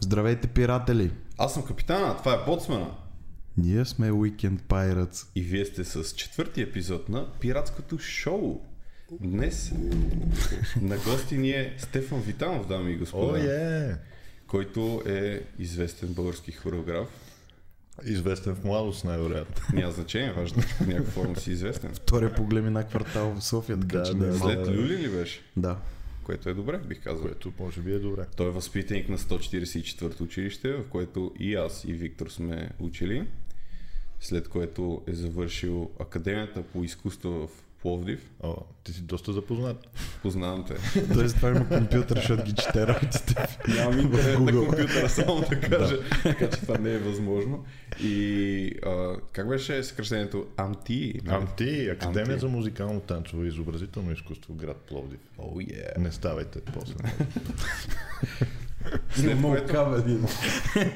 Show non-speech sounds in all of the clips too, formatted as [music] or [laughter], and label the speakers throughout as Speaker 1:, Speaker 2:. Speaker 1: Здравейте, пиратели!
Speaker 2: Аз съм капитана, това е боцмана.
Speaker 1: Ние сме Weekend Pirates.
Speaker 2: И вие сте с четвърти епизод на Пиратското шоу. Днес на гости ни е Стефан Витанов, дами и
Speaker 3: О,
Speaker 2: господа,
Speaker 3: е!
Speaker 2: който е известен български хореограф.
Speaker 3: Известен в младост, най-вероятно.
Speaker 2: Няма значение, важно, че по някаква форма си е известен.
Speaker 1: Втория по големина квартал в София, така
Speaker 3: Да,
Speaker 1: че не е
Speaker 3: да.
Speaker 1: малко.
Speaker 2: След Люли ли беше?
Speaker 1: Да.
Speaker 2: Което е добре, бих казал.
Speaker 3: Което може би е добре.
Speaker 2: Той е възпитаник на 144-то училище, в което и аз и Виктор сме учили, след което е завършил Академията по изкуство в Пловдив.
Speaker 3: О, ти си доста запознат.
Speaker 2: Познавам те.
Speaker 1: Тоест това има компютър, защото ги чете работите.
Speaker 2: Нямам интернет Ами, на
Speaker 1: Google.
Speaker 2: компютъра, само да кажа. така че това не е възможно. И а, как беше съкръщението? АМТИ? нали?
Speaker 3: Амти, Академия
Speaker 2: Амти.
Speaker 3: за музикално танцово и изобразително изкуство, град Пловдив.
Speaker 2: Оу, oh, yeah.
Speaker 3: Не ставайте после.
Speaker 2: След което
Speaker 1: кабели.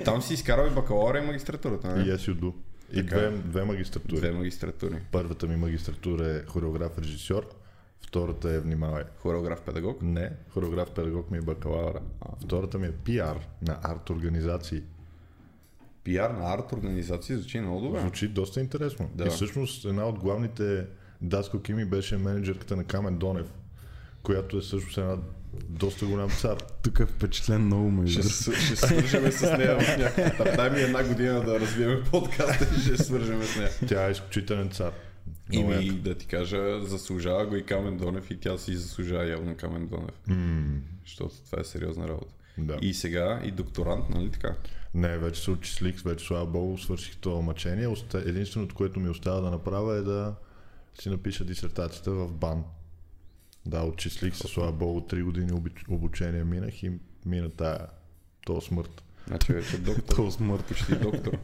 Speaker 2: там си изкарал и бакалавра и магистратурата, не?
Speaker 3: и аз юдо. И
Speaker 2: Така.
Speaker 3: две, две магистратури.
Speaker 2: Две магистратури.
Speaker 3: Първата ми магистратура е хореограф-режисьор, втората е, внимавай,
Speaker 2: Хореограф-педагог.
Speaker 3: не, хореограф-педагог ми е бакалавра. А втората ми е пиар на арт-организации.
Speaker 2: Пиар на арт организации звучи много добре.
Speaker 3: Звучи доста интересно.
Speaker 2: Да.
Speaker 3: Да. И всъщност една от главните Даско Кими беше менеджерката на Камен Донев, която е всъщност една доста голям цар.
Speaker 1: Тук е впечатлен много ме
Speaker 2: Ще,
Speaker 1: израз.
Speaker 2: с- ще свържеме с нея в някакъв етап. Дай ми една година да развиеме подкаста и ще свържеме с нея.
Speaker 3: Тя е изключителен цар. Много
Speaker 2: Ими
Speaker 3: яка.
Speaker 2: да ти кажа, заслужава го и Камен Донев и тя си заслужава явно Камен Донев.
Speaker 3: М,
Speaker 2: Защото това е сериозна работа.
Speaker 3: да.
Speaker 2: И сега и докторант, нали така?
Speaker 3: Не, вече се отчислих, вече слава богу, свърших това мъчение. Оста- Единственото, което ми остава да направя е да си напиша дисертацията в БАН. Да, отчислих се, слава богу, 3 години обич- обучение минах и мина тая, то смърт.
Speaker 2: Значи
Speaker 3: [laughs]
Speaker 2: вече доктор.
Speaker 3: е
Speaker 1: Толкова смърт.
Speaker 2: Почти доктор.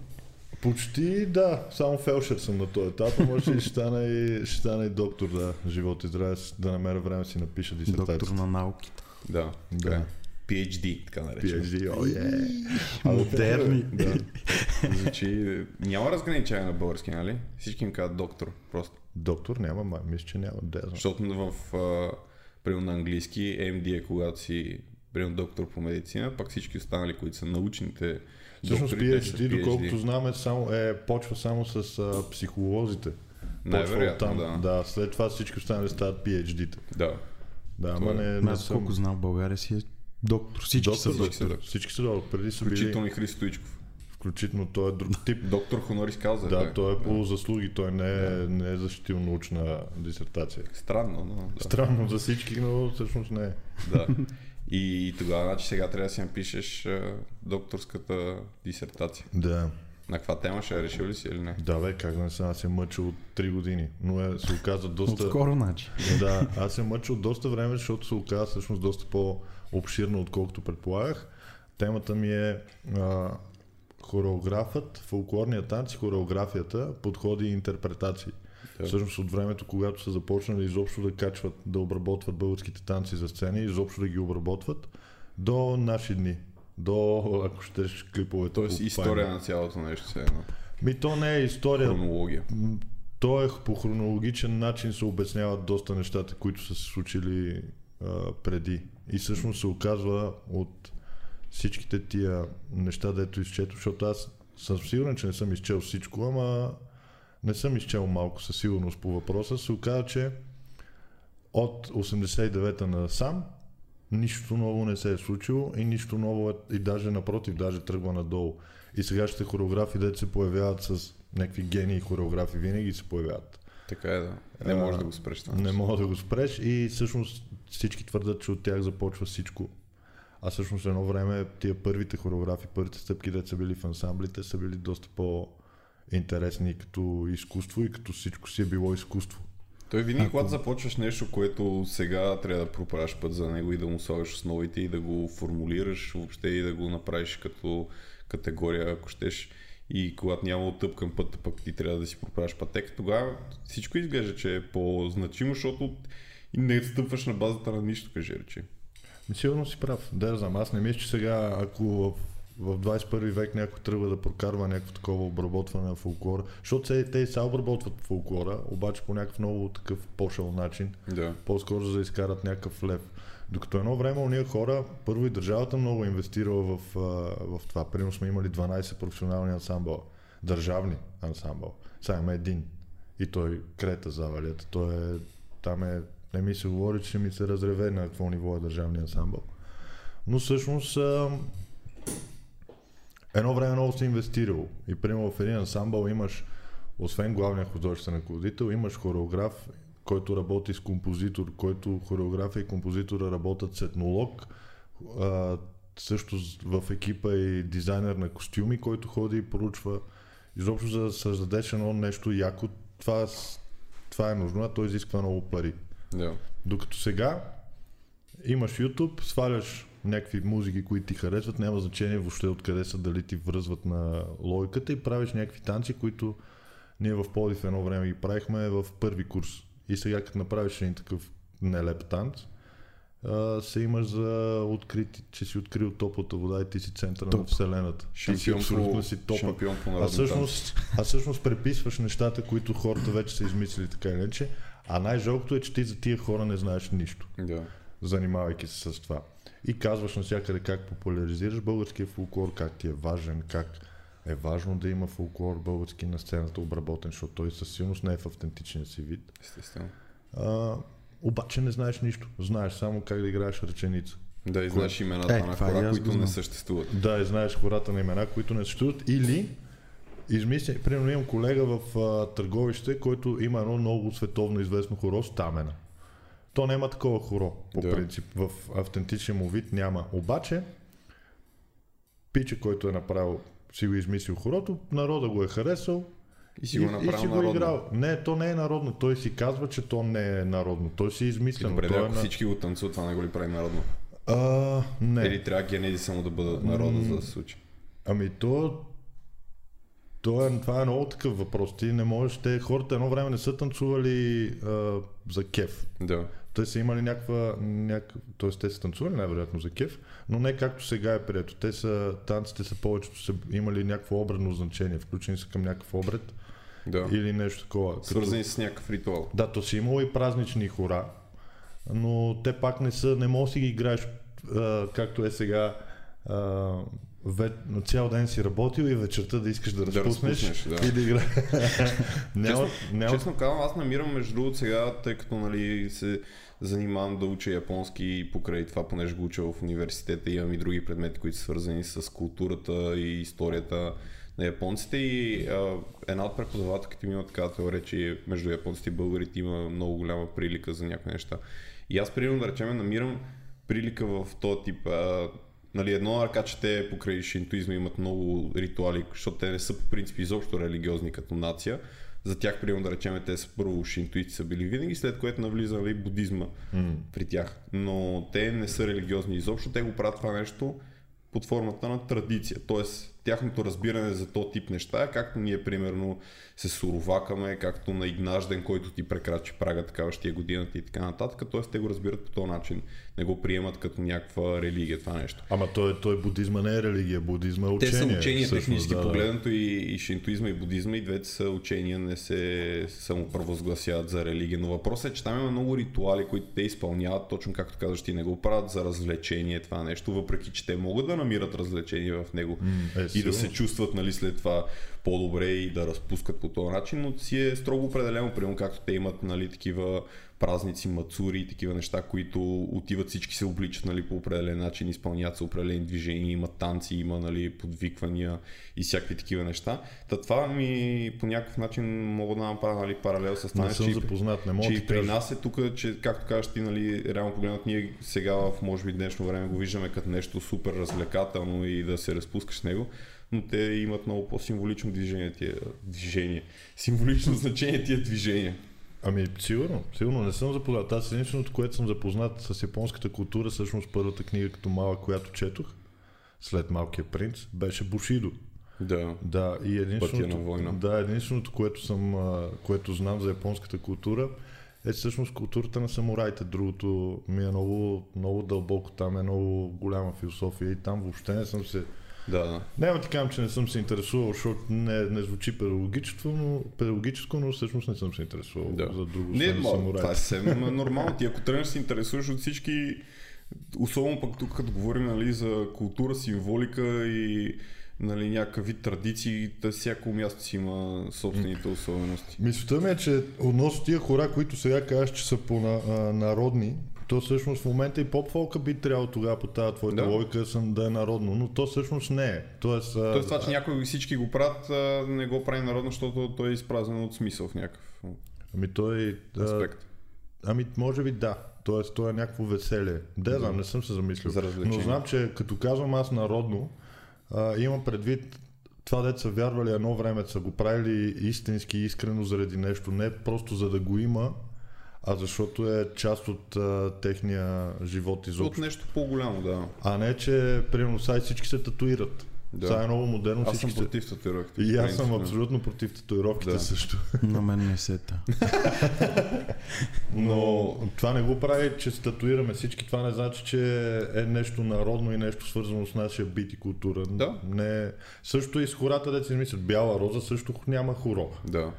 Speaker 3: Почти да, само фелшер съм на този етап, а може би ще стана и, ще стана и доктор, да, живот и здраве, с- да намеря време да си напиша
Speaker 1: Доктор
Speaker 3: дисертация.
Speaker 1: на науките.
Speaker 2: Да.
Speaker 3: Да.
Speaker 2: така е. PhD, така наречено.
Speaker 3: PhD, о, е.
Speaker 1: [laughs] Модерни.
Speaker 2: Да. [laughs] Значи, няма разграничение на български, нали? Всички им казват доктор, просто.
Speaker 3: Доктор няма, май, мисля, че няма, да я знам.
Speaker 2: Защото в, а, примерно на английски, MD е когато си примерно доктор по медицина, пак всички останали, които са научните
Speaker 3: Всъщност
Speaker 2: доктори, те са
Speaker 3: PhD, доколкото знам, е, само, е, почва само с а, психолозите. Почва
Speaker 2: Най-вероятно,
Speaker 3: там,
Speaker 2: да.
Speaker 3: да. след това всички останали стават PhD-та.
Speaker 2: Да.
Speaker 3: Да,
Speaker 2: Това
Speaker 3: ама
Speaker 2: е.
Speaker 3: не, не
Speaker 1: Аз
Speaker 3: съм.
Speaker 1: колко знам в България си е доктор. Всички
Speaker 3: Доктор,
Speaker 1: са доктор.
Speaker 3: доктор,
Speaker 2: всички са доктор.
Speaker 3: Всички са доктор. Преди са били,
Speaker 2: Включително и Христо Ичков.
Speaker 3: включително той е
Speaker 1: [laughs]
Speaker 3: друг тип
Speaker 2: Доктор Хонорис Кауза.
Speaker 3: Да, той е по заслуги, той не е, не е защитил научна дисертация.
Speaker 2: Странно, но да.
Speaker 3: Странно за всички, но всъщност не е.
Speaker 2: Да. И тогава, значи сега трябва да си напишеш а, докторската дисертация.
Speaker 3: Да.
Speaker 2: На каква тема ще я решил ли си или не?
Speaker 3: Да, бе, как да не съм, аз се мъчил от 3 години, но е, се оказа доста...
Speaker 1: Отскоро, значи.
Speaker 3: Е, Да, аз се мъчил доста време, защото се оказа всъщност доста по-обширно, отколкото предполагах. Темата ми е а, хореографът, фолклорният танц и хореографията, подходи и интерпретации.
Speaker 2: Да.
Speaker 3: Всъщност от времето, когато са започнали изобщо да качват, да обработват българските танци за сцени, изобщо да ги обработват, до наши дни. До, ако щеш, клиповете.
Speaker 2: Тоест
Speaker 3: по
Speaker 2: история
Speaker 3: Пайна.
Speaker 2: на цялото нещо се едно.
Speaker 3: Ми то не е история,
Speaker 2: Хронология.
Speaker 3: М, То е по хронологичен начин се обясняват доста нещата, които са се случили а, преди. И всъщност се оказва от всичките тия неща, дето изчето, защото аз съм сигурен, че не съм изчел всичко, ама не съм изчел малко със сигурност по въпроса. Се оказа, че от 89-та на сам нищо ново не се е случило и нищо ново е, и даже напротив, даже тръгва надолу. И сегашните хореографи, дето се появяват с някакви гении хореографи, винаги се появяват.
Speaker 2: Така е, да. Не
Speaker 3: А,
Speaker 2: може да го спреш. това
Speaker 3: Не
Speaker 2: нещо.
Speaker 3: мога да го спреш и всъщност всички твърдат, че от тях започва всичко. А всъщност едно време тия първите хореографи, първите стъпки, дето са били в ансамблите, са били доста по-интересни като изкуство и като всичко си е било изкуство.
Speaker 2: Той винаги, когато започваш нещо, което сега трябва да проправиш път за него и да му слагаш основите и да го формулираш въобще и да го направиш като категория, ако щеш. И когато няма оттъп към пътта, пък ти трябва да си проправиш пътека, тогава всичко изглежда, че е по-значимо, защото не стъпваш на базата на нищо, каже речи.
Speaker 3: Ами Ми, Сигурно си прав. Да, я знам. Аз не мисля, че сега, ако в 21 век някой тръгва да прокарва някакво такова обработване на фолклора, защото се, те и сега обработват фолклора, обаче по някакъв много такъв пошъл начин,
Speaker 2: Да.
Speaker 3: по-скоро за да изкарат някакъв лев. Докато едно време уния хора, първо и държавата много е инвестирала в, а, в това. Примерно сме имали 12 професионални ансамбъла, държавни ансамбъл. Сега има един. И той крета завалят. Той е, там е, не ми се говори, че ще ми се разреве на какво ниво е държавния ансамбъл. Но всъщност а, едно време много си инвестирал. И примерно в един ансамбъл имаш, освен главния художествен ръководител, имаш хореограф, който работи с композитор, който хореографа и композитора работят с етнолог. А, също с- в екипа е дизайнер на костюми, който ходи и поручва. Изобщо за да създадеш едно нещо яко, това, с- това е нужно, а то изисква много пари.
Speaker 2: Да.
Speaker 3: Докато сега имаш YouTube, сваляш някакви музики, които ти харесват, няма значение въобще откъде са, дали ти връзват на логиката и правиш някакви танци, които ние в Пловдив едно време ги правихме в първи курс. И сега като направиш един такъв нелеп танц, а, се имаш за открити, че си открил топлата вода и ти си центъра на
Speaker 1: Топ.
Speaker 3: Вселената. Ти си
Speaker 2: Шампион
Speaker 3: абсолютно
Speaker 2: по,
Speaker 3: си топък.
Speaker 2: шампион по
Speaker 3: А
Speaker 2: народни
Speaker 3: всъщност, а всъщност преписваш нещата, които хората вече са измислили така или иначе. А най-жалкото е, че ти за тия хора не знаеш нищо,
Speaker 2: танци. Да.
Speaker 3: занимавайки се с това. И казваш навсякъде как популяризираш българския фолклор, как ти е важен, как е важно да има фолклор български на сцената обработен, защото той със сигурност не е в автентичния си вид.
Speaker 2: Естествено.
Speaker 3: А, обаче не знаеш нищо. Знаеш само как да играеш ръченица.
Speaker 2: Да, и знаеш имената
Speaker 1: Е,
Speaker 2: на
Speaker 1: това и аз
Speaker 2: хора,
Speaker 1: го
Speaker 2: които не
Speaker 1: знам.
Speaker 2: съществуват.
Speaker 3: Да, и знаеш хората на имена, които не съществуват. Или, измисля, примерно имам колега в а, търговище, който има едно много световно известно хоро Стамена. То няма такова хоро, по
Speaker 2: Да.
Speaker 3: принцип. В автентичен му вид няма. Обаче, пича, който е направил, си го измислил хорото, народа го е харесал,
Speaker 2: И си го
Speaker 3: и, и
Speaker 2: направил
Speaker 3: си го е
Speaker 2: народно.
Speaker 3: играл. Не, то не е народно. Той си казва, че то не е народно. Той си е измислено.
Speaker 2: Добре, да,
Speaker 3: Той е
Speaker 2: ако
Speaker 3: на-
Speaker 2: всички го танцуват, това не го ли прави народно?
Speaker 3: а, не.
Speaker 2: Или трябва генези само да бъдат народно, за да се случи?
Speaker 3: Ами то... то е, това е много такъв въпрос. Ти не можеш. Те хората едно време не са танцували а, за кеф.
Speaker 2: Да.
Speaker 3: Те са имали някаква... Няк... Тоест те са танцували най-вероятно за кеф, но не както сега е прието. Те са... Танците са повечето са имали някакво обредно значение. Включени са към някакъв обред
Speaker 2: Да.
Speaker 3: или нещо такова. Като-
Speaker 2: Свързани с някакъв ритуал.
Speaker 3: да, то си имало и празнични хора, но те пак не са, не може да си ги играеш а, както е сега. А, ве, цял ден си работил и вечерта да искаш да
Speaker 2: Да
Speaker 3: разпуснеш,
Speaker 2: разпуснеш, да.
Speaker 3: и да
Speaker 2: [laughs]
Speaker 3: играеш. няма, няма,
Speaker 2: Честно казвам, аз намирам между другото сега, тъй като нали, се занимавам да уча японски и покрай това, понеже го уча в университета, имам и други предмети, които са свързани с културата и историята на японците и а, една от преподавателките ми има така теория, че между японците и българите има много голяма прилика за някои неща. И аз примерно да речем намирам прилика в този тип. А, нали, едно ръка, че те покрай шинтуизма имат много ритуали, защото те не са по принцип изобщо религиозни като нация. За тях, примерно да речем, те са първо шинтуисти са били винаги, след което навлиза нали, будизма mm. при тях. Но те не са религиозни изобщо, те го правят това нещо под формата на традиция. Тоест, тяхното разбиране за то тип неща е както ние, примерно, се суровакаме, както на Игнажден, който ти прекрачи прага такава ще е годината и така нататък. Тоест, те го разбират по този начин. Не го приемат като някаква религия това нещо.
Speaker 3: Ама той, той будизма не е религия, будизма е
Speaker 2: Те
Speaker 3: учение.
Speaker 2: са учения
Speaker 3: всъщност,
Speaker 2: технически
Speaker 3: да, да.
Speaker 2: погледнато и, и шинтуизма и будизма и двете са учения, не се самопровъзгласяват за религия. Но въпросът е, че там има много ритуали, които те изпълняват, точно както казваш, ти не го правят за развлечение това нещо, въпреки че те могат да намират развлечение в него
Speaker 3: е,
Speaker 2: и да
Speaker 3: сигурно.
Speaker 2: се чувстват нали, след това по-добре и да разпускат по този начин, но си е строго определено, примерно както те имат нали, такива празници, мацури и такива неща, които отиват всички се обличат нали, по определен начин, изпълняват се определени движения, има танци, има нали, подвиквания и всякакви такива неща. Та това ми по някакъв начин мога да направя нали, паралел с това,
Speaker 3: Не съм
Speaker 2: че-
Speaker 3: запознат, не мога
Speaker 2: че
Speaker 3: да
Speaker 2: и
Speaker 3: ти
Speaker 2: при
Speaker 3: кажа.
Speaker 2: нас е тук, че както кажеш ти, нали, реално погледнат, ние сега в може би днешно време го виждаме като нещо супер развлекателно и да се разпускаш с него, но те имат много по-символично движение тия движение. Символично значение тия движения.
Speaker 3: Ами, сигурно, сигурно не съм запознат. Аз единственото, което съм запознат с японската култура, всъщност първата книга като малък, която четох, след Малкия принц, беше Бушидо.
Speaker 2: Да.
Speaker 3: Да, и единственото,
Speaker 2: на война.
Speaker 3: Да, единственото което, съм, а, което знам за японската култура е всъщност културата на самураите. Другото ми е много, много дълбоко, там е много голяма философия и там въобще не съм се
Speaker 2: Да, да.
Speaker 3: Няма ти казвам, че не съм се интересувал, защото не, не звучи педагогическо, но, педагогическо, но всъщност не съм се интересувал
Speaker 2: Да.
Speaker 3: за друго.
Speaker 2: Не,
Speaker 3: освен за
Speaker 2: ма,
Speaker 3: самурай.
Speaker 2: това е съвсем нормално. Ти ако тръгнеш да се интересуваш от всички, особено пък тук като говорим нали, за култура, символика и нали, някакъв вид традиции, да всяко място си има собствените особености.
Speaker 3: Мисълта ми е, че относно тия хора, които сега казваш, че са по-народни, то всъщност в момента и поп-фолка би трябвало тогава по тази твоята
Speaker 2: Да.
Speaker 3: да. логика да съм- да е народно, но то всъщност не е. Тоест, а,
Speaker 2: Тоест това, че някои всички го правят, а, не го прави народно, защото той е изпразнен от смисъл в някакъв
Speaker 3: ами той... А,
Speaker 2: аспект.
Speaker 3: ами може би да. Тоест то е някакво веселие. Да, знам, не съм се замислил.
Speaker 2: За развлечение.
Speaker 3: но знам, че като казвам аз народно, а, имам предвид това дет са вярвали едно време, са го правили истински, искрено заради нещо. Не просто за да го има, а защото е част от а, техния живот
Speaker 2: От
Speaker 3: изобщо.
Speaker 2: нещо по-голямо, да.
Speaker 3: А не, че примерно сега всички се татуират.
Speaker 2: Да.
Speaker 3: Да. Сега е много модерно
Speaker 2: Аз съм
Speaker 3: всички се...
Speaker 2: против татуировките.
Speaker 3: И аз
Speaker 2: принципно.
Speaker 3: съм абсолютно против татуировките
Speaker 2: Да.
Speaker 3: да. също.
Speaker 1: На мен не сета.
Speaker 3: Но това не го прави, че се татуираме всички. Това не значи, че е нещо народно и нещо свързано с нашия бит и култура.
Speaker 2: Да.
Speaker 3: Не. Също и с хората, деца мислят, бяла роза също няма хоро.
Speaker 2: Да.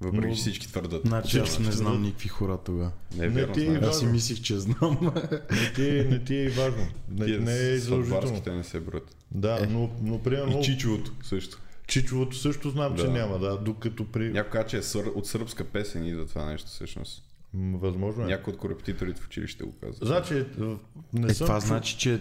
Speaker 2: Въпреки,
Speaker 3: Но-
Speaker 2: че всички твърдат.
Speaker 1: Значи аз
Speaker 3: Всички
Speaker 1: не знам
Speaker 3: знаят.
Speaker 1: никакви хора тогава.
Speaker 2: Не е
Speaker 3: Не,
Speaker 2: вярно.
Speaker 3: ти-
Speaker 2: знаеш.
Speaker 3: Да,
Speaker 1: Аз си
Speaker 3: да.
Speaker 1: мислих, че знам.
Speaker 3: Не ти, не ти е и важно. Не,
Speaker 2: Тия
Speaker 3: не е и задължително.
Speaker 2: сватбарските не се броят.
Speaker 3: Да, но, но примерно
Speaker 2: Е. И чичовото също.
Speaker 3: чичовото също знам, че
Speaker 2: Да.
Speaker 3: няма. Да, докато при...
Speaker 2: Някой каза, че е сър... от сръбска песен идва това нещо всъщност.
Speaker 3: М, Възможно е.
Speaker 2: Някой от корепетиторите в училище го каза.
Speaker 3: Значи, в- не
Speaker 1: Е,
Speaker 3: съм...
Speaker 1: това
Speaker 3: чу-
Speaker 1: значи, че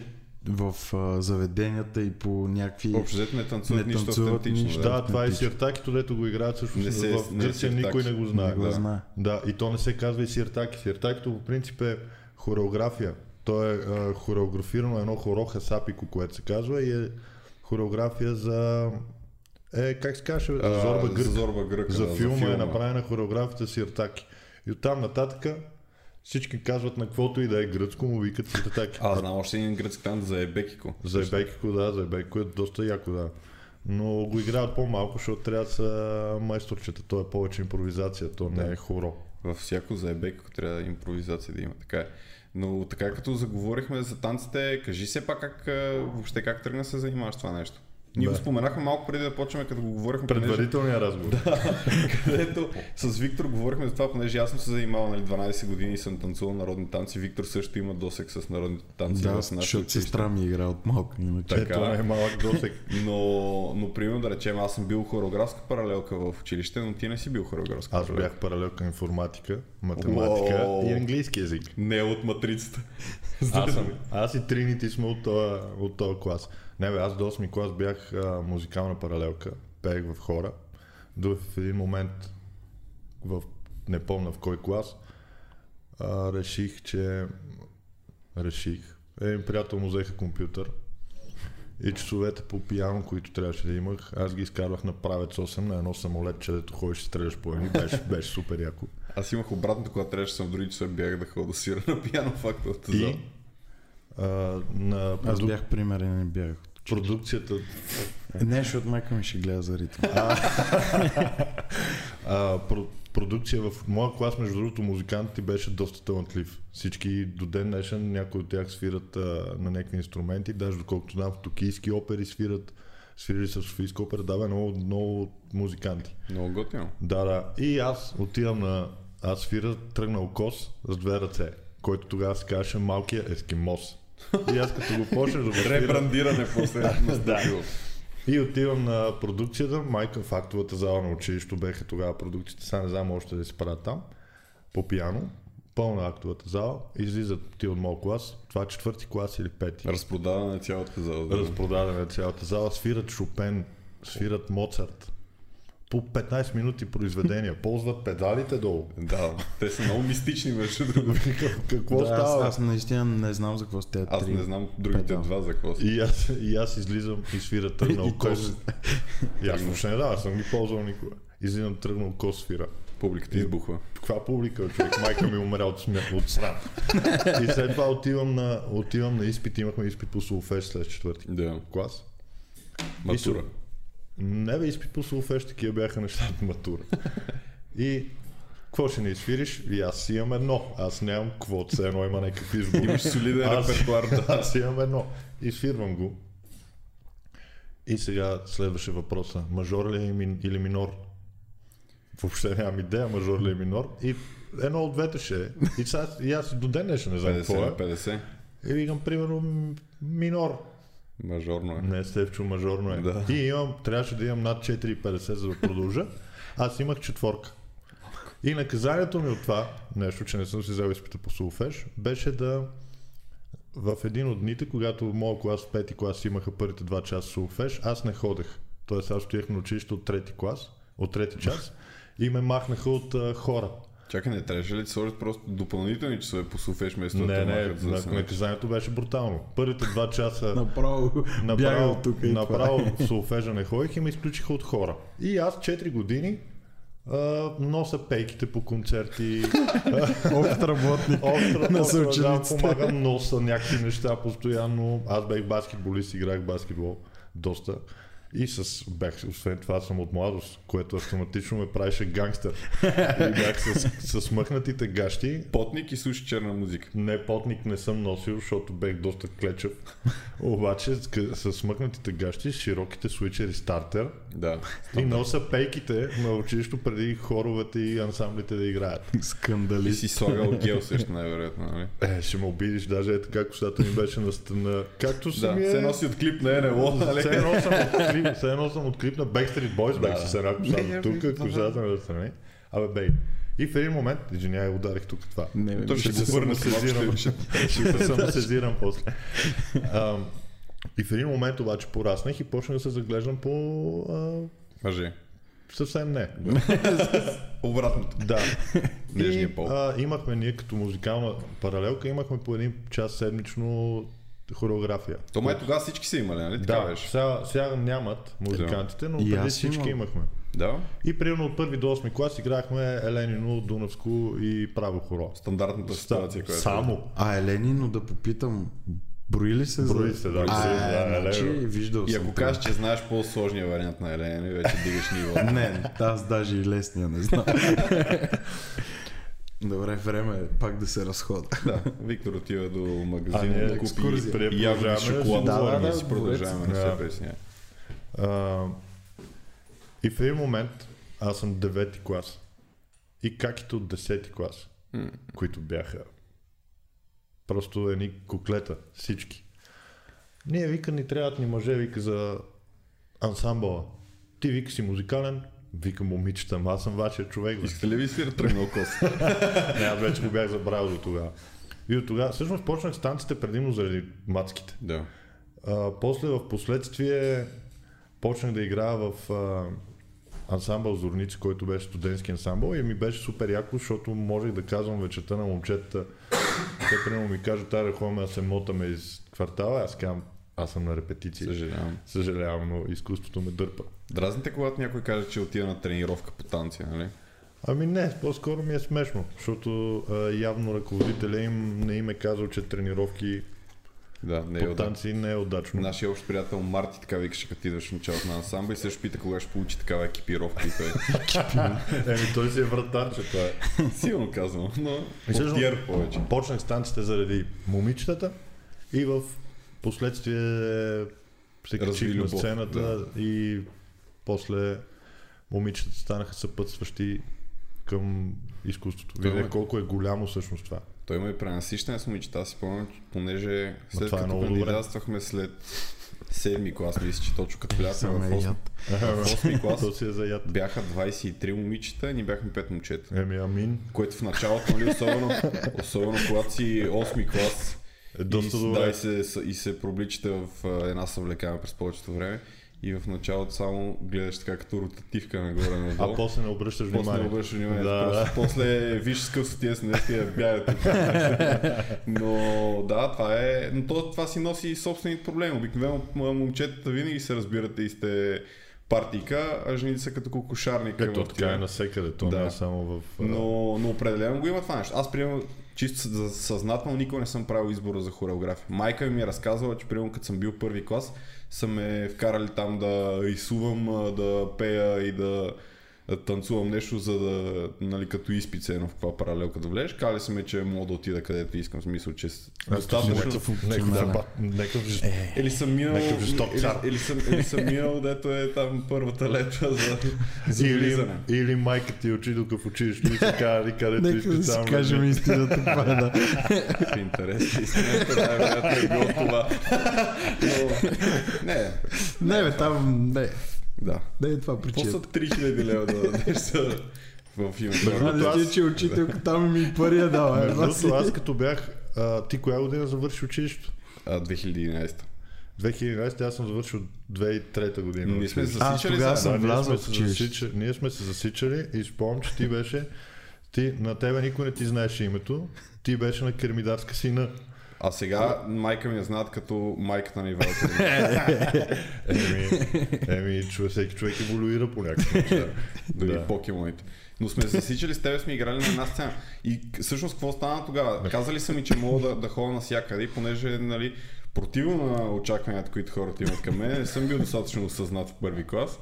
Speaker 1: в а, заведенията и по някакви...
Speaker 2: Общо взето не танцуват
Speaker 1: Не
Speaker 2: нищо
Speaker 1: танцуват
Speaker 2: автентично.
Speaker 1: нищо.
Speaker 2: Да.
Speaker 3: Да, това е
Speaker 1: автентично.
Speaker 3: сиртакито, дето го играят също.
Speaker 2: Не се-
Speaker 3: в
Speaker 2: не е
Speaker 3: Гърция
Speaker 2: сиртаки.
Speaker 3: никой не го
Speaker 1: Не
Speaker 3: знае.
Speaker 1: го
Speaker 2: да.
Speaker 1: знае.
Speaker 3: Да, и то не се казва и сиртаки. Сиртакито по принцип е хореография. То е а, хореографирано едно хоро хасапико, което се казва и е хореография за... Е, как се казваше? бе? За
Speaker 2: А,
Speaker 3: Зорба
Speaker 2: За
Speaker 3: Гърк.
Speaker 2: Зорба Грък.
Speaker 3: За
Speaker 2: да,
Speaker 3: филма е направена хореографията сиртаки. И оттам нататък всички казват на каквото и да е гръцко, му викат сиртаки.
Speaker 2: А, знам още един гръцки танц за Ебекико.
Speaker 3: За Ебекико, да, за Ебекико е доста яко, да. Но го играят по-малко, защото трябва да са майсторчета. То е повече импровизация, то не е хоро.
Speaker 2: Във всяко заебе, ако трябва импровизация да има, така е. Но така като заговорихме за танците, кажи се пак как, а, въобще как тръгна се занимаваш с това нещо. Ние го
Speaker 3: Да.
Speaker 2: споменахме малко преди да почваме, като го говорихме, понеже,
Speaker 3: Предварителният разговор. Да.
Speaker 2: [laughs] където с Виктор говорихме за това, понеже аз съм се занимавал нали, 12 години и съм танцувал народни танци. Виктор също има досек с народните танци.
Speaker 1: Да,
Speaker 2: с нашите
Speaker 1: защото
Speaker 2: училища.
Speaker 1: сестра ми игра от малко, иначе.
Speaker 2: Така.
Speaker 3: Ето най-малък досек.
Speaker 2: Но, но примерно да речем, аз съм бил хореографска паралелка в училище, но ти не си бил хореографска
Speaker 3: Аз
Speaker 2: паралелка.
Speaker 3: бях паралелка информатика, математика
Speaker 2: Уау.
Speaker 3: и английски язик.
Speaker 2: Не от матрицата.
Speaker 3: Аз, съм, аз и тринити сме от този, от този клас. Не бе, аз до 8 клас бях а, музикална паралелка, пеех в хора. До в един момент, в, не помня в кой клас, а, реших, че... Реших. Един приятел му взеха компютър и часовете по пияно, които трябваше да имах, аз ги изкарвах на правец 8 на едно самолет, че дето ходиш и стреляш по едни, беше, беше супер яко.
Speaker 2: Аз имах обратното, когато трябваше да съм в други часа, бях да ходя да свира на пиано факта от зала.
Speaker 3: И а, на
Speaker 1: Аз
Speaker 3: продук-
Speaker 1: бях примерен и не бях.
Speaker 3: продукцията
Speaker 1: Не, защото майка ми ще гледа за ритъм.
Speaker 3: А, про- продукция в моя клас, между другото, музикантът ти беше доста талантлив. Всички до ден днешен някои от тях свират а, на някакви инструменти, даже доколкото знам в токийски опери свират, свирили са в Софийска опера, да бе, много, много музиканти.
Speaker 2: Много готино.
Speaker 3: Да, да. И аз отивам на... Аз свира тръгнал кос с две ръце, който тогава се казваше малкия ескимос. И аз като го почнах да го свирам,
Speaker 2: Ребрандиране после
Speaker 3: [laughs]
Speaker 2: настъпило.
Speaker 3: и отивам на продукцията, майка в актовата зала на училището беха тогава продукциите, сега не знам още да се правят там, по пияно, пълна актовата зала, излизат ти от моят клас, това е четвърти клас или пети.
Speaker 2: Разпродаване цялата зала. да.
Speaker 3: Разпродадена е цялата зала, свират Шопен, свират Моцарт. По 15
Speaker 1: [laughs]
Speaker 3: минути произведения, ползват педалите долу.
Speaker 2: Да, те са много мистични между другото.
Speaker 3: [laughs] Какво
Speaker 1: Да, аз,
Speaker 3: става?
Speaker 1: аз наистина не знам за какво сте тези
Speaker 2: Аз
Speaker 1: три.
Speaker 2: не знам другите
Speaker 1: Педал.
Speaker 2: два за какво са.
Speaker 3: И аз, и аз излизам
Speaker 1: [laughs]
Speaker 3: и свира тръгнал
Speaker 1: И той-
Speaker 3: кос. И аз въобще не да, аз съм ги ползвал никога. Излизам тръгнал кос свира.
Speaker 2: Публиката избухва.
Speaker 3: каква публика, бе, човек, майка ми умря от смях от срам. И след това отивам на, отивам на изпит, имахме изпит по солфеж след четвърти
Speaker 2: Да.
Speaker 3: клас.
Speaker 2: Матура.
Speaker 3: Не бе, изпит по солфеж, такива бяха нещата матура. И какво ще ни изфириш? И аз си имам едно. Аз нямам какво, все едно има някакви избори.
Speaker 2: Имаш солиден
Speaker 3: Аз-
Speaker 2: репертуар, да.
Speaker 3: Аз имам едно. И свирвам го. И сега следваше въпроса. Мажор ли е ми- или минор? Въобще нямам идея, мажор ли е минор. И едно от двете ще е. И, сега, и аз и до ден днешен не знам
Speaker 2: 50
Speaker 3: [laughs] какво
Speaker 2: на
Speaker 3: е.
Speaker 2: 50.
Speaker 3: И викам, примерно, м- минор.
Speaker 2: Мажорно е.
Speaker 3: Не, Стевчо, мажорно е.
Speaker 2: Да.
Speaker 3: И имам, трябваше да имам над 4,50 за да продължа. Аз имах четворка. И наказанието ми от това, нещо, че не съм си взел изпита по Сулфеш, беше да в един от дните, когато моят клас в пети клас имаха първите два часа Сулфеш, аз не ходех. Тоест аз стоях на училище от трети клас, от трети час и ме махнаха от а, хора.
Speaker 2: Чакай, не трябваше ли да сложат просто допълнителни часове по суфеш вместо да
Speaker 3: Не,
Speaker 2: те
Speaker 3: не,
Speaker 2: махат, за да се накажат?
Speaker 3: наказанието беше брутално. Първите
Speaker 2: [laughs]
Speaker 3: два часа
Speaker 1: Направо бяга
Speaker 3: Направо,
Speaker 1: от тук и това.
Speaker 3: направо солфежа не ходих и ме изключиха от хора. И аз 4 години а, носа пейките
Speaker 1: [laughs]
Speaker 3: по концерти,
Speaker 1: Общ работник.
Speaker 3: остро,
Speaker 1: На
Speaker 3: остро да,
Speaker 1: съучениците.
Speaker 3: помагам носа, някакви неща постоянно. Аз бях баскетболист, играх баскетбол доста. И с, бях, освен това съм от младост, което автоматично ме
Speaker 1: [laughs]
Speaker 3: правеше гангстър. И бях с, с смъкнатите гащи,
Speaker 2: Потник и слуша черна музика.
Speaker 3: не, потник не съм носил, защото бех доста клечев. Обаче с къ- с смъкнатите гащи, с широките свичери стартер
Speaker 2: Да.
Speaker 3: и носа пейките на училището преди хоровете и ансамблите да играят.
Speaker 2: И
Speaker 1: Скандалист.
Speaker 2: си слагал гел също най-вероятно, нали?
Speaker 3: Е, ще ме обидиш, даже е така, косата ми беше на стена. Както
Speaker 2: Да,
Speaker 3: съм
Speaker 2: се носи от клип на НЛО, нали?
Speaker 3: Все едно съм от клип, все едно съм от клип на Backstreet Boys, бех
Speaker 2: Да.
Speaker 3: с една
Speaker 1: Не,
Speaker 3: коса
Speaker 1: не,
Speaker 3: тук, е
Speaker 1: да,
Speaker 3: косата на страни. Абе, бей. И в един момент, извинявай, ударих тук това.
Speaker 1: Не, не,
Speaker 2: Той ще
Speaker 1: ще
Speaker 2: се
Speaker 1: се
Speaker 2: върна с
Speaker 3: самосезирам.
Speaker 2: още. [laughs]
Speaker 3: Ще се самосезирам после. А, и в един момент обаче пораснах и почнах да се заглеждам по... А,
Speaker 2: Мъже.
Speaker 3: съвсем не.
Speaker 2: [laughs] Обратното.
Speaker 3: Да. И,
Speaker 2: [laughs] Нежния пол.
Speaker 3: а, имахме ние като музикална паралелка, имахме по един час седмично хореография.
Speaker 2: То май тогава всички са имали, нали? Така
Speaker 3: Да,
Speaker 2: беше.
Speaker 3: сега, сега нямат музикантите, но
Speaker 1: И
Speaker 3: преди
Speaker 1: аз
Speaker 3: всички
Speaker 1: имам.
Speaker 3: имахме.
Speaker 2: Да.
Speaker 3: И примерно от първи до 8 клас играхме Еленино, Дунавско и Право хоро.
Speaker 2: Стандартната ситуация, която е.
Speaker 3: Само.
Speaker 1: А, Елени, но да попитам, брои ли се? за-
Speaker 3: Брои се, да.
Speaker 1: А,
Speaker 3: брои се, да,
Speaker 1: е, значи,
Speaker 3: Елено.
Speaker 1: виждал
Speaker 2: И
Speaker 1: съм.
Speaker 2: ако
Speaker 1: това.
Speaker 2: кажеш, че знаеш по-сложния вариант на Елена, нали, вече дигаш [laughs] ниво.
Speaker 1: Не, аз даже и лесния не знам. Добре, време е пак да се разхода.
Speaker 2: Да, Виктор отива до
Speaker 3: А,
Speaker 2: магазин,
Speaker 3: ние
Speaker 2: да купи
Speaker 1: екскурзия.
Speaker 2: ягоди,
Speaker 3: Продължаваме.
Speaker 2: шоколад,
Speaker 1: Да,
Speaker 2: да,
Speaker 1: да,
Speaker 2: да,
Speaker 1: да,
Speaker 2: си продължаваме,
Speaker 1: двете.
Speaker 2: не се
Speaker 3: Да.
Speaker 2: пресня.
Speaker 3: А, и в един момент аз съм 9 клас. И каките от 10 клас,
Speaker 2: М.
Speaker 3: които бяха просто едни куклета, всички. Ние вика ни трябват ни мъже, вика за ансамбъла. Ти вика си музикален, вика момичета, ама аз съм вашия
Speaker 2: [laughs]
Speaker 3: човек. бе.
Speaker 2: Искате ли ви свира тръгнал кос?
Speaker 3: Не, аз вече го бях забравил до тогава. И от тогава, всъщност почнах с танците предимно заради мацките.
Speaker 2: [laughs] да.
Speaker 3: А, после в последствие почнах да играя в а, ансамбъл Зорници, който беше студентски ансамбъл и ми беше супер яко, защото можех да казвам вечерта на момчетата, те примерно ми кажат, аре ходим да се мотаме из квартала, аз казвам, аз съм на репетиции.
Speaker 2: Съжалявам.
Speaker 3: Съжалявам, но изкуството ме дърпа.
Speaker 2: Дразните, когато някой каже, че отива на тренировка по танци, нали?
Speaker 3: Ами не, по-скоро ми е смешно, защото а, явно ръководителя им не им е казал, че тренировки
Speaker 2: Да, не е
Speaker 3: по
Speaker 2: удачно.
Speaker 3: танци не е удачно.
Speaker 2: Нашия общ приятел Марти така викаше, като идваш в началото на ансамбъл и също пита кога ще получи такава екипировка и той. [laughs]
Speaker 3: Еми той си е вратарче, това е.
Speaker 2: Силно казвам, но
Speaker 3: И всъщност-
Speaker 2: потиер повече.
Speaker 3: Почнах с танците заради момичетата и в последствие се
Speaker 2: Разви
Speaker 3: качих на
Speaker 2: любов,
Speaker 3: сцената и после момичетата станаха съпътстващи към изкуството.
Speaker 2: Това е-
Speaker 3: Видя колко е голямо всъщност това.
Speaker 2: Той има и пренасищане с момичета, аз си спомням, че понеже след
Speaker 3: това е
Speaker 2: като
Speaker 3: много добре.
Speaker 2: кандидатствахме след седми клас, мисля, че точно като
Speaker 3: Ами,
Speaker 2: влязахме
Speaker 1: Съм
Speaker 2: в
Speaker 1: е
Speaker 2: осми
Speaker 1: яд.
Speaker 2: в осми [laughs] клас
Speaker 3: То си е заят.
Speaker 2: бяха 23 момичета и ние бяхме 5 момчета.
Speaker 3: Еми, амин.
Speaker 2: Което в началото, нали, особено, особено когато си 8 клас
Speaker 3: Е, доста
Speaker 2: и, с-
Speaker 3: добре.
Speaker 2: Да, и, се, и се пробличате в а, една съвлекава през повечето време и в началото само гледаш така като ротативка нагоре надолу.
Speaker 3: А после не обръщаш
Speaker 2: После не
Speaker 3: внимание.
Speaker 2: обръщаш внимание. [laughs]
Speaker 3: Да,
Speaker 2: Да. После виж с къв са тия снестия
Speaker 3: [laughs]
Speaker 2: бягат. тук. Но да, това е... Но то, това си носи и собствени проблеми. Обикновено м- момчетата винаги се разбирате и сте партийка, а жените са като кокошарника.
Speaker 3: Ето
Speaker 2: в
Speaker 3: така е
Speaker 2: тия.
Speaker 3: навсекъде, то
Speaker 2: Да.
Speaker 3: не е само в... а,
Speaker 2: Но, но определено го има това нещо. Аз, примерно, чисто съ- съзнателно никога не съм правил избора за хореография. Майка ми е разказвала, че, примерно, като съм бил първи клас, са ме вкарали там да рисувам, а, да пея и да да танцувам нещо, за да, нали, като изпит, се едно в каква паралелка да влезеш. Кали си ме, че мога да отида където искам, в смисъл, че с- достатъчно. [laughs]
Speaker 1: Да.
Speaker 3: Някакъв жест-
Speaker 2: Или съм минал,
Speaker 3: Някакъв жесток
Speaker 2: или,
Speaker 3: цар.
Speaker 2: или, съм, или съм минал, дето е там първата лета за, за
Speaker 3: Или,
Speaker 2: влизане.
Speaker 3: или майка ти учи дока в училище и така, или където
Speaker 1: Нека
Speaker 3: искаш
Speaker 1: да си
Speaker 3: там. нали?"
Speaker 1: кажем
Speaker 3: лежи.
Speaker 1: истината, това е да.
Speaker 2: В интерес на истината, най-вероятно е било това. Но, не,
Speaker 1: Не, бе, там не.
Speaker 2: да.
Speaker 1: Не е това
Speaker 2: Какво са
Speaker 1: причината.
Speaker 2: 3000 лева да дадеш за- в
Speaker 1: Това
Speaker 2: името?
Speaker 1: не ти, е, че учителката ми е и пария
Speaker 2: е
Speaker 1: дава.
Speaker 3: Между
Speaker 1: Едва си.
Speaker 3: другото, аз като бях... А, ти коя година завърши училището?
Speaker 2: А, 2011.
Speaker 3: 2011, аз съм завършил 2003 година.
Speaker 2: Ние сме
Speaker 3: училище.
Speaker 1: Аз
Speaker 2: засичали
Speaker 1: тогава
Speaker 2: се.
Speaker 1: съм
Speaker 3: Да, ние
Speaker 1: влязъл
Speaker 3: сме
Speaker 1: в
Speaker 3: се
Speaker 1: училище.
Speaker 3: засича- Ние сме се засичали и спомням, че ти беше... Ти, на тебе никой не ти знаеше името. Ти беше на кермидарска сина.
Speaker 2: А сега майка ми я знаят като майката на Ивайло.
Speaker 3: Еми, еми човек, всеки човек еволюира по някакъв начин.
Speaker 2: [laughs] Дори
Speaker 3: Да.
Speaker 2: нали, покемоните. Но сме се засичали, с тебе сме играли на една сцена. И к- всъщност какво стана тогава? Казали са ми, че мога да, да ходя навсякъде, и понеже, нали, противно на очакванията, които хората имат към мен, не съм бил достатъчно осъзнат в първи клас.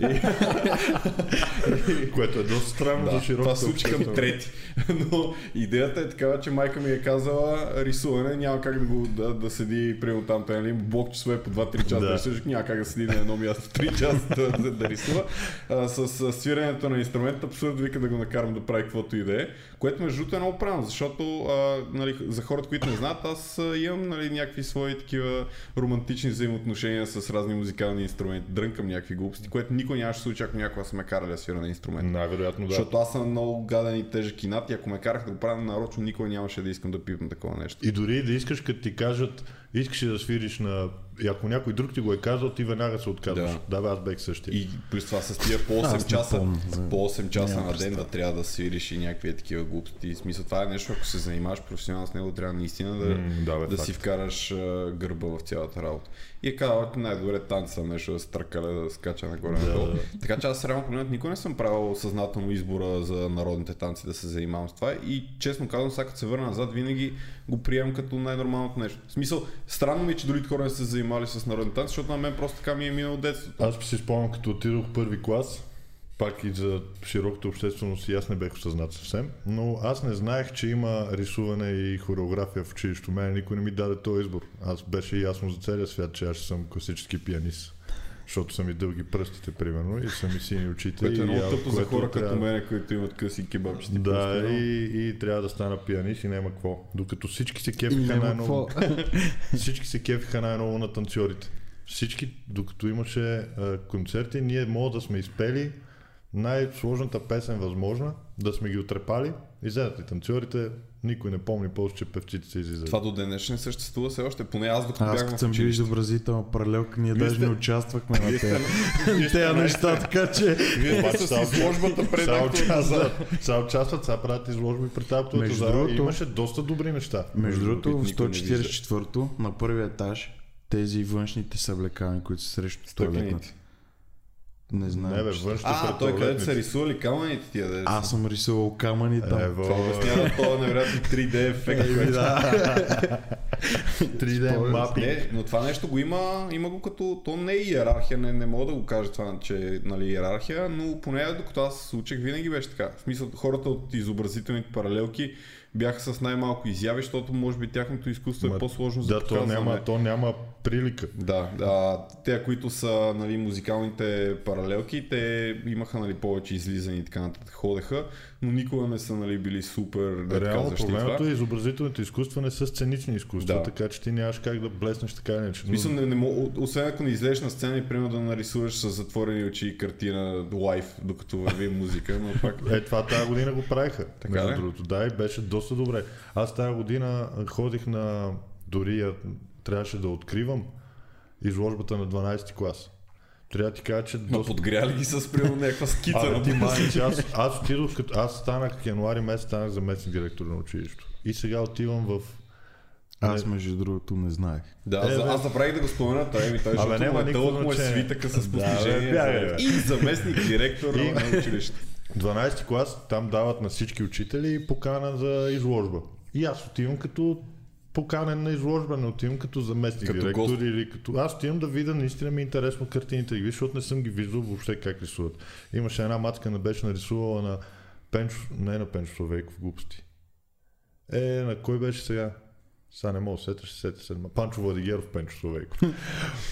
Speaker 2: И,
Speaker 3: [laughs] Което е доста странно
Speaker 2: да,
Speaker 3: за широко.
Speaker 2: това се случи към трети. [laughs] Но идеята е такава, че майка ми е казала рисуване, няма как да, го, да, да седи, примерно там, той, нали, блок часове по 2-3 часа,
Speaker 3: Да.
Speaker 2: да. рисуваш, няма как да седи на едно място 3 часа да, да, да рисува. А, с, с свирането на инструмента, абсурд вика да го накарам да прави каквото и да е, което между другото е много правилно, защото а, нали, за хората, които не знаят, аз а, имам нали, някакви свои такива романтични взаимоотношения с разни музикални инструменти, дрънкам някакви глупости, което никой нямаше да се случи, ако някога сме карали да свира на инструмент.
Speaker 3: Най-вероятно да.
Speaker 2: Защото аз съм много гаден и тежък и над и ако ме карах да го правя нарочно, никога нямаше да искам да пипам такова нещо.
Speaker 3: И дори да искаш, като ти кажат, искаш ли да свириш на... И ако някой друг ти го е казал, ти веднага се отказваш. Да,
Speaker 2: Да.
Speaker 3: да бе, аз бех същия.
Speaker 2: И плюс това с тия по
Speaker 1: Аз
Speaker 2: 8
Speaker 1: не
Speaker 2: часа,
Speaker 1: помня, за-
Speaker 2: по 8 часа
Speaker 1: нямам
Speaker 2: на ден да трябва да свириш и някакви такива глупости. В Смисъл, това е нещо, ако се занимаваш професионално с него, трябва наистина да,
Speaker 3: М, да, бе,
Speaker 2: да
Speaker 3: факт.
Speaker 2: си вкараш а, гърба в цялата работа. И е казал, най-добре танца съм нещо да се търкаля, да скача нагоре
Speaker 3: Да,
Speaker 2: надолу.
Speaker 3: да.
Speaker 2: Така че аз реално погледнат никога не съм правил съзнателно избора за народните танци да се занимавам с това и честно казвам, сега като се върна назад, винаги го приемам като най-нормалното нещо. В смисъл, странно ми е, че другите хора не са се занимавали с народни танци, защото на мен просто така ми е минало детството.
Speaker 3: Аз си спомням, като отидох в първи клас, пак и за широката общественост, и аз не бех осъзнат съвсем, но аз не знаех, че има рисуване и хореография в училището. Мене никой не ми даде този избор. Аз беше ясно за целия свят, че аз ще съм класически пианист. Защото са ми дълги пръстите, примерно, и са ми сини очите.
Speaker 2: Което е
Speaker 3: и
Speaker 2: много
Speaker 3: явно,
Speaker 2: тъпо за
Speaker 3: което
Speaker 2: хора
Speaker 3: трябва-
Speaker 2: като мен, които имат къси кебабчета.
Speaker 3: Да, и, и, трябва да стана пианист и няма какво. Докато всички се
Speaker 1: И
Speaker 3: кефиха
Speaker 1: няма
Speaker 3: най-много
Speaker 1: какво.
Speaker 3: всички се кефиха най-много на танцорите. Всички, докато имаше а, концерти, ние мога да сме изпели най-сложната песен възможна, да сме ги отрепали. Излезат ли танцорите, никой не помни повече, че певците се излизат.
Speaker 2: Това до ден днешен съществува все още, поне аз докато
Speaker 1: Аз
Speaker 2: бях
Speaker 1: като
Speaker 2: в
Speaker 1: съм бил
Speaker 2: училище.
Speaker 1: изобразител на паралелка, ние
Speaker 2: Вие
Speaker 1: даже не
Speaker 2: сте-
Speaker 1: участвахме на
Speaker 2: Вие сте-
Speaker 1: тези [laughs] тези неща, така че...
Speaker 2: Вие
Speaker 3: Обаче
Speaker 2: сте с
Speaker 3: само-
Speaker 2: изложбата пред
Speaker 3: Сега
Speaker 2: актовата зала.
Speaker 3: участват, сега участват, сега правят изложби при таптовата
Speaker 1: Между
Speaker 3: зала другото... и
Speaker 1: другото-
Speaker 3: имаше доста добри неща.
Speaker 1: Между другото, в
Speaker 2: никой не вижда.
Speaker 1: 144-то, на първия етаж, тези външните съблекани, които са срещу туалетната.
Speaker 2: Стъклените.
Speaker 1: Не знам.
Speaker 3: Не бе,
Speaker 1: че-
Speaker 3: външно
Speaker 2: А, той където са рисували камъните тия да
Speaker 1: Аз съм рисувал камъни там.
Speaker 3: Е,
Speaker 2: Това обяснява този невероятен 3D ефект. който-
Speaker 1: Спомням
Speaker 3: 3D
Speaker 1: си.
Speaker 3: мапи.
Speaker 2: Не, но това нещо го има, има го като, то не е иерархия, не, не мога да го кажа това, че е, нали, иерархия, но поне докато аз се учех винаги беше така. В смисъл, хората от изобразителните паралелки бяха с най-малко изяви, защото може би тяхното изкуство
Speaker 3: Ма,
Speaker 2: е по-сложно за
Speaker 3: Да, то
Speaker 2: показване.
Speaker 3: няма, то няма прилика.
Speaker 2: Да, да, те, които са нали, музикалните паралелки, те имаха нали, повече излизани и така нататък ходеха, но никога не са нали, били супер да
Speaker 3: Реално
Speaker 2: казващи
Speaker 3: проблемът
Speaker 2: това.
Speaker 3: е изобразителните изкуства не са сценични изкуства, да.
Speaker 2: Да.
Speaker 3: така че ти нямаш как да блеснеш така или иначе.
Speaker 2: В Смисъл, не, не мога, освен ако не излезеш на сцена и примерно да нарисуваш с затворени очи и картина лайф, докато върви музика, но пак...
Speaker 3: Е, това тази година го правиха.
Speaker 2: Така
Speaker 3: между
Speaker 2: ли?
Speaker 3: другото, да, и беше доста добре. Аз тази година ходих на... Дори я, трябваше да откривам изложбата на 12-ти клас. Трябва да ти кажа, че
Speaker 2: Ма [laughs]
Speaker 3: доста...
Speaker 2: подгряли ги с примерно някаква скица
Speaker 3: Абе,
Speaker 2: на
Speaker 3: ти
Speaker 2: ти...
Speaker 3: мани, че аз, аз отидох, като, аз станах януари месец, станах заместник директор на училището. И сега отивам в...
Speaker 1: Аз между другото не знаех.
Speaker 2: Да,
Speaker 3: Е,
Speaker 2: аз,
Speaker 3: бе.
Speaker 2: аз забравих да го спомена, той ми той,
Speaker 3: Абе,
Speaker 2: защото
Speaker 3: няма
Speaker 2: му е
Speaker 3: никакво
Speaker 2: дълъг му е
Speaker 3: значение.
Speaker 2: свитъка с
Speaker 3: Да, бе,
Speaker 2: постижение.
Speaker 3: бягай, бе.
Speaker 2: и заместник директор
Speaker 3: И-
Speaker 2: на училище.
Speaker 3: 12 клас, там дават на всички учители покана за изложба. И аз отивам като поканен на изложба, не отивам като заместник
Speaker 2: Като
Speaker 3: като директор
Speaker 2: гост.
Speaker 3: или като... Аз отивам да видя, наистина ми е интересно картините ги, виж, защото не съм ги виждал въобще как рисуват. Имаше една матка, на беше нарисувала на Пенчо, не на Пенчо Словейков, глупости. Е, на кой беше сега? Сега не мога да сета, ще сета седма. Панчо Владигеров, Пенчо Словейков.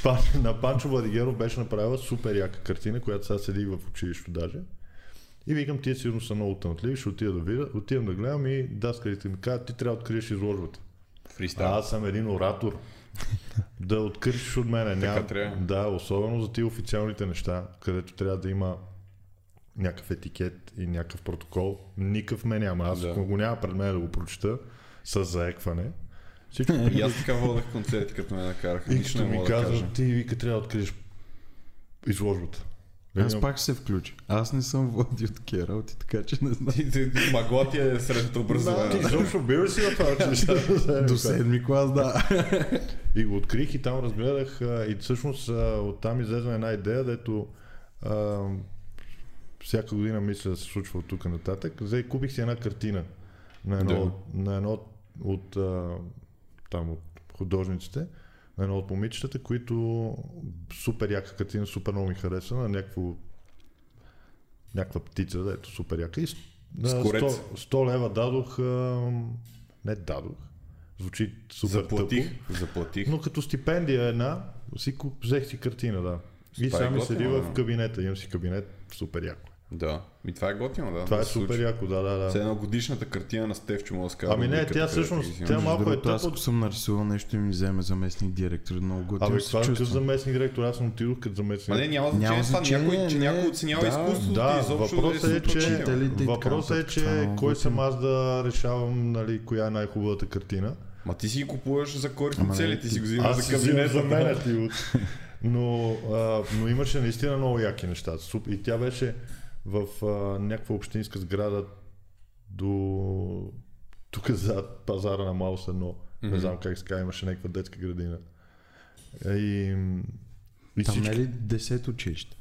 Speaker 3: Пан, на Панчо Владигеров беше направила супер яка картина, която сега седи в училището даже. И викам, тия сигурно са много талантливи, ще отида да видя. Отивам да гледам и даскалите ми казват, ти трябва да откриеш изложбата. Да.
Speaker 2: Фристайл.
Speaker 3: Аз съм един оратор. да откришиш от мене.
Speaker 2: Така
Speaker 3: Ням,
Speaker 2: трябва.
Speaker 3: Да, особено за тия официалните неща, където трябва да има някакъв етикет и някакъв протокол. Никакъв ме няма. Аз
Speaker 2: Да.
Speaker 3: да. ако го няма пред мен да го прочета с заекване, всичко
Speaker 1: Е,
Speaker 2: И аз така водех концерти, като ме накараха.
Speaker 3: и
Speaker 2: Нищо не
Speaker 3: като ми
Speaker 2: мога да кажа.
Speaker 3: казват, ти вика трябва да откриеш изложбата.
Speaker 1: Аз
Speaker 3: Имам-
Speaker 1: пак ще се включа. Аз не съм водил такива работи, така че не знам.
Speaker 2: Ти- ти- ти- Магла ти е средното
Speaker 3: Да, ти
Speaker 2: образование.
Speaker 3: изобщо бил ли си на това
Speaker 1: [laughs]
Speaker 3: училище?
Speaker 1: До седми клас, да.
Speaker 3: И го открих и там разгледах а, и всъщност а, оттам излезе една идея, дето а, всяка година мисля да се случва от тук нататък. Взе и купих си една картина на едно,
Speaker 2: Да.
Speaker 3: от- на едно от- от, а, там, от художниците, на едно от момичетата, които супер яка картина, супер много ми хареса, на някакво някаква птица, да, ето супер яка. И с- на
Speaker 2: Скорец.
Speaker 3: 100, 100 лева дадох, ам, не дадох, звучи супер тъпо.
Speaker 2: Заплатих. Заплатих.
Speaker 3: Но като стипендия е една, си куп, взех си картина, да. И
Speaker 2: Това е
Speaker 3: сами
Speaker 2: готино,
Speaker 3: седи
Speaker 2: да.
Speaker 3: в кабинета, имам си кабинет, супер яко.
Speaker 2: Да. И това е готино, да.
Speaker 3: Това
Speaker 2: да
Speaker 3: е
Speaker 2: се
Speaker 3: супер
Speaker 2: случи.
Speaker 3: яко, да, да,
Speaker 2: С
Speaker 3: да.
Speaker 2: една годишната картина на Стевчо му да скарам.
Speaker 3: Ами не, тя всъщност- тя
Speaker 1: Между
Speaker 3: малко е
Speaker 1: другото, аз
Speaker 3: тъпо.
Speaker 1: ако съм нарисувал нещо и ми вземе заместник директор, много
Speaker 3: Абе,
Speaker 1: готино се
Speaker 3: това е като
Speaker 1: чувствам.
Speaker 3: заместник директор, аз съм отидох като заместник.
Speaker 2: Ма не, няма
Speaker 1: Няма
Speaker 2: значение това.
Speaker 1: значение,
Speaker 2: Някой, че
Speaker 1: не.
Speaker 2: някой оценява
Speaker 1: Да,
Speaker 2: изкуството и
Speaker 3: да,
Speaker 2: изобщо
Speaker 3: въпросът е, че,
Speaker 2: учител.
Speaker 1: учителите и така
Speaker 3: въпросът е,
Speaker 1: нататък, това е
Speaker 3: че
Speaker 1: много
Speaker 3: кой
Speaker 1: готино.
Speaker 3: съм аз да решавам нали, коя е най-хубавата картина.
Speaker 2: Ма ти си ги купуваш за
Speaker 1: Ама
Speaker 2: корисни
Speaker 1: не,
Speaker 2: цели, ти си го взимаш
Speaker 3: Аз
Speaker 2: за
Speaker 3: си взимам
Speaker 2: кабинет
Speaker 3: за мен, ти от. Но, а, но имаше наистина много яки неща. Суп- И тя беше в а, някаква общинска сграда до тук зад пазара на Маус едно. Mm-hmm. Не знам как се казва, имаше някаква детска градина. И, и
Speaker 1: Там
Speaker 3: всички...
Speaker 1: не е ли 10 училище?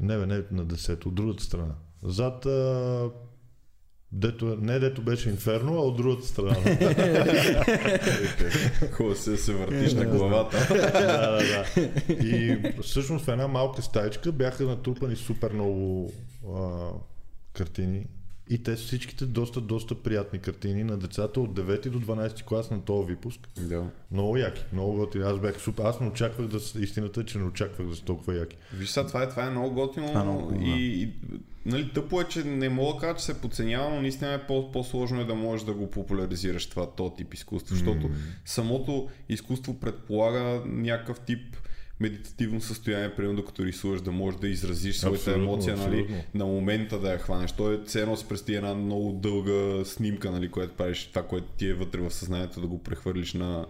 Speaker 3: Не, бе, не на 10, от другата страна. Зад а... Дето, е- не дето беше инферно, а от другата страна.
Speaker 1: [laughs]
Speaker 2: Хубаво се се въртиш на
Speaker 1: Е, Да,
Speaker 2: главата.
Speaker 3: да, да, да. И всъщност в една малка стаечка бяха натрупани супер много а, картини. И те са всичките доста, доста приятни картини на децата от 9 до 12 клас на този випуск.
Speaker 2: Да.
Speaker 3: Много яки, много готини. Аз бях супер. Аз не очаквах да са, истината, е, че не очаквах да са толкова яки.
Speaker 2: Виж сега, това е, това е много готино
Speaker 1: Това е много хубаво, да.
Speaker 2: и, и нали, тъпо е, че не мога да кажа, че се подценява, но наистина е по- по-сложно е да можеш да го популяризираш това, то тип изкуство, защото самото изкуство предполага някакъв тип медитативно състояние, примерно докато рисуваш, да можеш да изразиш своята
Speaker 3: Абсолютно,
Speaker 2: емоция, нали,
Speaker 3: абсолютно.
Speaker 2: на момента да я хванеш. Той е все едно се прести една много дълга снимка, нали, която правиш това, което ти е вътре в съзнанието, да го прехвърлиш на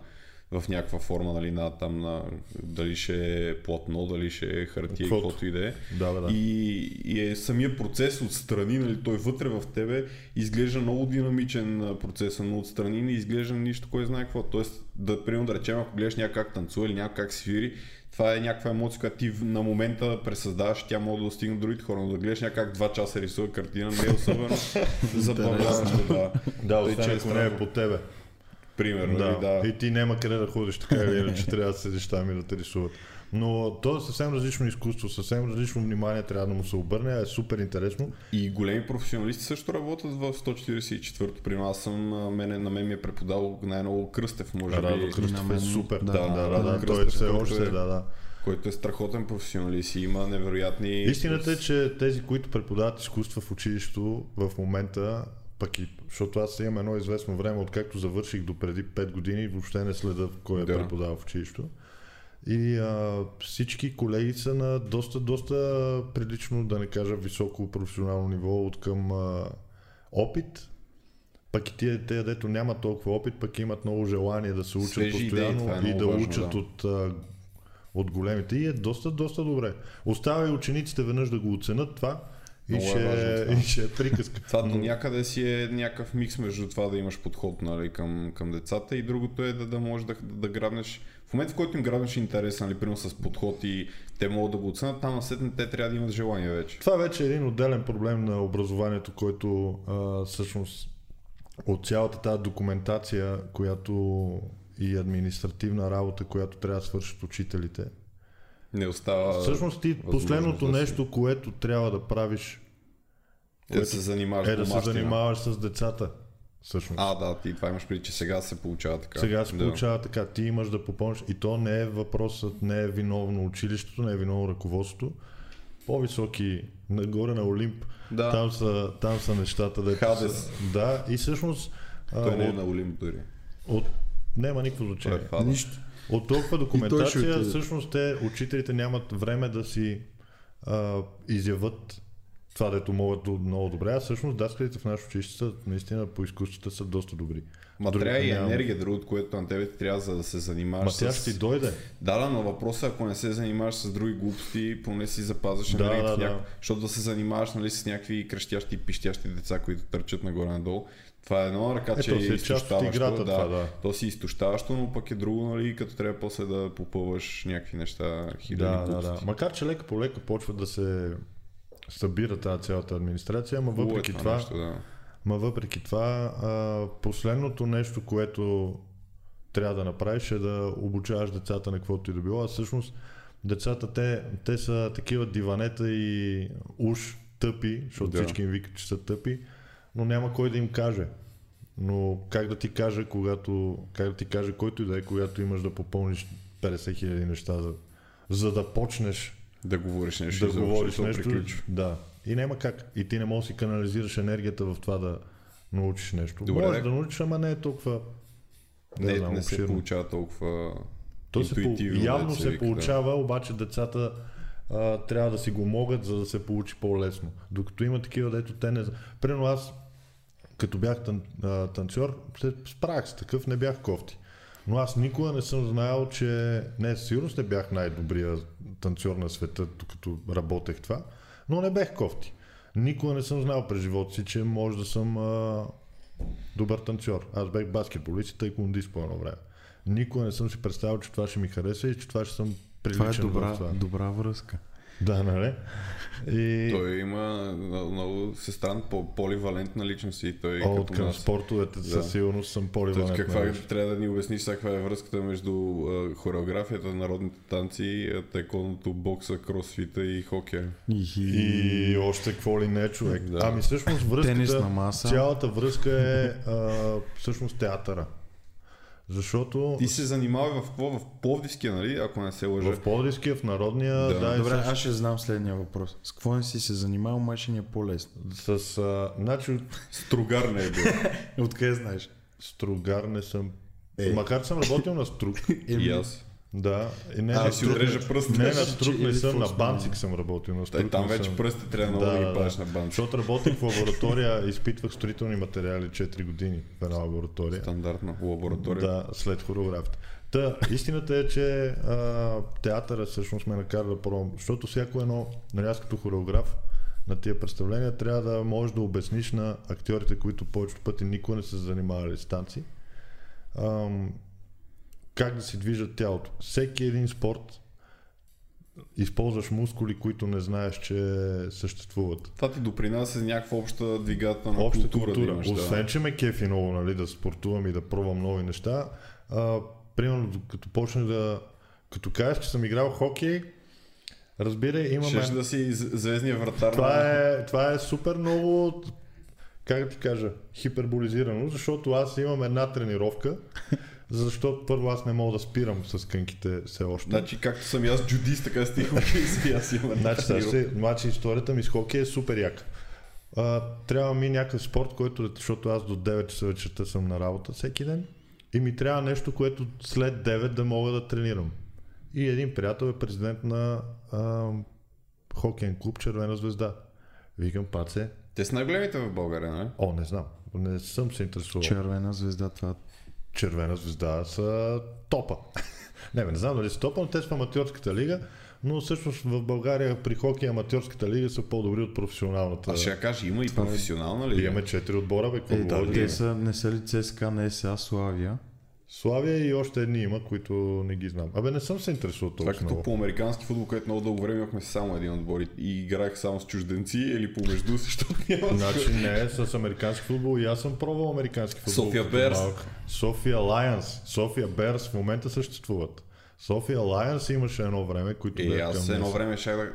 Speaker 2: в някаква форма, нали, на там, на, дали ще е платно, дали ще е хартия,
Speaker 3: Каквото.
Speaker 2: каквото и да е.
Speaker 3: Да, бе, да.
Speaker 2: И, и е самия процес отстрани, нали, той вътре в тебе изглежда много динамичен а, процесът, но отстрани не изглежда нищо, кой знае какво. Тоест, да, примерно да речем, ако гледаш някак танцува или някак свири, това е някаква емоция, която ти в- на момента пресъздаваш, тя може да достигне другите хора, но да гледаш някак два часа рисува картина, не е
Speaker 3: [laughs]
Speaker 2: особено забавляващо, да.
Speaker 3: Да,
Speaker 2: Тъй, че
Speaker 3: освен ако не е
Speaker 2: странно.
Speaker 3: по тебе.
Speaker 2: Примерно, нали,
Speaker 3: Да.
Speaker 2: да. да.
Speaker 3: И ти няма къде да ходиш, така или иначе трябва да седиш там и да те рисуват. Но то е съвсем различно изкуство, съвсем различно внимание трябва да му се обърне, а е супер интересно.
Speaker 2: И големи професионалисти също работят в 144-то. При нас съм, а, мене, на мен ми е преподал най-много Кръстев, може би.
Speaker 3: Радо
Speaker 1: на
Speaker 3: Кръстев е
Speaker 1: мен-
Speaker 3: супер.
Speaker 1: да,
Speaker 3: Да, да, да,
Speaker 2: Радо
Speaker 3: да, той
Speaker 2: Кръстев,
Speaker 3: все
Speaker 2: който
Speaker 3: още,
Speaker 2: е-
Speaker 3: е, да, да.
Speaker 2: който е страхотен професионалист и има невероятни...
Speaker 3: Истината е, че тези, които преподават изкуства в училището в момента, пък и, защото аз имам едно известно време, откакто завърших до преди 5 години, въобще не следа кой е
Speaker 2: Да.
Speaker 3: да. преподава в училището. И а, всички колеги са на доста, доста прилично, да не кажа високо професионално ниво от към а, опит. Пък и тия, те, дето нямат толкова опит, пък имат много желание да се учат
Speaker 2: Свежи идеи,
Speaker 3: постоянно
Speaker 2: това е
Speaker 3: и
Speaker 2: много
Speaker 3: да
Speaker 2: важно,
Speaker 3: учат
Speaker 2: да.
Speaker 3: от а, от големите и е доста, доста добре. Остава и учениците веднъж да го оценят това и,
Speaker 2: Много е
Speaker 3: ще,
Speaker 2: важно това.
Speaker 3: и ще е приказка.
Speaker 2: Това до
Speaker 3: Но-
Speaker 2: някъде си е някакъв микс между това да имаш подход нали, към, към децата и другото е да, да можеш да, да, да грабнеш. В момента, в който им грабнеш интерес, нали, примерно с подход и те могат да го оценят, там насетне те трябва да имат желание вече.
Speaker 3: Това вече е един отделен проблем на образованието, който а, всъщност от цялата тази документация, която и административна работа, която трябва да свършат учителите.
Speaker 2: Не остава
Speaker 3: Всъщност ти
Speaker 2: възможност
Speaker 3: последното
Speaker 2: да се-
Speaker 3: нещо, което трябва да правиш
Speaker 2: е да се занимаваш
Speaker 3: е да се
Speaker 2: домашнина.
Speaker 3: занимаваш с децата. Всъщност.
Speaker 2: А, да, ти това имаш преди, че сега се получава така.
Speaker 3: Сега се
Speaker 2: да.
Speaker 3: получава така, ти имаш да попълниш и то не е въпросът, не е виновно училището, не е виновно ръководството. По-високи, нагоре на Олимп,
Speaker 2: Да.
Speaker 3: там, са, там са нещата. Да,
Speaker 2: Хадес.
Speaker 3: да и всъщност а,
Speaker 2: Той не е
Speaker 3: от,
Speaker 2: на Олимп дори.
Speaker 3: от, няма никакво
Speaker 2: Той е
Speaker 3: значение.
Speaker 2: Хадес.
Speaker 1: Нищо.
Speaker 3: От толкова
Speaker 1: ще
Speaker 3: документация,
Speaker 1: отиде.
Speaker 3: всъщност те, учителите нямат време да си а, изяват това, дето могат до- много добре. А всъщност даскалите в нашите училища наистина по изкуствата са доста добри.
Speaker 2: Ма
Speaker 3: Другите
Speaker 2: трябва и
Speaker 3: няма.
Speaker 2: енергия, другото, което е на тебе ти трябва за да се занимаваш
Speaker 3: Ма
Speaker 2: с...
Speaker 3: тя ще ти дойде.
Speaker 2: Да, да, но въпросът е, ако не се занимаваш с други глупости, поне си запазваш
Speaker 3: Да,
Speaker 2: енергията.
Speaker 3: да,
Speaker 2: в няк...
Speaker 3: да.
Speaker 2: Защото да се занимаваш нали, с някакви крещящи и пищящи деца, които търчат нагоре-надолу, това е едно, ръка,
Speaker 3: Е,
Speaker 2: че
Speaker 3: то
Speaker 2: е
Speaker 3: си е част от
Speaker 2: изтощаващо,
Speaker 3: играта
Speaker 2: да,
Speaker 3: това, да.
Speaker 2: То си изтощаващо, но пък е друго, нали, като трябва после да попълваш някакви неща, хиляди
Speaker 3: Да, да,
Speaker 2: глупости.
Speaker 3: да. Макар, че лека по лека почва да се събира тази цялата администрация, ама
Speaker 2: Хубаво е
Speaker 3: въпреки това,
Speaker 2: нещо, да.
Speaker 3: ма въпреки това а, последното нещо, което трябва да направиш е да обучаваш децата на каквото и да било. А всъщност децата, те, те са такива диванета и уж тъпи, защото
Speaker 2: Да.
Speaker 3: да. всички им викат, че са тъпи, но няма кой да им каже. Но как да ти кажа, когато, как да ти каже който и да е, когато имаш да попълниш 50 хиляди неща, за, за да почнеш
Speaker 2: да говориш нещо,
Speaker 3: да
Speaker 2: изобщо,
Speaker 3: говориш
Speaker 2: то
Speaker 3: нещо.
Speaker 2: приключва.
Speaker 3: Да. И няма как. И ти не можеш да си канализираш енергията в това да научиш нещо.
Speaker 2: Добре,
Speaker 3: можеш
Speaker 2: да.
Speaker 3: да научиш, ама не е толкова.
Speaker 2: Не,
Speaker 3: знам,
Speaker 2: не се
Speaker 3: обширно.
Speaker 2: получава толкова
Speaker 3: То се по...
Speaker 2: интуитивно,
Speaker 3: явно
Speaker 2: да
Speaker 3: се
Speaker 2: вика,
Speaker 3: получава, обаче децата а, трябва да си го могат, за да се получи по-лесно. Докато има такива, дето те не... зна- Примерно аз, като бях тан... а, танцор, се справях с такъв, не бях кофти. Но аз никога не съм знаел, че не, със сигурност не бях най-добрия танцор на света, докато работех това, но не бех кофти. Никога не съм знал през живота си, че може да съм а, добър танцор. Аз бях баскетболист и тайкундист по едно време. Никога не съм си представил, че това ще ми хареса и че това ще съм
Speaker 1: Това
Speaker 3: приличен
Speaker 1: е добра,
Speaker 3: в това.
Speaker 1: добра връзка.
Speaker 3: Да, нали? И
Speaker 2: Той има много сестран, по- поливалентна личност и той
Speaker 3: О,
Speaker 2: е като
Speaker 3: от към
Speaker 2: нас.
Speaker 3: спортовете да.
Speaker 2: Да.
Speaker 3: със сигурност съм
Speaker 2: Той
Speaker 3: нали? по-ливанет.
Speaker 2: каква е, трябва да ни обясниш сега каква е връзката между а, хореографията, народните танци, а, тайкондото, бокса, кросфита и хокея?
Speaker 1: И, и,
Speaker 3: И още какво ли не, човек.
Speaker 2: е? Да.
Speaker 3: Да. Ами всъщност
Speaker 1: Тенис на
Speaker 3: връзката,
Speaker 1: маса.
Speaker 3: цялата връзка е а, всъщност театъра. Защото
Speaker 2: Ти се занимава в какво? В Пловдивския, нали? Ако не се лъжа.
Speaker 3: в Плодиския, в Народния, да, да и
Speaker 1: Добре,
Speaker 3: всъщност-
Speaker 1: аз ще знам следния въпрос. С какво не си се занимавал, май ще ни е по-лесно. [laughs]
Speaker 3: С... А, значи,
Speaker 2: Стругар не е
Speaker 3: [laughs]
Speaker 2: бил.
Speaker 1: Откъде знаеш?
Speaker 3: стругар не съм...
Speaker 1: Е.
Speaker 3: Е. Макар съм работил на струк.
Speaker 2: и аз.
Speaker 3: Да. И не,
Speaker 2: А,
Speaker 3: на
Speaker 2: си
Speaker 3: струк не-
Speaker 2: отрежа пръст.
Speaker 3: Не,
Speaker 2: Значи,
Speaker 3: на труп
Speaker 1: че
Speaker 3: не
Speaker 1: или
Speaker 3: съм, на
Speaker 1: фокус
Speaker 3: банцик съм работил на
Speaker 2: Е,
Speaker 3: струк.
Speaker 2: там
Speaker 3: не
Speaker 2: вече
Speaker 3: съм.
Speaker 2: пръстите трябва много да, ги правиш на банчо.
Speaker 3: Защото работих в лаборатория, изпитвах строителни материали 4 години в една лаборатория.
Speaker 2: Стандартна лаборатория.
Speaker 3: Да, след хореографията. Та, истината е, че а, театъра всъщност ме накара да пробвам, защото всяко едно, нали аз като хореограф на тия представления, трябва да можеш да обясниш на актьорите, които повечето пъти никога не са се занимавали с танци, ам, как да си движат тялото. Всеки един спорт използваш мускули, които не знаеш, че съществуват.
Speaker 2: Това ти допринася за някаква обща двигателна
Speaker 3: Обща
Speaker 2: култура.
Speaker 3: култура.
Speaker 2: Да имаш, да.
Speaker 3: Освен, че ме кефи много, нали, да спортувам и да пробвам нови неща, а, примерно, като почнах да... Като кажеш, че съм играл хокей, разбирай, имаме...
Speaker 2: Щеш да си з- звездния вратар.
Speaker 3: Това,
Speaker 2: на-
Speaker 3: е, това е супер много, как да ти кажа, хиперболизирано, защото аз имам една тренировка, защото първо аз не мога да спирам с кънките все още.
Speaker 2: Значи както съм и аз джудист, така сте и хокеист и аз имам
Speaker 3: Значи, сега
Speaker 2: тренировка.
Speaker 3: ще, значи историята ми с хокей е супер яка. А, трябва ми някакъв спорт, който, да- защото аз до 9 часа вечерта съм на работа всеки ден и ми трябва нещо, което след 9 да мога да тренирам. И един приятел е президент на а, хокейен клуб Червена звезда. Викам, паце,
Speaker 2: Те са най-големите в България, нали?
Speaker 3: о, не знам, не съм се интересувал.
Speaker 1: Червена звезда това.
Speaker 3: Червена звезда са топа. [laughs] не, бе, не знам дали са топа, но те са в аматьорската лига. Но всъщност в България при хокей аматьорската лига са по-добри от професионалната.
Speaker 2: Аз ще я кажа, има и професионална ли? е?
Speaker 3: Имаме четири отбора, бе, какво
Speaker 1: Е, да,
Speaker 3: говорим?
Speaker 1: те са, не са ли ЦСКА, не е СА, Славия.
Speaker 3: Славия и още едни има, които не ги знам. Абе, не съм се интересувал
Speaker 2: Това
Speaker 3: толкова.
Speaker 2: като [laughs]
Speaker 3: много.
Speaker 2: по американски футбол, където много дълго време имахме само един отбор и- и играех само с чужденци или помежду [laughs] си, защото няма
Speaker 3: Значи не, с американски футбол и аз съм пробвал американски футбол.
Speaker 2: София
Speaker 3: като
Speaker 2: Берс.
Speaker 3: малък. София Лайонс, София Берс в момента съществуват. София Лайонс имаше едно време, които
Speaker 2: Е,
Speaker 3: бяха
Speaker 2: аз
Speaker 3: към
Speaker 2: едно
Speaker 3: нас.
Speaker 2: време ще да,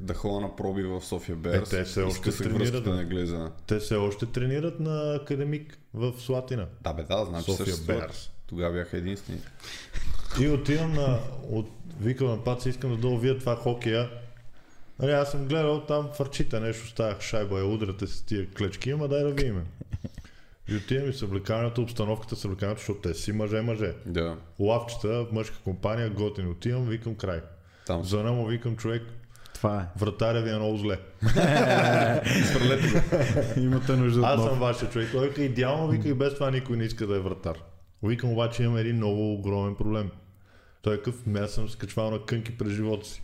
Speaker 2: да ходя на проби в София Берс.
Speaker 3: Е, те все
Speaker 2: и
Speaker 3: още
Speaker 2: скъсах
Speaker 3: тренират,
Speaker 2: връзката
Speaker 3: бе.
Speaker 2: на Глезена.
Speaker 3: Те все още тренират на академик в Слатина.
Speaker 2: Да, бе, да, значи
Speaker 3: София
Speaker 2: съществуват.
Speaker 3: Берс.
Speaker 2: Тогава бяха единствени.
Speaker 3: И отивам на... От, викам на паци, искам да доловия това хокея. Нали, аз съм гледал там фарчите, нещо ставах шайба и удрате с тия клечки, ама дай да видим. И отивам и съблекаването, обстановката съблекаването, защото те си мъже, мъже.
Speaker 2: Да,
Speaker 3: Лавчета, мъжка компания, готин. Отивам, викам край.
Speaker 2: там.
Speaker 3: Звъна му, викам човек,
Speaker 1: Това е.
Speaker 3: вратаря ви е много зле.
Speaker 2: [laughs] Изстрелете
Speaker 1: [laughs]
Speaker 2: го.
Speaker 1: Имате нужда от
Speaker 3: Аз
Speaker 1: нов.
Speaker 3: съм вашия човек. Той вика идеално, вика и без това никой не иска да е вратар. Викам обаче имам един много огромен проблем. Той е какъв, ме аз съм скачвал на кънки през живота си.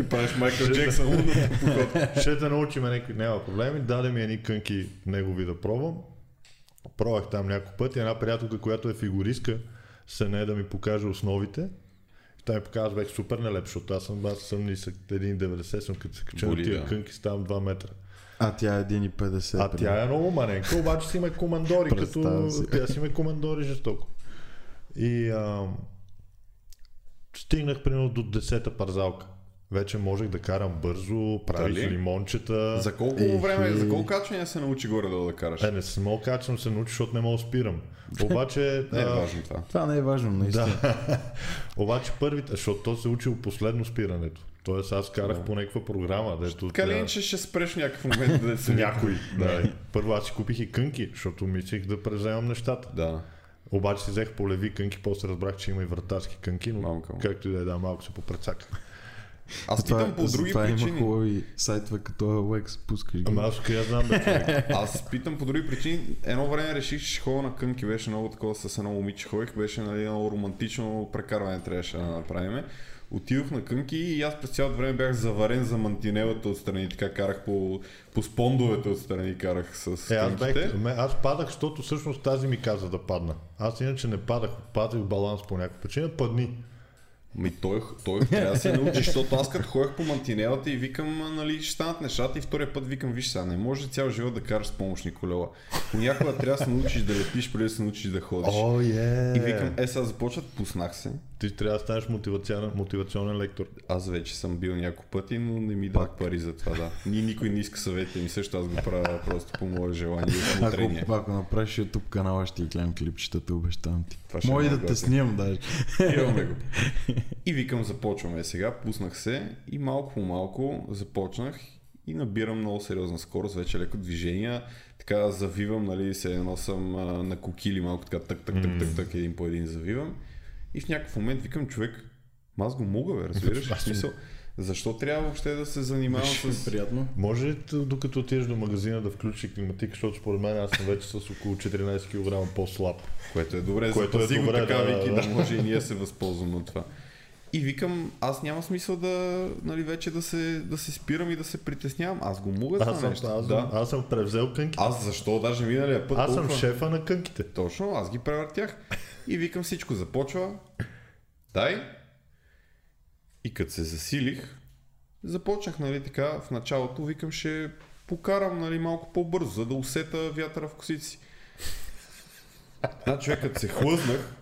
Speaker 2: И правиш Майкъл Джексън. лудата походка.
Speaker 3: Ще те научим някакви, няма проблеми. Даде ми едни кънки негови да пробвам. Пробвах там няколко пъти. Една приятелка, която е фигуристка, се не е да ми покаже основите. И Тя ми показва, бях супер нелеп, защото аз съм, аз съм нисък, 1,90 съм, като се кача на
Speaker 2: Боли,
Speaker 3: тия
Speaker 2: да.
Speaker 3: кънки, ставам 2 метра.
Speaker 1: А тя е 1,50.
Speaker 3: А тя е много маненка, обаче си има командори, като...
Speaker 1: Представям си.
Speaker 3: Тя си има командори жестоко. И ам, стигнах примерно до 10-та парзалка. Вече можех да карам бързо, правих
Speaker 2: Дали?
Speaker 3: лимончета.
Speaker 2: За колко
Speaker 1: Ехе.
Speaker 2: време, за колко качвания се научи горе-долу да караш?
Speaker 3: Е, не съм мога качвам се научи, защото не мога да
Speaker 2: [laughs]
Speaker 3: спирам. Обаче,
Speaker 2: Не е
Speaker 3: а,
Speaker 2: важно това.
Speaker 1: Това не е важно, наистина. Да.
Speaker 3: обаче първите, защото то се е учил последно спирането. Тоест аз карах по някаква програма, дето...
Speaker 2: Така ли
Speaker 3: тя-
Speaker 2: е, че ще спреш някакъв момент да се...
Speaker 3: Някой. Да. Първо аз си купих и кънки, защото мислих да преземам нещата.
Speaker 2: Да.
Speaker 3: Обаче си взех полеви кънки, после разбрах, че има и вратарски кънки, но
Speaker 2: Малко.
Speaker 3: както и да е, да, малко се попрецаках.
Speaker 2: Аз питам по други
Speaker 1: това има
Speaker 2: причини.
Speaker 1: хубави сайтове като Alex, пускаш ги.
Speaker 3: Ама аз къде
Speaker 2: [laughs]
Speaker 3: знам, бе, човек.
Speaker 2: Аз питам по други причини. Едно време реших, че ще ходя на кънки. Беше много такова с едно момиче ходих. Беше нали, едно романтично прекарване трябваше да направим. Отидох на кънки и аз през цялото време бях заварен за мантинелата отстрани. Така карах по, по спондовете отстрани. Карах с
Speaker 3: Е, аз,
Speaker 2: кънките.
Speaker 3: бях, ме- аз падах, защото всъщност тази ми каза да падна. Аз иначе не падах, падах в баланс по някаква причина, падни.
Speaker 2: Ми той, той трябва да се научи, защото аз като ходех по мантинелата и викам, а, нали, ще станат нещата и втория път викам, виж сега, не може цял живот да караш с помощни колела. Понякога трябва да се научиш да летиш, преди да се научиш да ходиш.
Speaker 3: О, е.
Speaker 2: И викам, е сега започват, пуснах се.
Speaker 3: Ти трябва да станеш мотивационен, мотивационен лектор.
Speaker 2: Аз вече съм бил няколко пъти, но не ми дадат пари за това, да. Ни, никой не иска съветите ми, също аз го правя просто по мое желание и усмотрение.
Speaker 1: Ако, ако направиш YouTube канала, ще ти гледам клипчетата, обещавам ти.
Speaker 2: Това ще
Speaker 1: Може
Speaker 2: е
Speaker 1: и да
Speaker 2: най-готино.
Speaker 1: те снимам даже.
Speaker 2: Имаме го. И викам, започваме сега. Пуснах се и малко по малко започнах и набирам много сериозна скорост, вече леко движения. Така завивам, нали, се едно съм а, на кокили малко така, тък, тък, тък, тък, тък, един по един завивам. И в някакъв момент викам, човек, ма аз го мога, бе, разбираш? В смисъл, защо трябва въобще да се занимавам с...
Speaker 1: Приятно.
Speaker 3: Може ли, т- докато отидеш до магазина, да включи климатик, защото според мен аз съм вече с около 14 кг по-слаб.
Speaker 2: Което е добре,
Speaker 3: Което е
Speaker 2: запаси го
Speaker 3: добре,
Speaker 2: така,
Speaker 3: да, да,
Speaker 2: вики,
Speaker 3: да.
Speaker 2: да, може и ние се възползваме от това. И викам, аз няма смисъл да, нали, вече да се, да се спирам и да се притеснявам. Аз го мога това
Speaker 3: Аз съм,
Speaker 2: нещо.
Speaker 3: аз,
Speaker 2: да.
Speaker 3: да. аз съм превзел кънките.
Speaker 2: Аз защо? Даже миналия път
Speaker 3: Аз съм
Speaker 2: толкова-
Speaker 3: шефа на кънките.
Speaker 2: Точно, аз ги превъртях. И викам всичко започва. Дай. И като се засилих, започнах, нали така, в началото викам ще покарам, нали, малко по-бързо, за да усета вятъра в косици. си. Значи, човек, като се хлъзнах,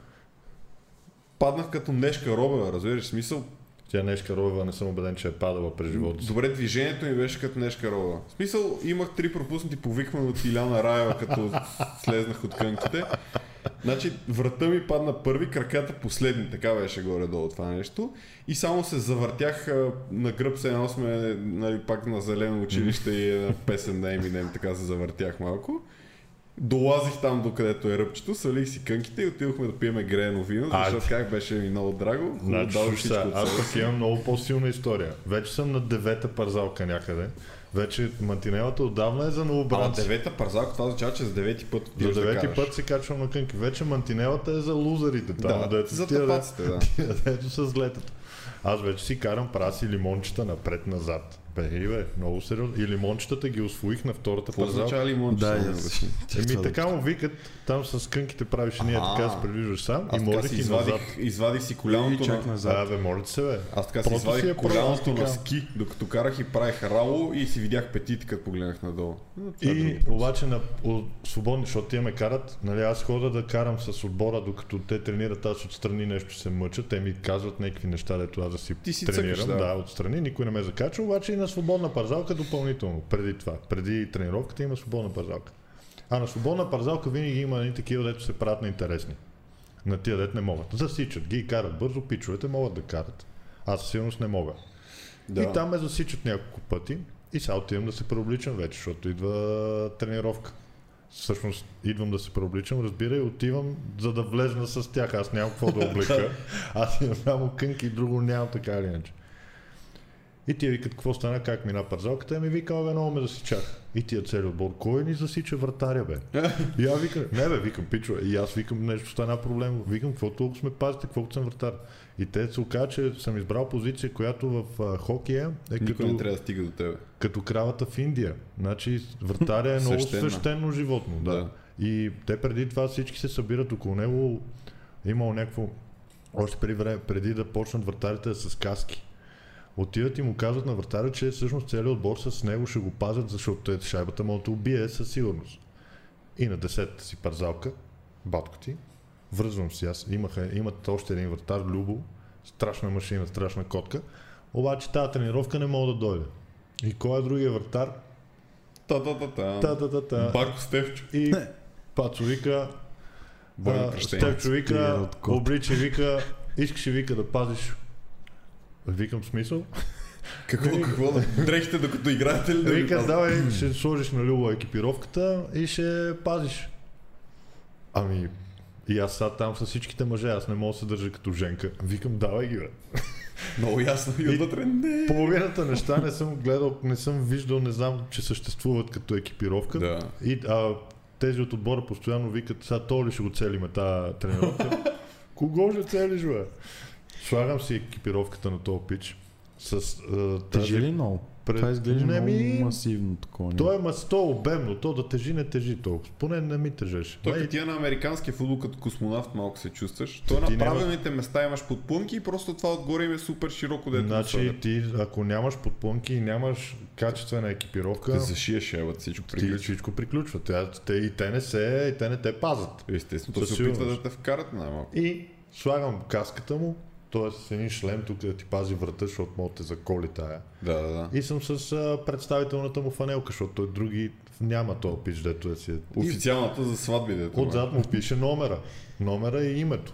Speaker 2: паднах като нешка робева, разбираш в смисъл?
Speaker 3: Тя Нешка Роева не съм убеден, че е падала през живота си.
Speaker 2: Добре, движението ми беше като нешка роба. В смисъл, имах три пропуснати повиквания от Иляна Раева, като слезнах от кънките. Значи, врата ми падна първи, краката последни, така беше горе-долу това нещо. И само се завъртях а, на гръб, се едно сме нали, пак на зелено училище и една песен на Eminem, така се завъртях малко. Долазих там, докъдето е ръбчето, салих си кънките и отидохме да пиеме греено вино,
Speaker 3: А,
Speaker 2: защото как беше ми много драго.
Speaker 3: Значи,
Speaker 2: Дадох
Speaker 3: слушай,
Speaker 2: всичко
Speaker 3: сега,
Speaker 2: от
Speaker 3: аз
Speaker 2: себе си.
Speaker 3: пък имам много по-силна история. Вече съм на девета парзалка някъде. Вече мантинелата отдавна е за
Speaker 2: Ама
Speaker 3: новобранци.
Speaker 2: девета парзалка, това означава, че за девети път
Speaker 3: За
Speaker 2: отиваш да
Speaker 3: девети
Speaker 2: караш.
Speaker 3: път се качвам на кънки. Вече мантинелата е за лузерите. Там,
Speaker 2: Да,
Speaker 3: дето,
Speaker 2: за
Speaker 3: тия, [laughs]
Speaker 2: тапаците, да.
Speaker 3: тия, дето са с летата. Аз вече си карам праси лимончета напред-назад. Пей, бе, много сериозно. И лимончетата ги освоих на втората
Speaker 2: Какво
Speaker 3: пързалка.
Speaker 2: означава лимонче?
Speaker 1: Да,
Speaker 2: Само
Speaker 1: я-
Speaker 2: обясни.
Speaker 3: Еми Ами така му викат, там с кънките правиш ние
Speaker 2: А.
Speaker 3: така се придвижваш сам и
Speaker 2: Аз така
Speaker 3: молих
Speaker 2: си
Speaker 3: и назад.
Speaker 2: извадих, извадих си коляното
Speaker 1: Чак
Speaker 2: на...
Speaker 1: назад.
Speaker 3: Абе, моля ти се, бе.
Speaker 2: Аз така си
Speaker 3: Просто
Speaker 2: извадих
Speaker 3: си я правя, аз
Speaker 2: коляното
Speaker 3: така.
Speaker 2: на ски, докато карах и правих рало и си видях петите, като погледнах надолу. М, това е друг
Speaker 3: И
Speaker 2: въпрос.
Speaker 3: обаче на о- свободни, защото те ме карат, нали, аз хода да карам с отбора, докато те тренират, аз отстрани нещо се мъча, те ми казват някакви неща, дето аз да си,
Speaker 2: Ти си
Speaker 3: тренирам,
Speaker 2: цъкаш, да.
Speaker 3: да, отстрани, никой не ме закача, обаче и на свободна парзалка допълнително, преди това, преди тренировката има свободна парзалка. А на свободна парзалка винаги има едни такива, дето се правят на интересни. На тия дет не могат. Засичат ги и карат бързо, пичовете могат да карат. Аз със сигурност не мога. Да. И там ме засичат няколко пъти. И сега отивам да се преобличам вече, защото идва тренировка. Всъщност идвам да се преобличам, разбирай, отивам за да влезна с тях. Аз нямам какво да
Speaker 2: [laughs]
Speaker 3: облека. Аз имам само кънки и друго нямам така или иначе. И тия викат, какво стана, как мина парзалката? И ми вика, бе, много ме засичах. И тия цели отбор, кой ни засича
Speaker 2: [laughs]
Speaker 3: вратаря, бе? И аз викам, не бе, викам, пичове. И аз викам, нещо стана проблем. Викам, какво толкова сме пазите, какво съм вратар. И те се оказа, че съм избрал позиция, която в а, хокея е
Speaker 2: Никой
Speaker 3: като,
Speaker 2: не трябва да стига до тебе.
Speaker 3: като кравата в Индия. Значи вратаря е много
Speaker 2: Свещена.
Speaker 3: свещено животно. Да.
Speaker 2: Да.
Speaker 3: да. И те преди това всички се събират около него. Имало някакво... Още преди, време, преди да почнат вратарите с каски. Отиват и му казват на вратаря, че всъщност целият отбор с него ще го пазят, защото е, шайбата му те убие със сигурност. И на 10-та си парзалка, батко ти, връзвам си аз, имаха, имат още един вратар, Любо, страшна машина, страшна котка, обаче тази тренировка не мога да дойде. И кой е другия вратар?
Speaker 2: Та-та-та-та.
Speaker 3: Та-та-та-та.
Speaker 2: Бако Стефчо.
Speaker 3: И Пацо вика,
Speaker 2: Бойно
Speaker 3: а,
Speaker 2: кръщение.
Speaker 3: Стефчо
Speaker 1: Стига
Speaker 3: вика,
Speaker 1: е от кот.
Speaker 3: обличи вика, искаш и вика да пазиш. Викам смисъл.
Speaker 2: Какво, какво да... Дрехте докато играете ли да ви
Speaker 3: Вика,
Speaker 2: пазят?
Speaker 3: давай, ще сложиш на Любо екипировката и ще пазиш. Ами, и аз сега там с всичките мъже, аз не мога да се държа като женка. Викам, давай ги, бе.
Speaker 2: Много ясно и
Speaker 3: И-
Speaker 2: отвътре. Не.
Speaker 3: Половината неща не съм гледал, не съм виждал, не знам, че съществуват като екипировка.
Speaker 2: Да.
Speaker 3: И а, тези от отбора постоянно викат, сега то ли ще го целиме тази
Speaker 2: [laughs]
Speaker 3: тренировка? Кого ще целиш, бе? Слагам си екипировката на този пич. С а,
Speaker 1: Тежи
Speaker 3: тази
Speaker 1: ли много?
Speaker 3: пред-
Speaker 1: Това изглежда
Speaker 3: Не, ми-
Speaker 1: много масивно такова.
Speaker 3: То е масто обемно, то да тежи, не тежи толкова. Поне не ми тежеше.
Speaker 2: Той
Speaker 3: Май-
Speaker 2: като тия на американския футбол като космонавт малко се чувстваш. То
Speaker 3: Ти
Speaker 2: на
Speaker 3: няма-
Speaker 2: правилните места имаш подпунки и просто това отгоре им е супер широко дето.
Speaker 3: Значи
Speaker 2: Значи...
Speaker 3: ти, ако нямаш подплънки и нямаш качествена екипировка,
Speaker 2: Ти зашиеш ебът всичко
Speaker 3: ти
Speaker 2: приключи.
Speaker 3: всичко приключва. Те, те, и те не се, и те не те пазат.
Speaker 2: Естествено, то
Speaker 3: Със
Speaker 2: се опитва
Speaker 3: сигурност.
Speaker 2: да те вкарат най-малко.
Speaker 3: И слагам каската му, т.е. с един шлем тук да ти пази врата, защото мога да те заколи тая.
Speaker 2: Да, да, да.
Speaker 3: И съм с а, представителната му фанелка, защото той други няма този пич, дето да си е. И
Speaker 2: Официалната за сватби дето. ма.
Speaker 3: Отзад му пише номера. Номера и името.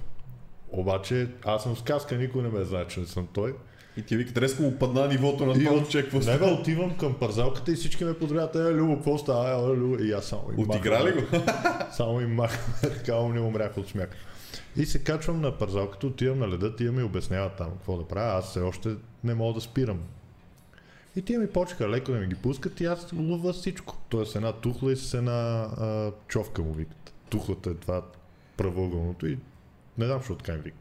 Speaker 3: Обаче аз съм с каска, никой не ме знае, че не съм той.
Speaker 2: И ти викат, резко му падна нивото на
Speaker 3: И
Speaker 2: това
Speaker 3: от-
Speaker 2: момче, какво
Speaker 3: Не
Speaker 2: става?
Speaker 3: бе, отивам към парзалката и всички ме поздравят. Е, Любо, какво става? Е, Любо. И аз само им махам.
Speaker 2: Отигра ли го?
Speaker 3: Само им махам. [laughs] така умни умрях от смях. И се качвам на парзалката, отивам на леда, тия ми обясняват там какво да правя. Аз все още не мога да спирам. И тия ми почеха леко да ми ги пускат и аз лува всичко. Тоест една тухла и с една а, човка му викат. Тухлата е това правоъгълното и не знам защо така им викат.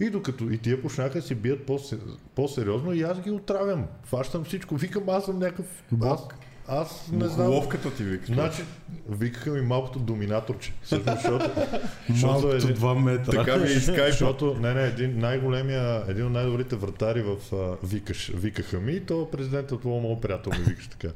Speaker 3: И докато и тия почнаха да си бият по-се- по-сериозно и аз ги отравям. Фащам всичко. Викам, аз съм някакъв... Аз, аз не знам.
Speaker 2: Ловката ти вика.
Speaker 3: Значи, викаха ми малкото доминаторче. Всъщност, защото,
Speaker 2: [laughs]
Speaker 3: защото е
Speaker 1: Малкото
Speaker 3: [laughs] един-
Speaker 1: 2 метра.
Speaker 2: Така ми изкайпа.
Speaker 3: защото, не, не, един, най-големия, един от най-добрите вратари в а, викаш, викаха ми, и то президентът от моят приятел ми викаше така.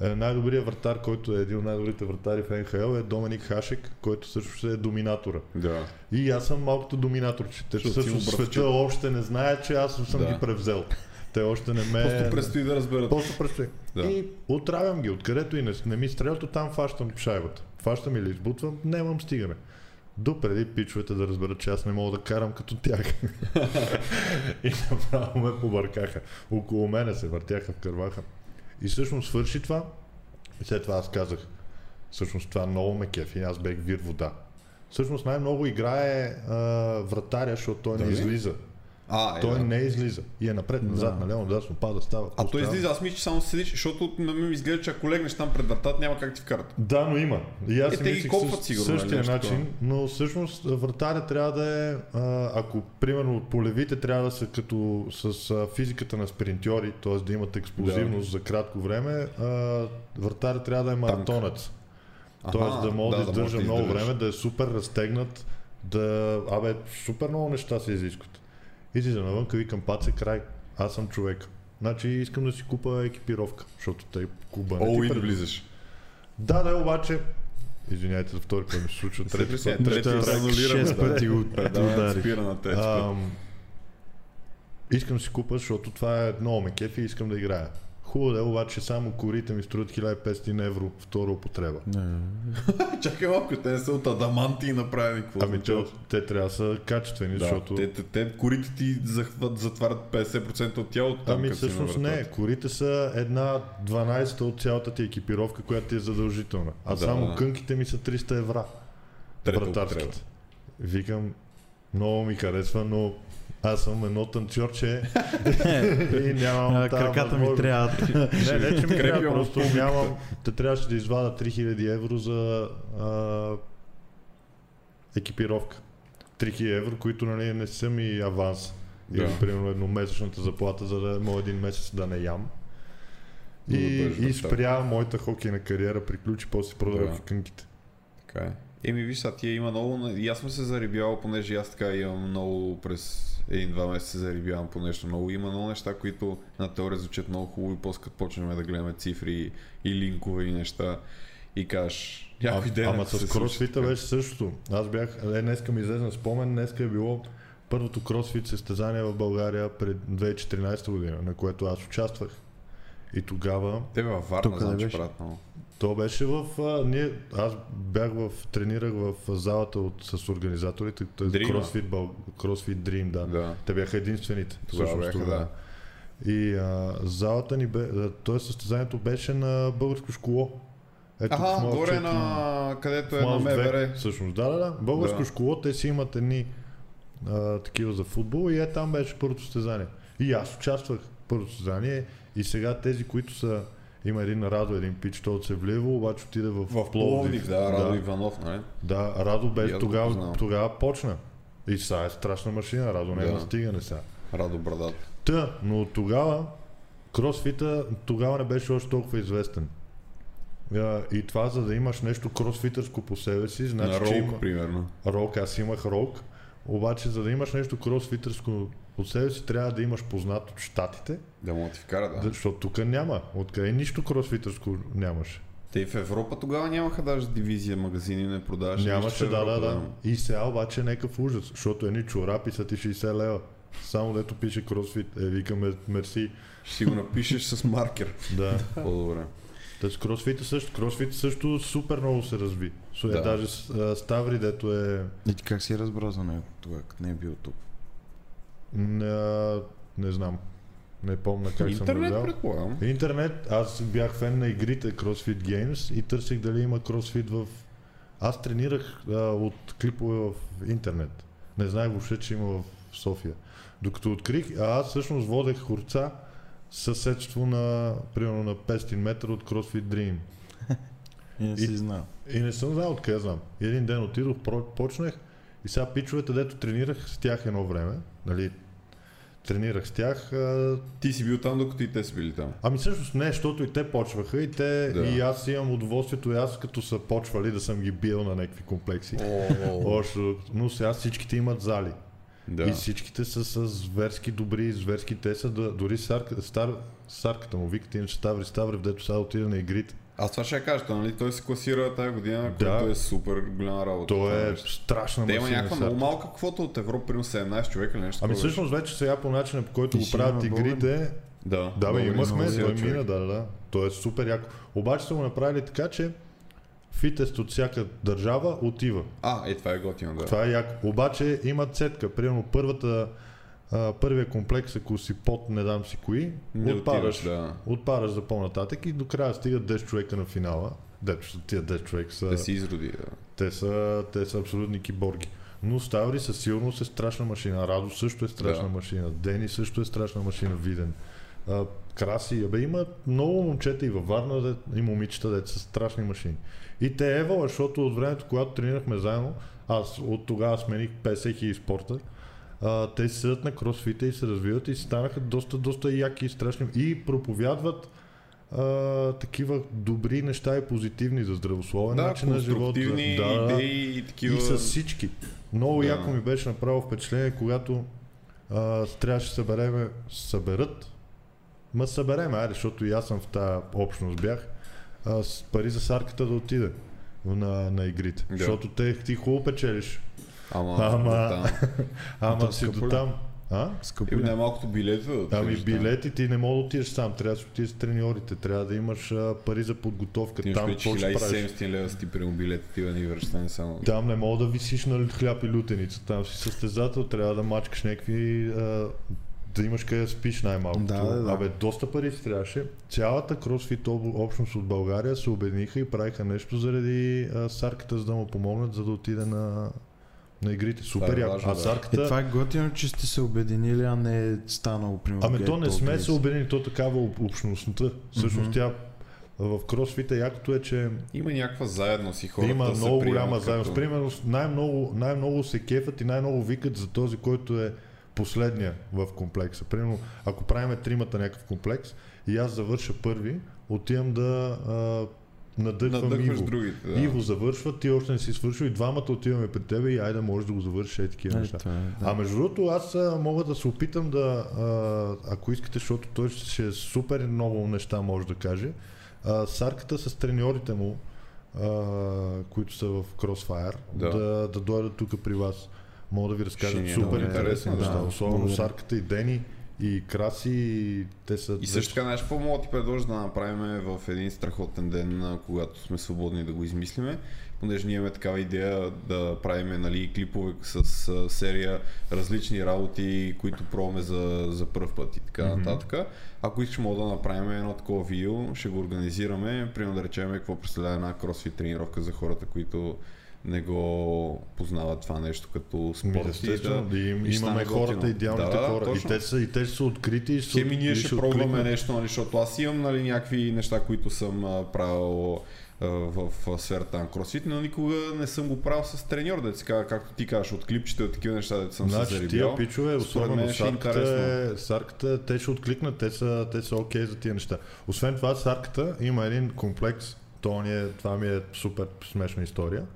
Speaker 3: Е, най-добрият вратар, който е един от най-добрите вратари в НХЛ е Доминик Хашек, който също е доминатора.
Speaker 2: Да.
Speaker 3: И аз съм малкото доминаторче. Те
Speaker 2: Защото си
Speaker 3: всъщност
Speaker 2: му братче.
Speaker 3: света още не знае, че аз съм
Speaker 2: Да.
Speaker 3: ги превзел. Те още не ме...
Speaker 2: Просто предстои да разберат.
Speaker 3: Просто предстои.
Speaker 2: Да.
Speaker 3: Да. И отравям ги, откъдето и не, не ми стрелят, оттам фащам шайбата. Фащам или избутвам, нямам стигане. Допреди пичовете да разберат, че аз не мога да карам като тях. [laughs] и направо ме побъркаха. Около мене се въртяха в кърваха. И всъщност свърши това. И след това аз казах, всъщност това много ме кефи, аз бех вир вода. Всъщност най-много играе а, вратаря, защото той не
Speaker 2: Дали?
Speaker 3: излиза.
Speaker 2: А, е,
Speaker 3: Той
Speaker 2: да.
Speaker 3: не излиза. И е напред, назад,
Speaker 1: Да.
Speaker 3: наляво, надясно, пада, става.
Speaker 2: А той
Speaker 3: остава.
Speaker 2: излиза, аз мисля, че само седиш, защото на ми изглежда, че ако легнеш там пред вратата, няма как ти вкарат.
Speaker 3: Да, но има. И аз
Speaker 2: Е,
Speaker 3: си
Speaker 2: те ги
Speaker 3: мислих
Speaker 2: копват
Speaker 3: със-
Speaker 2: сигурно, нали,
Speaker 3: същия
Speaker 2: нещо
Speaker 3: начин,
Speaker 2: такова.
Speaker 3: но всъщност вратаря трябва да е, а, ако примерно полевите трябва да са като с а, физиката на спринтьори, т.е. да имат експлозивност за кратко време, а, вратаря трябва да е маратонец. Тоест да може да, издържа много време, да е супер разтегнат, да... Абе, супер много неща се изискват. Излизам навън, викам, паце, край, аз съм човек. Значи искам да си купа екипировка, защото те клуба не
Speaker 2: О,
Speaker 3: ти
Speaker 2: и да
Speaker 3: предлага.
Speaker 2: влизаш.
Speaker 3: Да, да, обаче... Извинявайте за втори път ми се случва, [laughs] трети
Speaker 2: Трети
Speaker 3: път.
Speaker 2: се, трети
Speaker 1: Ще
Speaker 2: се анулирам.
Speaker 1: шест пъти го
Speaker 2: Да,
Speaker 1: удари.
Speaker 2: спира на трети път.
Speaker 3: Ам, искам да си купа, защото това е много ме кефи и искам да играя. Хубаво да е, обаче само корите ми струват 1500 евро втора употреба.
Speaker 1: Не,
Speaker 2: Ами, Чакай малко, те не са от адаманти и направени какво.
Speaker 3: Ами те,
Speaker 2: означава?
Speaker 3: те трябва да са качествени,
Speaker 2: да,
Speaker 3: защото...
Speaker 2: те, те, те, корите ти захват, затварят 50% от тялото. там,
Speaker 3: Ами
Speaker 2: като си на
Speaker 3: всъщност
Speaker 2: вратата.
Speaker 3: не, корите са една 12 от цялата ти екипировка, която ти е задължителна. А
Speaker 2: Да,
Speaker 3: само
Speaker 2: да.
Speaker 3: кънките ми са 300 евра.
Speaker 2: Трета
Speaker 3: вратарските.
Speaker 2: употреба.
Speaker 3: Викам, много ми харесва, но аз съм едно танцорче и нямам
Speaker 1: А,
Speaker 3: тази
Speaker 1: Краката ми
Speaker 3: възможност.
Speaker 1: трябват.
Speaker 3: Не, не, че ми
Speaker 2: Крепя
Speaker 3: трябва,
Speaker 2: в
Speaker 3: просто
Speaker 2: публиката.
Speaker 3: нямам. Те трябваше да извада 3000 евро за а, екипировка. 3000 евро, които нали, не са ми аванс.
Speaker 2: Да.
Speaker 3: Или примерно едномесечната заплата, за да мога един месец да не ям.
Speaker 2: Но
Speaker 3: И,
Speaker 2: да бъдеш
Speaker 3: и
Speaker 2: вратар.
Speaker 3: спря моята хокейна кариера, приключи, после продадох
Speaker 2: Да.
Speaker 3: да. кънките.
Speaker 2: Така е. Еми виж, сега тия има много... на- И аз съм се зарибявал, понеже аз така имам много през един-два месеца се зарибявам по нещо много. Има много неща, които на теория звучат много хубаво и после като почнем да гледаме цифри и линкове и неща и кажеш някой ден...
Speaker 3: Ама
Speaker 2: ако се
Speaker 3: с
Speaker 2: случи
Speaker 3: кросфита
Speaker 2: така.
Speaker 3: беше същото. Аз бях, е, днеска ми излезна спомен, днеска е било първото кросфит състезание в България пред 2014 година, на което аз участвах. И тогава
Speaker 2: Те бе във Варна,
Speaker 1: Тук не
Speaker 2: знам, че
Speaker 1: беше.
Speaker 2: правят много.
Speaker 3: То беше в... А, ние, аз бях в... Тренирах в залата от, с организаторите. т-
Speaker 2: Dream-а.
Speaker 3: CrossFit, Бал- CrossFit Dream, да.
Speaker 2: Да.
Speaker 3: Те бяха единствените.
Speaker 2: Тогава
Speaker 3: всъщност,
Speaker 2: бяха, да.
Speaker 3: И а, залата ни бе... а, Тоест състезанието беше на българско школо. Ето, в
Speaker 2: Аха,
Speaker 3: Малчев
Speaker 2: горе
Speaker 3: и-
Speaker 2: на... където
Speaker 3: в
Speaker 2: е на
Speaker 3: Малчев две,
Speaker 2: МВР.
Speaker 3: Всъщност, да, да, да. Българско
Speaker 2: Да.
Speaker 3: школо, те си имат едни а, такива за футбол и е там беше първото състезание. И аз участвах в първото състезание и сега тези, които са има един Радо, един пич, той от Севлиево, обаче отиде в,
Speaker 2: В Пловдив, да, Радо
Speaker 3: да,
Speaker 2: Иванов, нали?
Speaker 3: да, Радо
Speaker 2: И аз
Speaker 3: без
Speaker 2: го
Speaker 3: тогава,
Speaker 2: познавам.
Speaker 3: тогава почна. И сега е страшна машина, Радо не е
Speaker 2: Да.
Speaker 3: на стигане сега.
Speaker 2: Радо Брадат.
Speaker 3: Та, но тогава кросфита тогава не беше още толкова известен. А, И това, за да имаш нещо кросфитърско по себе си, значи,
Speaker 2: на
Speaker 3: че има...
Speaker 2: Ролк, примерно.
Speaker 3: Рок, аз имах рок, обаче за да имаш нещо кросфитърско от себе си, трябва да имаш познат от щатите,
Speaker 2: Да му ти вкара,
Speaker 3: да.
Speaker 2: да.
Speaker 3: защото тук няма. Откъде нищо кросфитърско нямаше.
Speaker 2: Те в Европа тогава нямаха даже дивизия, магазини не продаваше.
Speaker 3: нямаше,
Speaker 2: нищо в
Speaker 3: да, да,
Speaker 2: Европа,
Speaker 3: да. И сега обаче е някакъв ужас, защото едни чорапи са ти 60 лева. Само дето пише кросфит, е, викаме мерси.
Speaker 2: Ще си го напишеш с маркер.
Speaker 3: [laughs] Да.
Speaker 2: По-добре.
Speaker 3: Та с кросфита също, кросфита също супер много се разби. Да.
Speaker 2: Да.
Speaker 3: Даже с- а, Ставри, дето е...
Speaker 1: И ти как си разбра за него тогава, като не е бил тук?
Speaker 3: Не, а, не знам. Не помня как съм
Speaker 2: Интернет
Speaker 3: разбрал.
Speaker 2: предполагам.
Speaker 3: Интернет, аз бях фен на игрите CrossFit Games и търсих дали има CrossFit в... Аз тренирах а, от клипове в интернет. Не знаех въобще, че има в София. Докато открих, а аз всъщност водех хорца съседство на, примерно на 500 метра от CrossFit Dream.
Speaker 1: И не си знал.
Speaker 3: И не съм знал откъде знам. И един ден отидох, про- почнах и сега пичовете, дето тренирах с тях едно време, нали, тренирах с тях, а,
Speaker 2: Ти си бил там, докато и те са били там.
Speaker 3: Ами всъщност не, защото и те почваха и те
Speaker 2: Да.
Speaker 3: да. и аз имам удоволствието и аз като са почвали да съм ги бил на някакви комплекси. Още, но сега всичките имат зали. Да.
Speaker 2: [laughs]
Speaker 3: И
Speaker 2: Да.
Speaker 3: всичките са с зверски добри, зверски те са, да, дори сарка, стар, сарката му, викате иначе Ставри Ставрев, дето сега отида на игрите.
Speaker 2: Аз това ще я кажа, то, нали? Той се класира тази година,
Speaker 3: Да.
Speaker 2: което е супер голяма работа. Това
Speaker 3: То е
Speaker 2: нещо.
Speaker 3: страшна
Speaker 2: Те има
Speaker 3: машина.
Speaker 2: някаква
Speaker 3: сега.
Speaker 2: много малка квота от Европа, примерно 17 човека или нещо.
Speaker 3: Ами
Speaker 2: такова.
Speaker 3: всъщност вече сега по начина по който
Speaker 1: Ти
Speaker 3: го
Speaker 1: си
Speaker 3: правят
Speaker 1: има болен.
Speaker 3: игрите,
Speaker 2: Да,
Speaker 3: Да, бе,
Speaker 2: България
Speaker 3: имахме,
Speaker 2: е много сила
Speaker 3: той
Speaker 2: човек.
Speaker 3: мина, да, да, да. То е супер яко. Обаче са го направили така, че фитест от всяка държава отива.
Speaker 2: А, е, това е готино, да.
Speaker 3: Това е яко. Обаче има цетка. Примерно първата, а, първия комплекс, ако си под не дам си кои,
Speaker 2: Не
Speaker 3: е отпадаш.
Speaker 2: отиваш, да.
Speaker 3: Отпадаш за по-нататък и до края стигат 10 човека на финала. дето, тия 10 човек са...
Speaker 2: Да си изроди, да.
Speaker 3: Те са, те са абсолютни киборги. Но Ставри със сигурност е страшна машина. Радо също е страшна
Speaker 2: Да.
Speaker 3: машина. Дени също е страшна машина. Виден. А, краси. Абе, има много момчета и във Варна де- и момичета, де са страшни машини. И те ева, защото от времето, когато тренирахме заедно, аз от тогава смених 50 хиляди спорта, а, те си седят на кросфита и се развиват и станаха доста, доста яки и страшни. И проповядват а, такива добри неща и позитивни за здравословен
Speaker 2: Да,
Speaker 3: е начин на живота.
Speaker 2: конструктивни
Speaker 3: Да, да.
Speaker 2: идеи и такива.
Speaker 3: И с всички. Много
Speaker 2: Да.
Speaker 3: яко ми беше направо впечатление, когато а, трябваше да събереме, съберат. Ма събереме, аре, защото и аз съм в тази общност бях. А, с пари за сарката да отиде на, на игрите.
Speaker 2: Да.
Speaker 3: Защото те, ти хубаво печелиш.
Speaker 2: Ама,
Speaker 3: Ама-
Speaker 2: да,
Speaker 3: [laughs]
Speaker 2: там.
Speaker 3: Ама
Speaker 1: то
Speaker 3: си
Speaker 1: скъпо
Speaker 3: до
Speaker 1: ли?
Speaker 3: там. А?
Speaker 1: Скъпо е.
Speaker 2: Еми,
Speaker 1: ли?
Speaker 2: най-малкото билет да
Speaker 3: Ами
Speaker 2: отидеш там.
Speaker 3: билети ти не мога да отидеш сам, трябва да си отидеш с треньорите, трябва да имаш а, пари за подготовка,
Speaker 2: Ти имаш
Speaker 3: там какво ще правиш.
Speaker 2: 1700 лева си ти приема билет, отива на Ивърщане само.
Speaker 3: Там не мога да висиш на хляб и лютеница, там си състезател, трябва да мачкаш някакви... А, да имаш къде да спиш най-малкото.
Speaker 1: Да, да, да.
Speaker 3: Абе, доста пари си трябваше. Цялата кросфит об- общност от България се обедниха и правиха нещо заради а, сарката, за да му помогнат, за да отиде на, на игрите. Супер,
Speaker 2: е
Speaker 3: яко.
Speaker 2: важно,
Speaker 3: а
Speaker 2: да.
Speaker 1: Е,
Speaker 3: сарката...
Speaker 1: това е готино, че сте се обединили, а не е станало примерно.
Speaker 3: Ами то не
Speaker 1: Gay
Speaker 3: сме
Speaker 1: Talk
Speaker 3: се
Speaker 1: Race.
Speaker 3: убедени, то е такава об- общността. Всъщност
Speaker 1: Мгм.
Speaker 3: тя в кросфита якото е, че
Speaker 2: Има някаква заедност и хората
Speaker 3: има
Speaker 2: се
Speaker 3: много
Speaker 2: приемат
Speaker 3: голяма заедност.
Speaker 2: Като...
Speaker 3: Примерно най-много, най-много се кефат и най-много викат за този, който е последния в комплекса. Примерно, ако правиме тримата някакъв комплекс и аз завърша първи, отивам да а, надъхвам
Speaker 2: Надъхваш
Speaker 3: Иво.
Speaker 2: другите, да.
Speaker 3: Иво завършва, ти още не си свършил и двамата отиваме при тебе и айде можеш да го завършиш е такива
Speaker 1: Е,
Speaker 3: неща.
Speaker 1: това е, да.
Speaker 3: А между другото, аз а, мога да се опитам да, а, ако искате, защото той ще- ще е супер много неща може да каже. А, сарката с треньорите му, а, които са в Crossfire, да,
Speaker 2: Да.
Speaker 3: да, да дойдат тук при вас. Мога да
Speaker 2: Ще
Speaker 3: ви разкажат
Speaker 2: ни е
Speaker 3: супер
Speaker 2: много
Speaker 3: интересни
Speaker 2: интересно,
Speaker 3: неща.
Speaker 1: да.
Speaker 3: Особено
Speaker 1: Благодаря.
Speaker 3: Сарката и Дени и Краси, и те са...
Speaker 2: И също така, знаеш, какво мога да ти предложа да направим в един страхотен ден, а, когато сме свободни да го измислиме, понеже ние имаме такава идея да правим нали, клипове с а, серия различни работи, които пробваме за, за първ път и така mm-hmm. нататък. Ако искаш, мога да направим едно такова видео, ще го организираме, примерно да речем какво представлява една кросфит тренировка за хората, които не го познават това нещо като
Speaker 3: Ми,
Speaker 2: спорт. и
Speaker 3: естествено, да, им,
Speaker 2: и ще стане
Speaker 3: имаме хората,
Speaker 2: готино.
Speaker 3: идеалните
Speaker 2: Да, да,
Speaker 3: хора. И
Speaker 2: точно.
Speaker 3: те, са, и те ще са открити. И ще,
Speaker 2: Хеми ние
Speaker 3: и
Speaker 2: ще, пробваме
Speaker 3: откликнат.
Speaker 2: нещо, нали, защото аз имам нали, някакви неща, които съм а, правил а, в а, сферата на кросфит, но никога не съм го правил с треньор, да си кажа, както ти кажеш, от клипчета, от такива неща, да съм се
Speaker 3: Значи
Speaker 2: заребял.
Speaker 3: тия пичове,
Speaker 2: Според мен
Speaker 3: особено
Speaker 2: ще е
Speaker 3: сарката,
Speaker 2: интересно.
Speaker 3: е, сарката, те ще откликнат, те са, те са окей за тия неща. Освен това, сарката има един комплекс, то ни е, това ми е супер смешна история,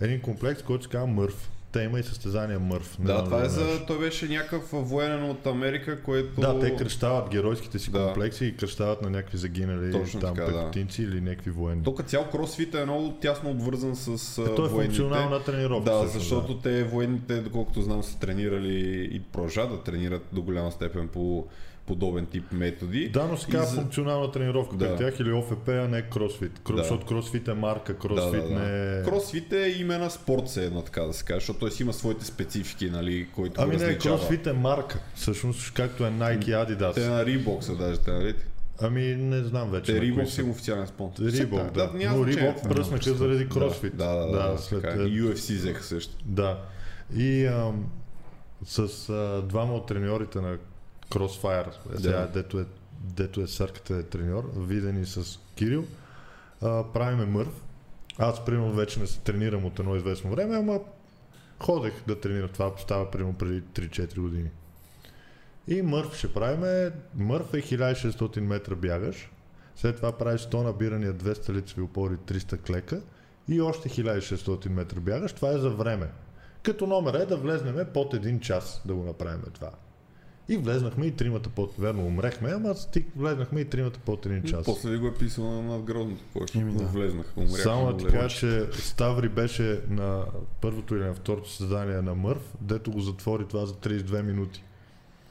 Speaker 3: един комплекс, който се казва Мърф. Те има и състезания Мърф. Не
Speaker 2: Да,
Speaker 3: знам
Speaker 2: това
Speaker 3: дали
Speaker 2: е
Speaker 3: знаеш.
Speaker 2: за... Той беше някакъв военен от Америка, който...
Speaker 3: значи. Да, те кръщават геройските си
Speaker 2: Да.
Speaker 3: комплекси и кръщават на някакви загинали
Speaker 2: Точно
Speaker 3: там
Speaker 2: така, да.
Speaker 3: пехотинци или някакви военни.
Speaker 2: То като цял кросфит е много тясно обвързан с а,
Speaker 3: Е, то е
Speaker 2: военните.
Speaker 3: функционална тренировка.
Speaker 2: Да,
Speaker 3: всъщност,
Speaker 2: защото те военните, доколкото знам, са тренирали и продължават да тренират до голяма степен по подобен тип методи.
Speaker 3: Да, но се
Speaker 2: И
Speaker 3: казва
Speaker 2: за-
Speaker 3: функционална тренировка
Speaker 2: Да.
Speaker 3: при тях или ОФП, а не кросфит. Крос,
Speaker 2: Да.
Speaker 3: Защото кросфит е марка, кросфит не е...
Speaker 2: Кросфит е име на спорт, се едно така да се каже, защото той си има своите специфики, нали, които
Speaker 3: Ами
Speaker 2: го
Speaker 3: не,
Speaker 2: различава.
Speaker 3: кросфит е марка, всъщност както е Nike и
Speaker 2: Те
Speaker 3: Adidas.
Speaker 2: на Reebok са даже, те, нали?
Speaker 3: Ами не знам вече.
Speaker 2: Те
Speaker 3: на кои
Speaker 2: Е, Reebok
Speaker 3: са. Е,
Speaker 2: си им официален спонсор.
Speaker 3: Reebok, да.
Speaker 2: няма
Speaker 3: Но
Speaker 2: значение.
Speaker 3: Reebok пръснаха заради кросфит.
Speaker 2: Да, да, да. да
Speaker 3: след,
Speaker 2: така е. И UFC взеха също.
Speaker 3: да. И ам, с а, двама от треньорите на Crossfire, е, сега,
Speaker 2: Да.
Speaker 3: дето, е, дето е сарката е треньор, видени с Кирил, а, правиме мърв. Аз, примерно, вече не се тренирам от едно известно време, ама ходех да тренирам. Това става, примерно, преди 3-4 години. И мърв ще правиме. Мърв е 1600 метра бягаш. След това правиш 100 набирания, 200 лицеви опори, 300 клека и още 1600 метра бягаш. Това е за време. Като номер е да влезнеме под един час да го направим това. И влезнахме и тримата под... Верно, умрехме, ама стик влезнахме и тримата под един час.
Speaker 2: После ви го е писал на надгробното, което
Speaker 1: Еми, да.
Speaker 2: влезнах. Умрях,
Speaker 3: Само да
Speaker 2: но
Speaker 3: ти
Speaker 2: влезнах.
Speaker 3: кажа, че Ставри беше на първото или на второто създание на Мърв, дето го затвори това за 32 минути.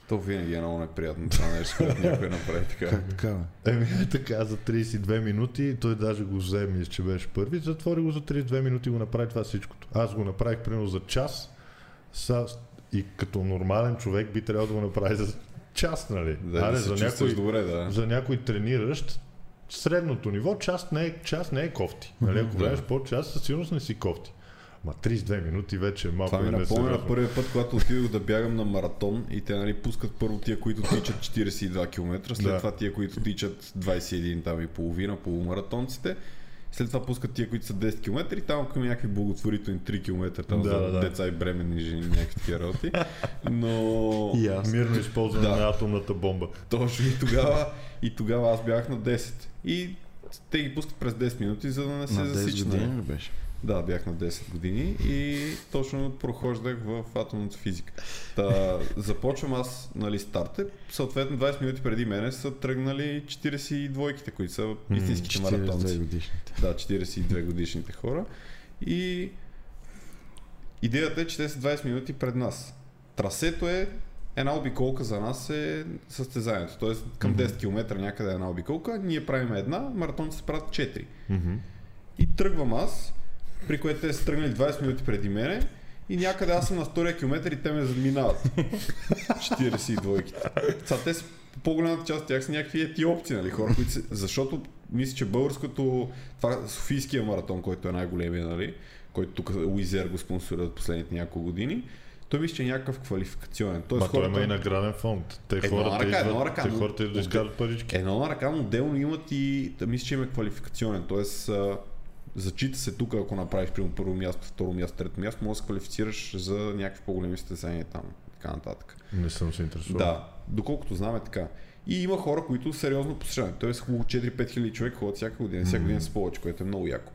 Speaker 2: То винаги е много неприятно това нещо, което някой направи
Speaker 3: [laughs]
Speaker 2: така.
Speaker 1: Как така? бе?
Speaker 3: Еми е така за 32 минути, той даже го взе, мисля, че беше първи, затвори го за 32 минути и го направи това всичкото. Аз го направих примерно за час са, и като нормален човек би трябвало да го направи за час, нали?
Speaker 2: Да, да
Speaker 3: Аре,
Speaker 2: се
Speaker 3: за
Speaker 2: чувстваш
Speaker 3: някой,
Speaker 2: добре, да.
Speaker 3: за някой трениращ средното ниво, част не е, част не е кофти. Нали, ако
Speaker 2: Да.
Speaker 3: влезеш по-част, със сигурност не си кофти. Ма 32 минути вече е малко
Speaker 2: Това ми
Speaker 3: да не се
Speaker 2: напомня на първия път, когато отидох да бягам на маратон и те нали, пускат първо тия, които тичат 42 км, след
Speaker 3: Да.
Speaker 2: това тия, които тичат 21 там и половина полумаратонците. След това пускат тия, които са 10 км и там към някакви благотворителни 3 км там
Speaker 3: Да,
Speaker 2: за
Speaker 3: да, да.
Speaker 2: деца и бременни жени, някакви такива
Speaker 3: [laughs]
Speaker 2: работи. Но
Speaker 1: И аз.
Speaker 3: Мирно използване
Speaker 2: Да.
Speaker 3: на атомната бомба.
Speaker 2: точно и тогава, и тогава аз бях на 10. И те ги пускат през 10 минути, за да не се
Speaker 1: На 10
Speaker 2: засичат. нали?
Speaker 1: години ли беше?
Speaker 2: Да, бях на 10 години и точно прохождах в атомната физика. Та, започвам аз, нали, старте. Съответно, 20 минути преди мене са тръгнали 42-ките, които са истинските маратонци.
Speaker 1: 42 годишните.
Speaker 2: Да, 42 годишните хора. И идеята е, че те са 20 минути пред нас. Трасето е една обиколка за нас е състезанието. Тоест към 10 км някъде е една обиколка. Ние правим една, маратонците правят 4.
Speaker 3: Мгм.
Speaker 2: И тръгвам аз, при което те са тръгнали 20 минути преди мене и някъде аз съм на втория километър и те ме заминават.
Speaker 3: [laughs]
Speaker 2: 42-ките. Са, те са по-голямата част от тях са някакви етиопци, нали, хора, които се... Защото мисля, че българското... Това Софийския маратон, който е най-големия, нали, който тук Уизер го спонсорират последните няколко години, той мисля, че е някакъв квалификационен. Тоест,
Speaker 3: Ма той има и награден фонд. Те
Speaker 2: Едно
Speaker 3: хората
Speaker 2: ръка, едно
Speaker 3: идват-
Speaker 2: ръка,
Speaker 3: те
Speaker 2: но-
Speaker 3: хората идват да изкарат парички.
Speaker 2: Едно Е, на ръка, но делно имат и, да, мисля, че има квалификационен, т.е. а, зачита се тук, ако направиш примерно първо място, второ място, трето място, може да се квалифицираш за някакви по-големи състезания там, и така нататък.
Speaker 3: Не съм се интересувал.
Speaker 2: Да, доколкото знаме така. И има хора, които сериозно посещават. Тоест около 4-5 хиляди човек ходят всяка година, всяка година с повече, което е много яко.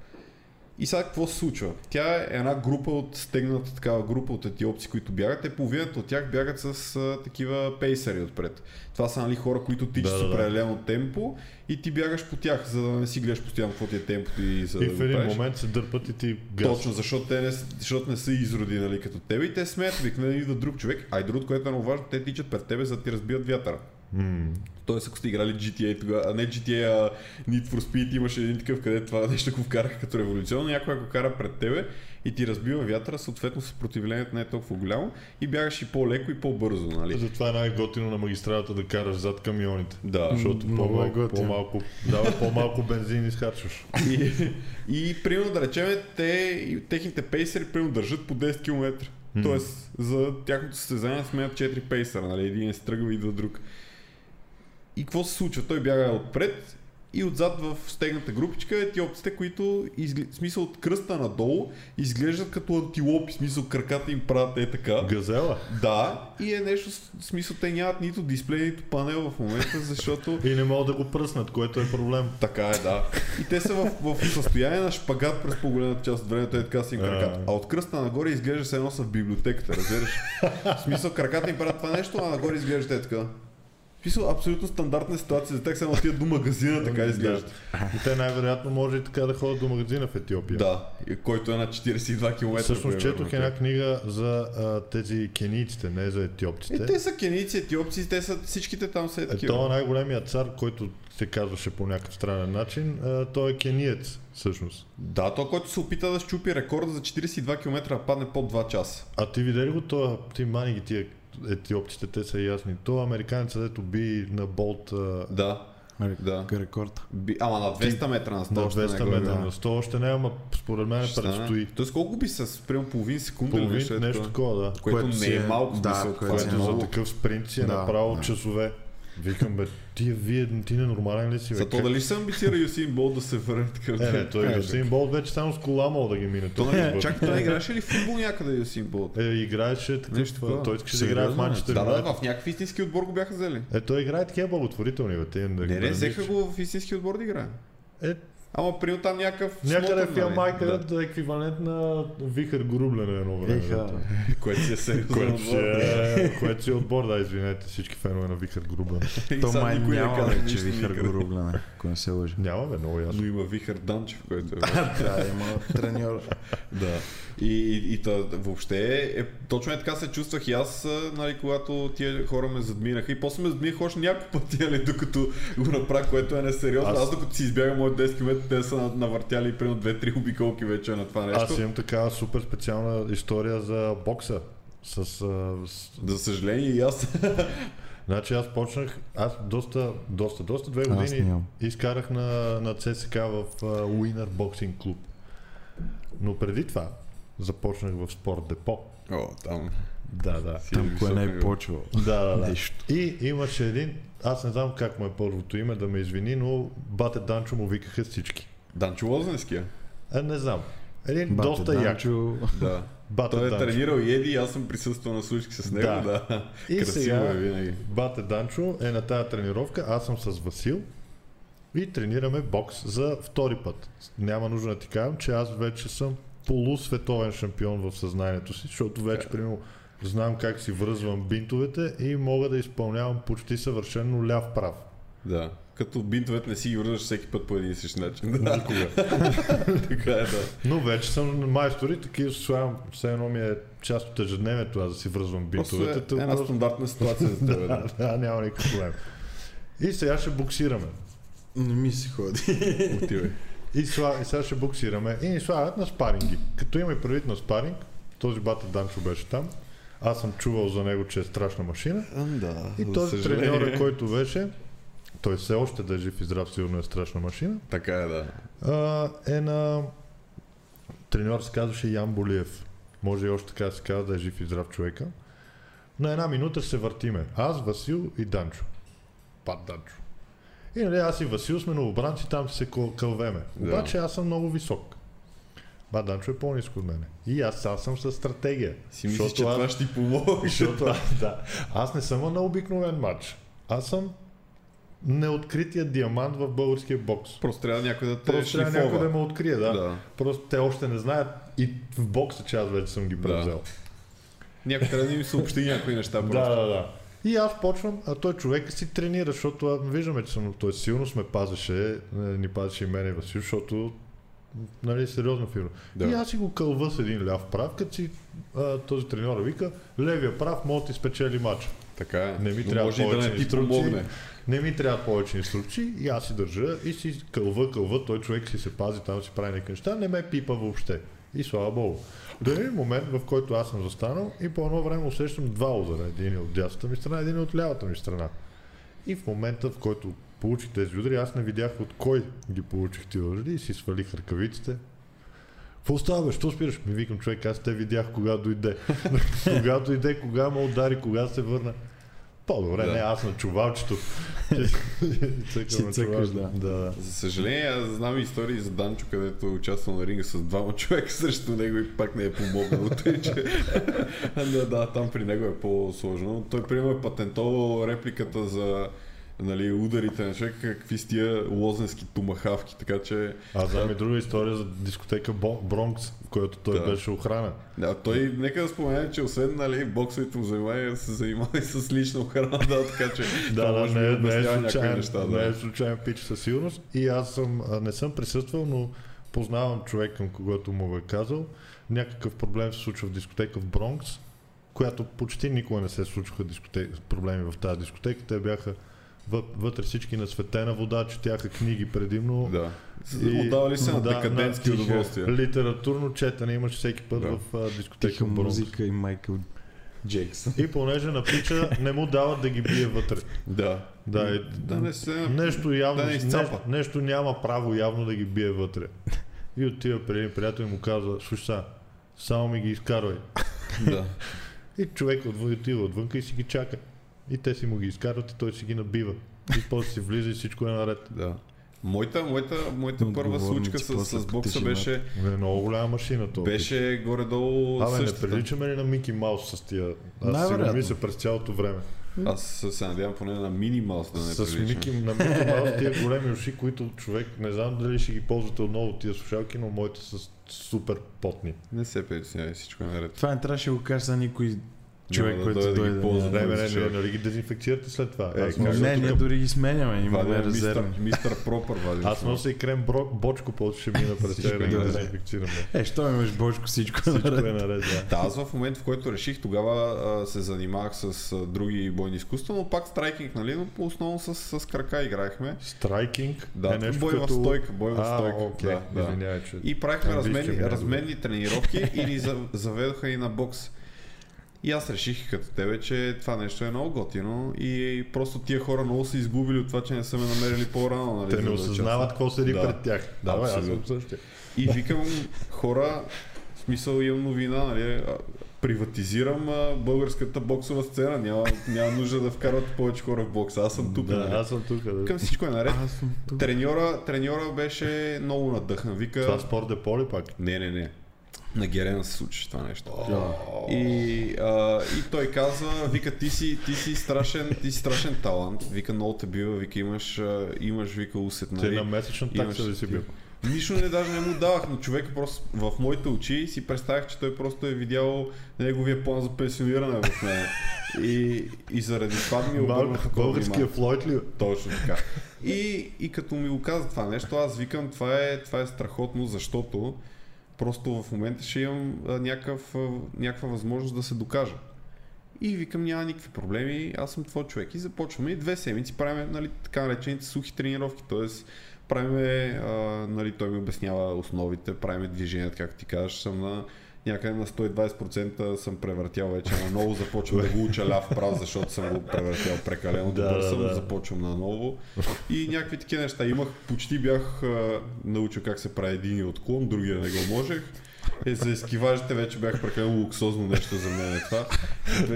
Speaker 2: И сега какво се случва? Тя е една група от стегната такава група от етиопци, които бягат. Те половината от тях бягат с а, такива пейсери отпред. Това са нали, хора, които тичат да,
Speaker 3: Да, да,
Speaker 2: с
Speaker 3: да.
Speaker 2: определено темпо и ти бягаш по тях, за да не си гледаш постоянно какво ти е темпото и за
Speaker 3: И
Speaker 2: да
Speaker 3: в
Speaker 2: го
Speaker 3: един
Speaker 2: правиш.
Speaker 3: момент се дърпат и ти газ.
Speaker 2: Точно, защото те не, с- защото не са изроди, нали, като тебе и те смеят, обикновено идва друг човек, а и другото, което е много важно, те тичат пред тебе, за да ти разбият вятъра.
Speaker 3: М.
Speaker 2: Тоест, ако сте играли GTA тогава, а не GTA, а Need for Speed, имаше един такъв, къде това [laughs] нещо го вкараха като революционно, някой го кара пред тебе и ти разбива вятъра, съответно съпротивлението не е толкова голямо и бягаш и по-леко и по-бързо, нали?
Speaker 3: Затова е най-готино на магистралата да караш зад камионите.
Speaker 2: Да,
Speaker 3: Защото
Speaker 1: Много е
Speaker 3: по-малко,
Speaker 1: готино.
Speaker 3: по-малко, дава по-малко бензин изхарчваш.
Speaker 2: И, и примерно да речем, те, и техните пейсери примерно държат по 10 км. Тоест, за тяхното състезание сменят 4 пейсера, нали? Един се тръгва и идва друг. И какво се случва? Той бяга отпред и отзад в стегната групичка е етиопците, които изгл... в смисъл от кръста надолу изглеждат като антилопи, в смисъл краката им правят е така.
Speaker 3: Газела.
Speaker 2: Да, и е нещо, с- в смисъл те нямат нито дисплей, нито панел в момента, защото
Speaker 3: И не могат да го пръснат, което е проблем.
Speaker 2: така е, да. И те са в, в състояние на шпагат през по-голямата част от времето, е така си им краката. А от кръста нагоре изглежда се едно са в библиотеката, разбираш? В смисъл, краката им правят това нещо, а нагоре изглежда е така. В смисъл, абсолютно стандартна ситуация за тях, само отиват до магазина, така изглежда.
Speaker 3: И те най-вероятно може и така да ходят до магазина в Етиопия.
Speaker 2: Да, и който е на 42 км.
Speaker 3: Всъщност четох
Speaker 2: Е,
Speaker 3: една книга за а, тези кенийците, не за етиопците.
Speaker 2: Е, те са кенийци, етиопци, те са всичките там са е
Speaker 3: Е, той е
Speaker 2: такива.
Speaker 3: най-големият цар, който се казваше по някакъв странен начин. А, той е кениец, всъщност.
Speaker 2: Да, то, който се опита да щупи рекорда за 42 км, да падне под 2 часа.
Speaker 3: А ти видя ли го това? Ти мани ги тия етиопците, те са ясни. Той американецът, дето би на болт а,
Speaker 2: Да. Да.
Speaker 1: Рекорд.
Speaker 2: Би- Ама на 200 метра на 100
Speaker 3: на
Speaker 2: още не
Speaker 3: 200
Speaker 2: го е
Speaker 3: метра.
Speaker 2: било.
Speaker 3: На 100 още не, ама според мен
Speaker 2: Ще стане.
Speaker 3: предстои.
Speaker 2: Тоест колко би с примерно половин секунда или
Speaker 3: Половин,
Speaker 2: е такова?
Speaker 3: нещо такова, да.
Speaker 2: Което,
Speaker 1: Което
Speaker 2: не
Speaker 1: си
Speaker 2: е
Speaker 1: е-
Speaker 2: малко,
Speaker 1: да,
Speaker 2: мисъл,
Speaker 1: което
Speaker 2: това
Speaker 1: си
Speaker 2: е
Speaker 1: е
Speaker 3: Което за
Speaker 2: много.
Speaker 3: такъв спринт си е
Speaker 1: Да,
Speaker 3: направил
Speaker 1: да.
Speaker 3: часове. Викам, бе, тия вие, ти ненормален ли си, бе?
Speaker 2: За то
Speaker 3: Как-
Speaker 2: дали ще се амбицира Юсин Бол да се върне такъв?
Speaker 3: Е, не, той Юсин Болт вече само с кола мога да ги мине.
Speaker 2: То
Speaker 3: Той не
Speaker 2: не,
Speaker 3: бързо.
Speaker 2: чак той играеше ли в футбол някъде Юсин Бол?
Speaker 3: Е, играеше
Speaker 2: Нещо
Speaker 3: такъв,
Speaker 2: такова. е?
Speaker 3: той искаше да играе в
Speaker 1: Сериозно, не?
Speaker 2: Да,
Speaker 3: Манчестър
Speaker 2: да,
Speaker 3: Юнайтед.
Speaker 2: в някакъв истински отбор го бяха взели.
Speaker 3: Е, той играе такива благотворителни, бе. Те,
Speaker 2: Не, не, взеха го в истински отбор да играе.
Speaker 3: Е,
Speaker 2: Ама приел там някакъв...
Speaker 3: някъде
Speaker 2: смотър,
Speaker 3: в Ямайка
Speaker 2: нали? Да.
Speaker 3: да. е еквивалент на Вихър Грубле на едно време. бе.
Speaker 1: Еха.
Speaker 2: Което си е сериозно.
Speaker 3: Което си, е, [laughs] което си е отбор, да, извинете всички фенове на Вихър Грубле.
Speaker 1: То май няма вече вихър
Speaker 2: Вихър
Speaker 1: го рубляне, ако не се лъжа.
Speaker 3: Няма, бе, много ясно.
Speaker 2: Но има Вихър Данчев, който е...
Speaker 1: Да, има треньор.
Speaker 2: Да. И, и, и та, въобще, е, точно е така се чувствах и аз, а, нали, когато тия хора ме задминаха. И после ме задминаха още няколко пъти, [laughs] нали, докато го направя, което е несериозно. Аз,
Speaker 3: Аз-
Speaker 2: аз докато си избягам моят 10 км, те са на- навъртяли примерно 2-3 обиколки вече на това нещо.
Speaker 3: Аз имам такава супер специална история за бокса. С, а, с
Speaker 2: За съжаление и аз.
Speaker 3: Значи аз почнах, аз доста, доста, доста две
Speaker 1: Аз
Speaker 3: години
Speaker 1: нямам.
Speaker 3: изкарах на, на ЦСК в а, Winner Boxing Club. Но преди това започнах в Спорт Депо.
Speaker 2: О, там.
Speaker 3: Да, да.
Speaker 2: си
Speaker 1: Там кое
Speaker 2: високо
Speaker 1: не е
Speaker 2: ниво.
Speaker 1: почвало.
Speaker 3: Да, да, да.
Speaker 1: Нещо.
Speaker 3: И имаше един, аз не знам как му е първото име, да ме извини, но Бате Данчо му викаха всички.
Speaker 2: Данчо Лозенския.
Speaker 3: А, не знам. Един
Speaker 1: Бате
Speaker 3: доста як.
Speaker 1: Данчо,
Speaker 2: Да.
Speaker 3: Бате
Speaker 2: Той е
Speaker 3: Данчо.
Speaker 2: тренирал и Еди, аз съм присъствал на случки с него,
Speaker 3: Да.
Speaker 2: да.
Speaker 3: И
Speaker 2: Красиво
Speaker 3: сега-
Speaker 2: е винаги.
Speaker 3: Бате Данчо е на тая тренировка, аз съм с Васил и тренираме бокс за втори път. Няма нужда да ти кажам, че аз вече съм полусветовен шампион в съзнанието си, защото вече, примерно, знам как си връзвам бинтовете и мога да изпълнявам почти съвършено ляв-прав.
Speaker 2: Да. Като бинтовете не си ги връзваш всеки път по един и същ начин. [laughs] Да. така е, да.
Speaker 3: Но вече съм майстор и такива се слагам, все едно ми е част от ежедневието аз да си връзвам
Speaker 2: Просто
Speaker 3: бинтовете.
Speaker 2: е
Speaker 3: тъй
Speaker 2: една
Speaker 3: просто-
Speaker 2: стандартна ситуация за теб. [laughs] да.
Speaker 3: да, [laughs] да, няма никакъв проблем. И сега ще буксираме.
Speaker 1: не ми се ходи.
Speaker 2: Отивай.
Speaker 3: И, сла, и сега ще буксираме. И ни слагат на спаринги. Като имаме предвид на спаринг, този бата Данчо беше там. Аз съм чувал за него, че е страшна машина.
Speaker 2: Да,
Speaker 3: И този треньор, е, който беше, той все още да е жив и здрав, сигурно е страшна машина,
Speaker 2: Така е, да.
Speaker 3: а, е на... Треньор се казваше Ян Болиев. Може и още така да се казва да е жив и здрав човека. На една минута ще се въртиме. Аз, Васил и Данчо. Пат Данчо. И нали, аз и Васил сме новобранци, там се къл- кълвеме.
Speaker 2: Да.
Speaker 3: Обаче аз съм много висок. Ба, Данчо е по-ниско от мене. И аз сега съм със стратегия.
Speaker 2: Си мислиш, че
Speaker 3: аз,
Speaker 2: това ще ти помогне.
Speaker 3: защото аз, да, аз не съм на обикновен матч. Аз съм неоткрития диамант в българския
Speaker 2: [laughs]
Speaker 3: бокс.
Speaker 2: Просто трябва някой да те
Speaker 3: Просто трябва някой да
Speaker 2: шлифова.
Speaker 3: ме открие, да.
Speaker 2: Да.
Speaker 3: Просто те още не знаят и в бокса, че аз вече съм ги превзел.
Speaker 2: Някой трябва да им съобщи някои неща
Speaker 3: Да,
Speaker 2: просто.
Speaker 3: да, да, И аз почвам, а той човек си тренира, защото а, виждаме, че съм, той силно сме пазеше, е, ни пазеше и мене и Васил, защото нали, сериозна фигура.
Speaker 2: Да.
Speaker 3: И аз си го кълва с един ляв прав, като си а, този треньор вика, левия прав може да ти спечели матча.
Speaker 2: Така е.
Speaker 3: Не ми
Speaker 2: Но
Speaker 3: трябва
Speaker 2: може и да
Speaker 3: повече
Speaker 2: не ти
Speaker 3: инструкции.
Speaker 2: помогне.
Speaker 3: Не ми трябва повече инструкции и аз си държа и си кълва, кълва, той човек си се пази, там си прави някакви неща, не ме пипа въобще. И слава богу. До един момент, в който аз съм застанал и по едно време усещам два удара. Един е от дясната ми страна, един е от лявата ми страна. И в момента, в който получих тези удари, аз не видях от кой ги получих тези удари и си свалих ръкавиците. Какво става, бе? Що спираш? Ми викам човек, аз те видях кога дойде. [laughs] кога дойде, кога ме удари, кога се върна. По-добре,
Speaker 2: Да.
Speaker 3: не, аз на чувалчето. Цъкам
Speaker 1: Си
Speaker 3: на
Speaker 1: цъкаш,
Speaker 3: чувалчето.
Speaker 1: да.
Speaker 3: да.
Speaker 2: За съжаление, аз знам истории за Данчо, където е участвал на ринга с двама човека [laughs] срещу него и пак не е помогнал. [laughs] Тъй, че... да, да, там при него е по-сложно. Той, примерно, е патентовал репликата за нали, ударите на човека, какви с тия лозенски тумахавки, така че
Speaker 3: А знам и друга история за дискотека Бо- Бронкс, в която той
Speaker 2: Да.
Speaker 3: беше охрана.
Speaker 2: Да, той нека да спомене, че освен нали, боксовите му занимания се занимава и с лична охрана, да, така че
Speaker 3: [laughs] Да,
Speaker 2: това
Speaker 3: да,
Speaker 2: може би
Speaker 3: не, е- не, е
Speaker 2: обяснява някои
Speaker 3: случайен,
Speaker 2: неща.
Speaker 3: не е
Speaker 2: Да.
Speaker 3: случайен пич със сигурност. И аз съм, а, не съм присъствал, но познавам човек, към когото му го е казал. Някакъв проблем се случва в дискотека в Бронкс, която почти никога не се случваха дискотек, проблеми в тази дискотека. Те бяха въ- вътре всички на светена вода, четяха книги предимно.
Speaker 2: да. Отдавали се на
Speaker 3: да, значи,
Speaker 2: декадентски
Speaker 3: на тиха-
Speaker 2: удоволствия.
Speaker 3: Литературно четене имаше всеки път
Speaker 2: Да.
Speaker 3: в а, дискотека
Speaker 1: Тиха
Speaker 3: в Бронкс.
Speaker 1: музика и Майкъл Джексън.
Speaker 3: И понеже на пича не му дават да ги бие вътре.
Speaker 2: Да.
Speaker 3: Да, и,
Speaker 2: Да не се...
Speaker 3: Нещо явно,
Speaker 2: Да не изцапа.
Speaker 3: [laughs] нещо, нещо няма право явно да ги бие вътре. И отива при един приятел и му казва, слушай сега, само ми ги изкарвай.
Speaker 2: Да.
Speaker 3: И човек отвън, отива отвънка и си ги чака. И те си му ги изкарват и той си ги набива. И после си влиза и всичко е наред.
Speaker 2: Да. Моята, моята, моята първа
Speaker 1: Отговорници
Speaker 2: случка с,
Speaker 1: после
Speaker 2: с бокса
Speaker 1: тишината.
Speaker 2: беше,
Speaker 3: Бе, много голяма машина това.
Speaker 2: беше горе-долу
Speaker 3: Абе, не
Speaker 2: същата.
Speaker 3: приличаме ли на Мики Маус с тия? Аз си го
Speaker 1: Най-вероятно.
Speaker 3: мисля през цялото време.
Speaker 2: Аз се надявам поне на минималс да не
Speaker 3: с
Speaker 2: приличам.
Speaker 3: Мики, на Мики Маус тия големи уши, които човек, не знам дали ще ги ползвате отново тия слушалки, но моите са супер потни.
Speaker 2: Не се притеснявай, всичко е наред.
Speaker 1: Това не трябваше да го кажа за никой човек,
Speaker 2: да
Speaker 1: който
Speaker 2: дойде да ги
Speaker 1: дойде.
Speaker 2: ползва.
Speaker 1: да.
Speaker 3: Не, не, не,
Speaker 2: Слушай.
Speaker 3: не, нали ги дезинфекцирате след това.
Speaker 2: Е,
Speaker 3: Аз
Speaker 2: как
Speaker 3: нося
Speaker 1: Не,
Speaker 3: тук-
Speaker 1: ние дори ги сменяме, имаме
Speaker 2: Вадим мистър,
Speaker 1: резервни.
Speaker 2: мистър Пропър,
Speaker 3: [laughs]
Speaker 2: вадим.
Speaker 3: Аз нося и крем брок, бочко, после ще мина през
Speaker 2: Всичко
Speaker 3: тебе да
Speaker 2: е
Speaker 3: ги
Speaker 2: наред. [laughs]
Speaker 3: дезинфекцираме.
Speaker 1: Е, що имаш Божко всичко,
Speaker 3: Всичко
Speaker 1: наред?
Speaker 3: е наред, да.
Speaker 2: Да, аз в момента, в който реших, тогава а, се занимавах с а, други бойни изкуства, но пак страйкинг, нали? Но по- основно с, с крака играехме.
Speaker 3: Страйкинг
Speaker 2: Да,
Speaker 3: е нещо
Speaker 2: бой
Speaker 3: като...
Speaker 2: в стойка, бой в
Speaker 3: А,
Speaker 2: стойка.
Speaker 3: окей,
Speaker 2: да, да.
Speaker 3: извинявай, че...
Speaker 2: И правихме
Speaker 3: Английски ми
Speaker 2: разменни,
Speaker 3: [laughs] не е добър.
Speaker 2: разменни тренировки и ни за- заведоха и на бокс. И аз реших като тебе, че това нещо е много готино и просто тия хора много са изгубили от това, че не са ме намерили по-рано. Нали,
Speaker 3: Те
Speaker 2: за
Speaker 3: не
Speaker 2: да участват.
Speaker 3: осъзнават какво седи
Speaker 2: Да.
Speaker 3: пред тях. Да, бе, аз съм
Speaker 2: Абсолютно.
Speaker 3: същия.
Speaker 2: И викам, хора, в смисъл имам новина, нали? а, Приватизирам а, българската боксова сцена. Няма, няма нужда да вкарват повече хора в бокса. Аз съм тук.
Speaker 3: Да,
Speaker 2: нали?
Speaker 3: аз съм тук. Да.
Speaker 2: Към всичко е наред.
Speaker 1: Аз съм тук.
Speaker 2: Треньора, треньора беше много надъхан. Вика,
Speaker 3: Това спорт е поли пак.
Speaker 2: не, не, не. На Герена се случи това нещо.
Speaker 1: Да.
Speaker 2: И, а, и той казва, вика, ти си, ти си страшен, ти си страшен талант. Вика, много те бива, вика, имаш, а, имаш вика, усет,
Speaker 3: Ти на
Speaker 2: нали?
Speaker 3: месечна
Speaker 2: имаш
Speaker 3: такса ли си
Speaker 2: ти-
Speaker 3: бил?
Speaker 2: Нищо не даже не му давах, но човека просто в моите очи си представях, че той просто е видял неговия план за пенсиониране в мен. И, и заради това ми е обърна
Speaker 3: Малко българския Флойд ли? бе?
Speaker 2: точно така. И, и като ми го каза това нещо, аз викам, това е, това е страхотно, защото просто в момента ще имам а, някакъв, а, някаква възможност да се докажа. И викам, няма никакви проблеми, аз съм твой човек. И започваме и две седмици правим нали, така наречените сухи тренировки, т.е. правиме, а, нали, той ми обяснява основите, правиме движенията, както ти кажеш, съм на някъде на 120% съм превъртял вече на ново, започвам да го уча ляв прав, защото съм го превъртял прекалено
Speaker 3: [laughs] Да,
Speaker 2: добър
Speaker 3: да,
Speaker 2: съм,
Speaker 3: да.
Speaker 2: започвам наново. И някакви такива неща. Имах, почти бях а, научил как се прави един отклон, другия не го можех. Е, за изкиважите вече бях прекалено луксозно нещо за мен е това.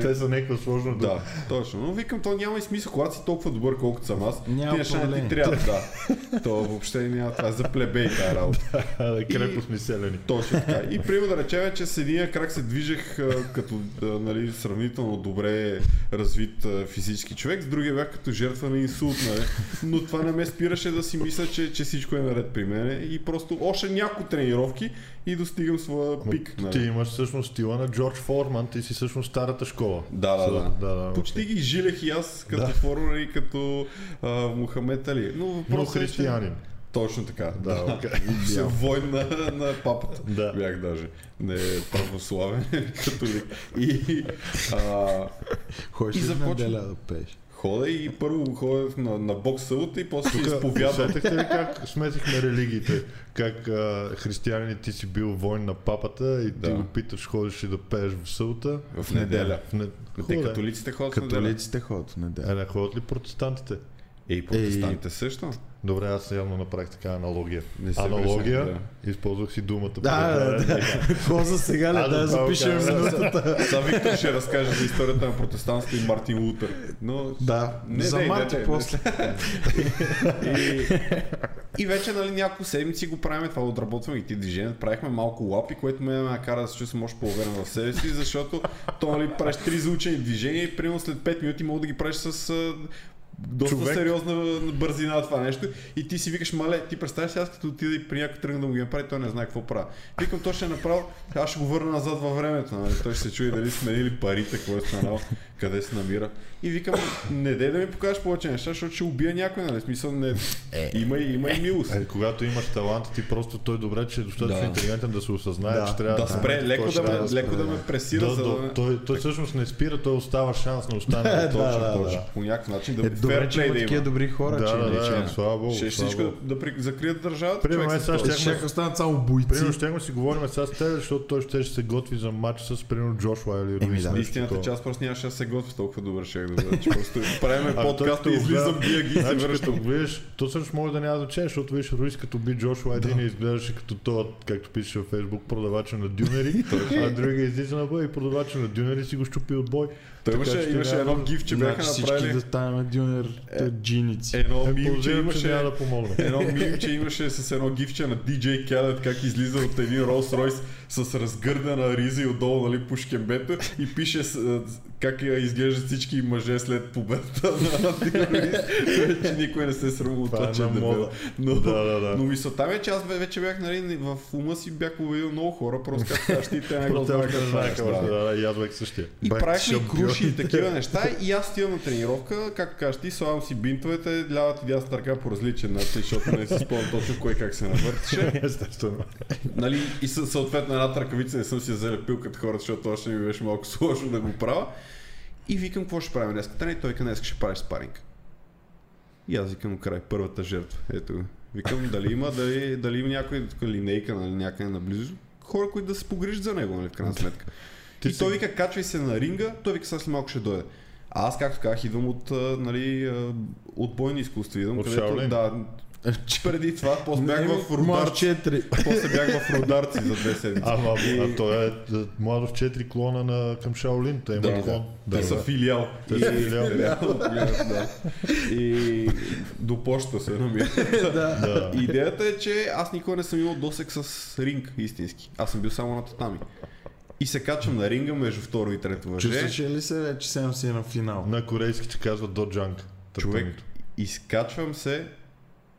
Speaker 3: Те са някаква сложно.
Speaker 2: Да, точно. Но викам, то няма и смисъл, когато си толкова добър, колкото съм аз,
Speaker 1: Няма
Speaker 2: ти неща не ти
Speaker 1: проблеми.
Speaker 2: трябва, да. То въобще няма това е за плебей тази работа.
Speaker 3: [laughs] Крепостни селени.
Speaker 2: Точно така. И примерно да речем, че с единия крак се движех а, като а, нали, сравнително добре развит а, физически човек, с другия бях като жертва на инсулт. Нали? Но това не ме спираше да си мисля, че, че всичко е наред при мен. И просто още няколко тренировки и достигам своя пик.
Speaker 3: Ти
Speaker 2: Нали?
Speaker 3: имаш всъщност стила на Джордж Форман, ти си всъщност старата школа.
Speaker 2: Да, да, да.
Speaker 3: да, да.
Speaker 2: Почти ги жилех и аз като да. и като а, Мухамед Али. Но
Speaker 3: Но
Speaker 2: въпросът е, че-
Speaker 3: християнин.
Speaker 2: Точно така.
Speaker 3: Да,
Speaker 2: Да,
Speaker 3: окей.
Speaker 2: Се войн на, на папата.
Speaker 3: Да.
Speaker 2: Бях даже. Не е православен е католик. И, а,
Speaker 1: Ходиш
Speaker 2: И
Speaker 1: ли в
Speaker 2: започна-
Speaker 1: неделя да пееш?
Speaker 2: хода и първо ходя на, на бокс събота и после се изповядам.
Speaker 3: Усетихте ли как сметихме религиите? Как а, християнин ти си бил войн на папата и ти
Speaker 2: Да.
Speaker 3: го питаш, ходиш ли да пееш в събота?
Speaker 2: В неделя.
Speaker 3: В не...
Speaker 2: Те
Speaker 3: Хубаво, да.
Speaker 2: католиците ходят в неделя.
Speaker 1: Католиците ходят в
Speaker 3: Е,
Speaker 1: неделя.
Speaker 3: не ходят ли протестантите?
Speaker 2: Ей, протестантите също.
Speaker 3: Добре, аз явно направих така аналогия.
Speaker 2: Не се
Speaker 3: аналогия,
Speaker 2: връщам,
Speaker 3: използвах си думата.
Speaker 1: Да,
Speaker 3: преди.
Speaker 1: да, да. Какво за сега
Speaker 3: Аз
Speaker 1: ли? Да,
Speaker 3: за това го
Speaker 1: запишем
Speaker 3: казвам.
Speaker 1: минутата.
Speaker 2: Сега Виктор ще разкаже за историята на протестантите и Мартин Лутер. Но
Speaker 1: Да,
Speaker 2: Не,
Speaker 1: за
Speaker 2: не, не,
Speaker 1: Марти
Speaker 2: не, не.
Speaker 1: после.
Speaker 2: И, и вече, нали, няколко седмици го правим това, отработваме и ти движения, правихме малко лапи, което ме накара да се чувствам още по-уверен в себе си, защото то, нали, правиш три заучени движения и примерно след 5 минути мога да ги правиш с а, доста
Speaker 3: Човек.
Speaker 2: сериозна бързина това нещо и ти си викаш, мале, ти представяш си, аз като отида и при някой тръгна да му ги направи, той не знае какво правя. Викам, той ще направи, аз ще го върна назад във времето, нали? той ще се чуе дали сменили парите, какво е станало, къде се намира. И викам, не дей да ми покажеш повече неща, защото ще убия някой, нали? Смисъл, не... има, и, има и милост.
Speaker 3: Е, когато имаш талант, ти просто той добре, че е достатъчно
Speaker 2: Да.
Speaker 3: интелигентен да се осъзнае,
Speaker 1: Да.
Speaker 3: че трябва
Speaker 2: Да спре,
Speaker 3: кой
Speaker 2: леко
Speaker 3: ще
Speaker 2: да, ме,
Speaker 3: трябва
Speaker 2: леко да
Speaker 3: спре.
Speaker 2: ме пресира,
Speaker 3: Да,
Speaker 2: за да...
Speaker 3: да,
Speaker 2: не-
Speaker 3: той, той всъщност не спира, той остава
Speaker 2: [laughs]
Speaker 3: шанс на останалите.
Speaker 1: Да,
Speaker 3: точно,
Speaker 1: да,
Speaker 3: точно.
Speaker 1: да.
Speaker 2: По някакъв начин да
Speaker 1: Е, добре, че
Speaker 2: фейрплей
Speaker 1: има такива добри хора,
Speaker 3: Да,
Speaker 1: че
Speaker 3: да,
Speaker 1: не
Speaker 3: да,
Speaker 1: че-
Speaker 3: слава богу.
Speaker 2: Ще
Speaker 3: слава
Speaker 2: всичко
Speaker 3: богу.
Speaker 2: да, да при- закрият държавата.
Speaker 3: Примерно,
Speaker 2: човек
Speaker 3: е,
Speaker 2: с
Speaker 3: сега
Speaker 2: този-
Speaker 1: Е, Ще останат само бойци.
Speaker 3: Примерно, ще си говорим сега с теб, защото той ще се готви за матч с примерно Джошуа или Руис.
Speaker 1: Еми, да.
Speaker 3: нещо
Speaker 2: Истината, е,
Speaker 3: такова.
Speaker 2: че аз просто нямаше да се готвя толкова добър, ще да бъда, че просто правиме
Speaker 3: Ами, той
Speaker 2: подкаст
Speaker 3: като
Speaker 2: и
Speaker 3: го
Speaker 2: излизам,
Speaker 3: гледа-
Speaker 2: бия ги и се
Speaker 3: Значи,
Speaker 2: връщам.
Speaker 3: като го видиш, то също може да няма значение, защото виж Руис като би Джошуа един и изглеждаше като то, както пише във Фейсбук, продавача
Speaker 2: [laughs]
Speaker 3: на дюнери, а другия излиза на бой и продавача на дюнери си го щупи от бой.
Speaker 2: Той
Speaker 3: Така
Speaker 2: имаше,
Speaker 3: че
Speaker 2: имаше
Speaker 3: няма-
Speaker 2: едно гиф, че бяха
Speaker 1: Значи всички
Speaker 2: направили
Speaker 1: да станем дюнер те джиници.
Speaker 2: едно
Speaker 3: Е,
Speaker 2: мим, че
Speaker 3: подозирам, че
Speaker 2: Ами, имаше
Speaker 3: няма да помогне.
Speaker 2: Едно мимче имаше с едно гифче на DJ Khaled, как излиза от един Rolls Royce с разгърдана риза и отдолу, нали, пушкембето и пише с, а, как я изглеждат всички мъже след победата на антитерорист. Вече е, никой не се срамува от
Speaker 3: Това
Speaker 2: това,
Speaker 3: е
Speaker 2: че е
Speaker 3: на мода.
Speaker 2: дебел. Но,
Speaker 3: Да, да, да.
Speaker 2: но мисълта ми е, че аз бе- вече бях, нали, в ума си бях победил много хора,
Speaker 3: [laughs]
Speaker 2: просто как кажеш ти, те не го
Speaker 3: Просто
Speaker 2: знаят
Speaker 3: не
Speaker 2: какво
Speaker 3: знае
Speaker 2: правиш,
Speaker 3: какво
Speaker 2: да.
Speaker 3: ще да, да, и аз бях същия.
Speaker 2: И
Speaker 3: Бах
Speaker 2: правихме и
Speaker 3: шампион.
Speaker 2: круши и такива неща. И аз отивам на тренировка, както кажеш ти, слагам си бинтовете, лявата и дясната ръка по различен начин, защото не си спомням точно кой как се навъртеше.
Speaker 3: [laughs] Естествено.
Speaker 2: Нали, и със съответно едната ръкавица не съм си я залепил като хората, защото още ми беше малко [laughs] сложно да го правя. И викам, какво ще правим днес? Трени, той вика, днес ще правиш спаринг. И аз викам, край, първата жертва. Ето го. Викам, дали има, дали, дали има някой така линейка, нали, някъде наблизо. Хора, които да се погрижат за него, нали, в крайна сметка. Ти и той вика, качвай се на ринга, той вика, сега след малко ще дойде. А аз, както казах, идвам от, а, нали, а, от бойни изкуства. Идвам,
Speaker 3: От
Speaker 2: където,
Speaker 3: Shaolin?
Speaker 2: да,
Speaker 3: [laughs]
Speaker 2: преди това, после бях
Speaker 3: Нали?
Speaker 2: в
Speaker 1: Мар
Speaker 2: Рударци.
Speaker 1: 4.
Speaker 2: После бях в Рударци за две седмици.
Speaker 3: Ама, а той е т- младов 4 клона на, към Шаолин. Те има
Speaker 2: Да,
Speaker 3: клон.
Speaker 2: да. Те са филиал.
Speaker 3: Те са филиал.
Speaker 2: Реално, да. И до почта се намира.
Speaker 3: да.
Speaker 2: Идеята е, че аз никога не съм имал досек с ринг истински. Аз съм бил само на татами. И се качвам на ринга между второ и трето въже.
Speaker 1: Чувстваш ли се, бе, че сега си на финал?
Speaker 3: На корейските казват до джанг.
Speaker 2: Човек, изкачвам се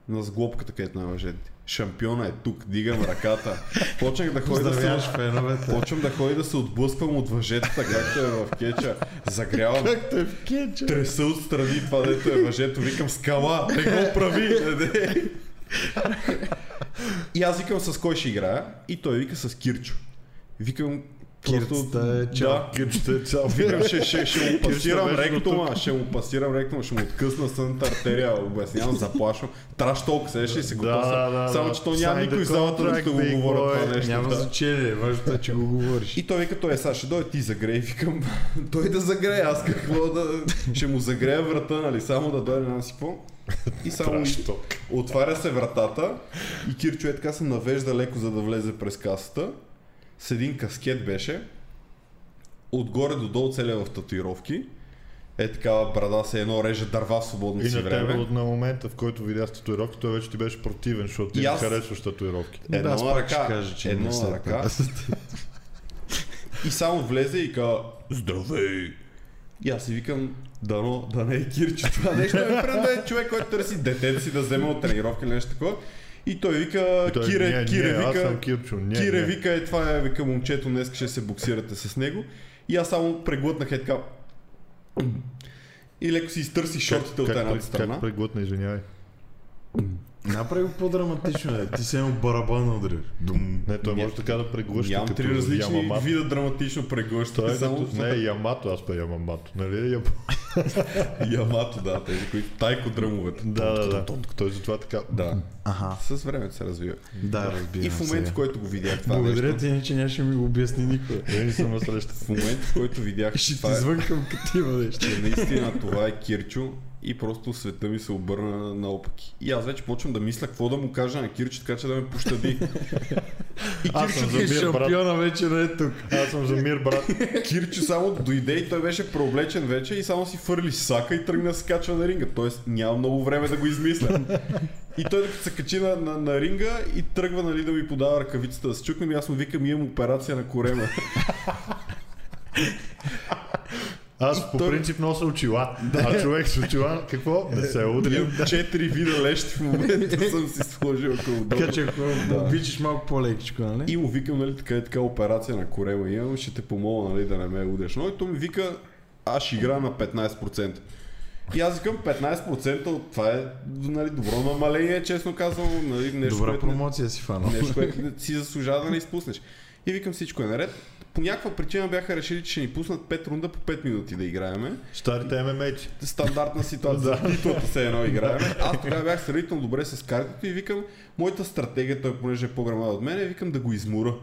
Speaker 2: на сглобката, където на въжете. Шампиона е тук, дигам ръката. Почнах да ходя да се...
Speaker 1: Поздравяваш [laughs] феновете.
Speaker 2: Почвам да ходя да се отблъсквам от въжетата, както е в кеча. Загрявам.
Speaker 1: Както е в кеча.
Speaker 2: Треса отстрани това, дето е въжето, викам скала, не го прави, не, не. И аз викам с кой ще играя и той вика с Кирчо. Викам
Speaker 1: Кирцата е чао.
Speaker 2: Да,
Speaker 3: Кирчета е цял.
Speaker 2: Викам, ще, ще, ще му пасирам
Speaker 3: беше до
Speaker 2: ректума, ще му пасирам ректума, ще му откъсна сънта артерия, обяснявам, заплашвам. Траш толк, сега ще се го
Speaker 3: Да,
Speaker 2: пасам.
Speaker 3: да, да.
Speaker 2: Само, че то няма
Speaker 3: Sign the
Speaker 2: никой в залата, да
Speaker 3: contract,
Speaker 2: ще го
Speaker 3: big
Speaker 2: говоря
Speaker 3: boy.
Speaker 2: това нещо.
Speaker 1: Няма
Speaker 2: да.
Speaker 1: значение, важното е, че го говориш.
Speaker 2: И той вика, той е сега, ще дойде ти загрей, викам, [laughs] той да загрее, аз какво да... Ще му загрея врата, нали, само да дойде на си по. И само
Speaker 3: Траш ток.
Speaker 2: отваря се вратата и Кирчо е така се навежда леко, за да влезе през касата. С един каскет беше, отгоре до долу целия в татуировки. Е такава брада се едно реже дърва в свободно
Speaker 3: И
Speaker 2: си
Speaker 3: на тебе
Speaker 2: време.
Speaker 3: от на момента, в който видях татуировки, той вече ти беше противен, защото ти
Speaker 2: И
Speaker 3: не
Speaker 2: аз-
Speaker 3: харесваш татуировки.
Speaker 1: Да,
Speaker 2: Едно
Speaker 1: аз
Speaker 2: на
Speaker 1: пак ще
Speaker 2: ръка,
Speaker 1: кажа, че
Speaker 2: едно
Speaker 1: не се
Speaker 2: на ръка.
Speaker 1: пазят.
Speaker 2: И само влезе и казва, здравей! И аз си викам, дано, да не е Кирчо това нещо. Ме да е човек, който търси детето си да вземе от тренировка или нещо такова. И той вика,
Speaker 3: И той,
Speaker 2: Кире,
Speaker 3: не,
Speaker 2: Кире,
Speaker 3: не, аз
Speaker 2: вика,
Speaker 3: съм Кирчо, не,
Speaker 2: Кире,
Speaker 3: не.
Speaker 2: вика, е това е, вика, момчето, днес ще се боксирате с него. И аз само преглътнах е така. И леко си изтърси шортите от
Speaker 3: Как-
Speaker 2: едната
Speaker 3: как,
Speaker 2: страна.
Speaker 3: как преглътна, извинявай.
Speaker 1: Направи го по-драматично, е. Ти се му барабан удриш. Дум.
Speaker 3: Не, той може така да преглъща.
Speaker 2: Нямам
Speaker 3: като
Speaker 2: три различни
Speaker 3: Ямамато.
Speaker 2: вида драматично преглъщане.
Speaker 3: Той е
Speaker 2: само...
Speaker 3: като... Не, Ямато, аз па Ямамато. Нали? Ям...
Speaker 2: [laughs] Ямато, да, тези, които тайко дръмовете.
Speaker 3: да, да, да. Той затова така...
Speaker 2: Да.
Speaker 1: Аха,
Speaker 2: С времето се развива.
Speaker 1: да, разбирам
Speaker 2: И в момента, в който го видях това
Speaker 1: Благодаря
Speaker 2: нещо,
Speaker 1: ти, иначе нямаше ми го обясни никога.
Speaker 3: Не съм на среща.
Speaker 2: в момента, в който видях, че
Speaker 1: [laughs] Ще
Speaker 2: това
Speaker 1: ти
Speaker 2: е,
Speaker 1: звънкам като има [laughs] нещо.
Speaker 2: че наистина това е Кирчо и просто света ми се обърна наопаки. И аз вече почвам да мисля какво да му кажа на Кирчо, така че да ме пощади. И е
Speaker 3: Аз съм
Speaker 2: Кирчо,
Speaker 3: за
Speaker 1: Ти
Speaker 3: мир, брат.
Speaker 1: шампиона вече не е тук.
Speaker 3: Аз съм за мир, брат.
Speaker 2: Кирчо само дойде и той беше преоблечен вече и само си фърли сака и тръгна да се качва на ринга. Тоест няма много време да го измисля. И той докато се качи на, на, на ринга и тръгва нали, да ми подава ръкавицата да се чукнем и аз му викам имам операция на корема.
Speaker 3: Аз по
Speaker 2: той-
Speaker 3: принцип нося очила. А човек с очила, какво? Не се е удря.
Speaker 2: Имам четири вида лещи в момента съм си сложил около дома.
Speaker 1: Така че ако обичаш малко по-лекичко, нали?
Speaker 2: И му викам, нали, така е така операция на корема имам, ще те помоля, нали, да не ме удеш. Но и той ми вика, аз ще игра на 15%. И аз викам 15% от това е нали, добро намаление, честно казвам, нали, нещо,
Speaker 1: Добра
Speaker 2: което не-
Speaker 1: промоция си фанал.
Speaker 2: Нещо, което не- си заслужава да не изпуснеш. И викам всичко е наред. По някаква причина бяха решили, че ще ни пуснат 5 рунда по 5 минути да играеме.
Speaker 3: Старите ММА-ци.
Speaker 2: Стандартна ситуация.
Speaker 1: [laughs]
Speaker 2: Битвата се едно играеме. Аз тогава бях сравнително добре с картите и викам, моята стратегия, той понеже е по-грама от мен, викам да го измура.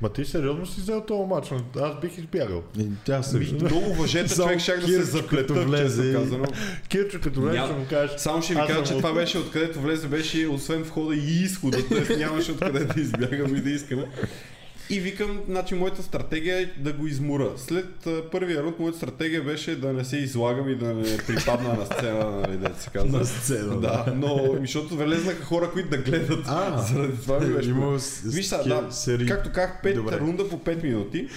Speaker 3: Ма ти сериозно си взел този матч? Аз бих избягал.
Speaker 1: И Тя също.
Speaker 2: Много въжета
Speaker 1: Само
Speaker 2: човек щях да се
Speaker 1: Кирчо,
Speaker 2: заплета,
Speaker 1: като влезе
Speaker 2: влезе.
Speaker 1: и-
Speaker 2: казано.
Speaker 3: Кирчо, като влезеш,
Speaker 2: Няма.
Speaker 3: ще му кажеш...
Speaker 2: Само ще ви
Speaker 3: аз
Speaker 2: кажа,
Speaker 3: съм
Speaker 2: че
Speaker 3: от-
Speaker 2: това беше откъдето влезе, беше освен входа и изхода, т.е. нямаше откъде да избягам и да искам. И викам, значи моята стратегия е да го измура. След а, първия рунд моята стратегия беше да не се излагам и да не припадна на сцена, нали, да се казва.
Speaker 1: На сцена,
Speaker 2: Да, но защото влезнаха хора, които да гледат.
Speaker 1: А,
Speaker 2: заради това ми Ами беше.
Speaker 1: Имал с-
Speaker 2: Виж сега,
Speaker 1: такива
Speaker 2: да,
Speaker 1: серии.
Speaker 2: както как, пет
Speaker 1: Добре.
Speaker 2: рунда по 5 минути.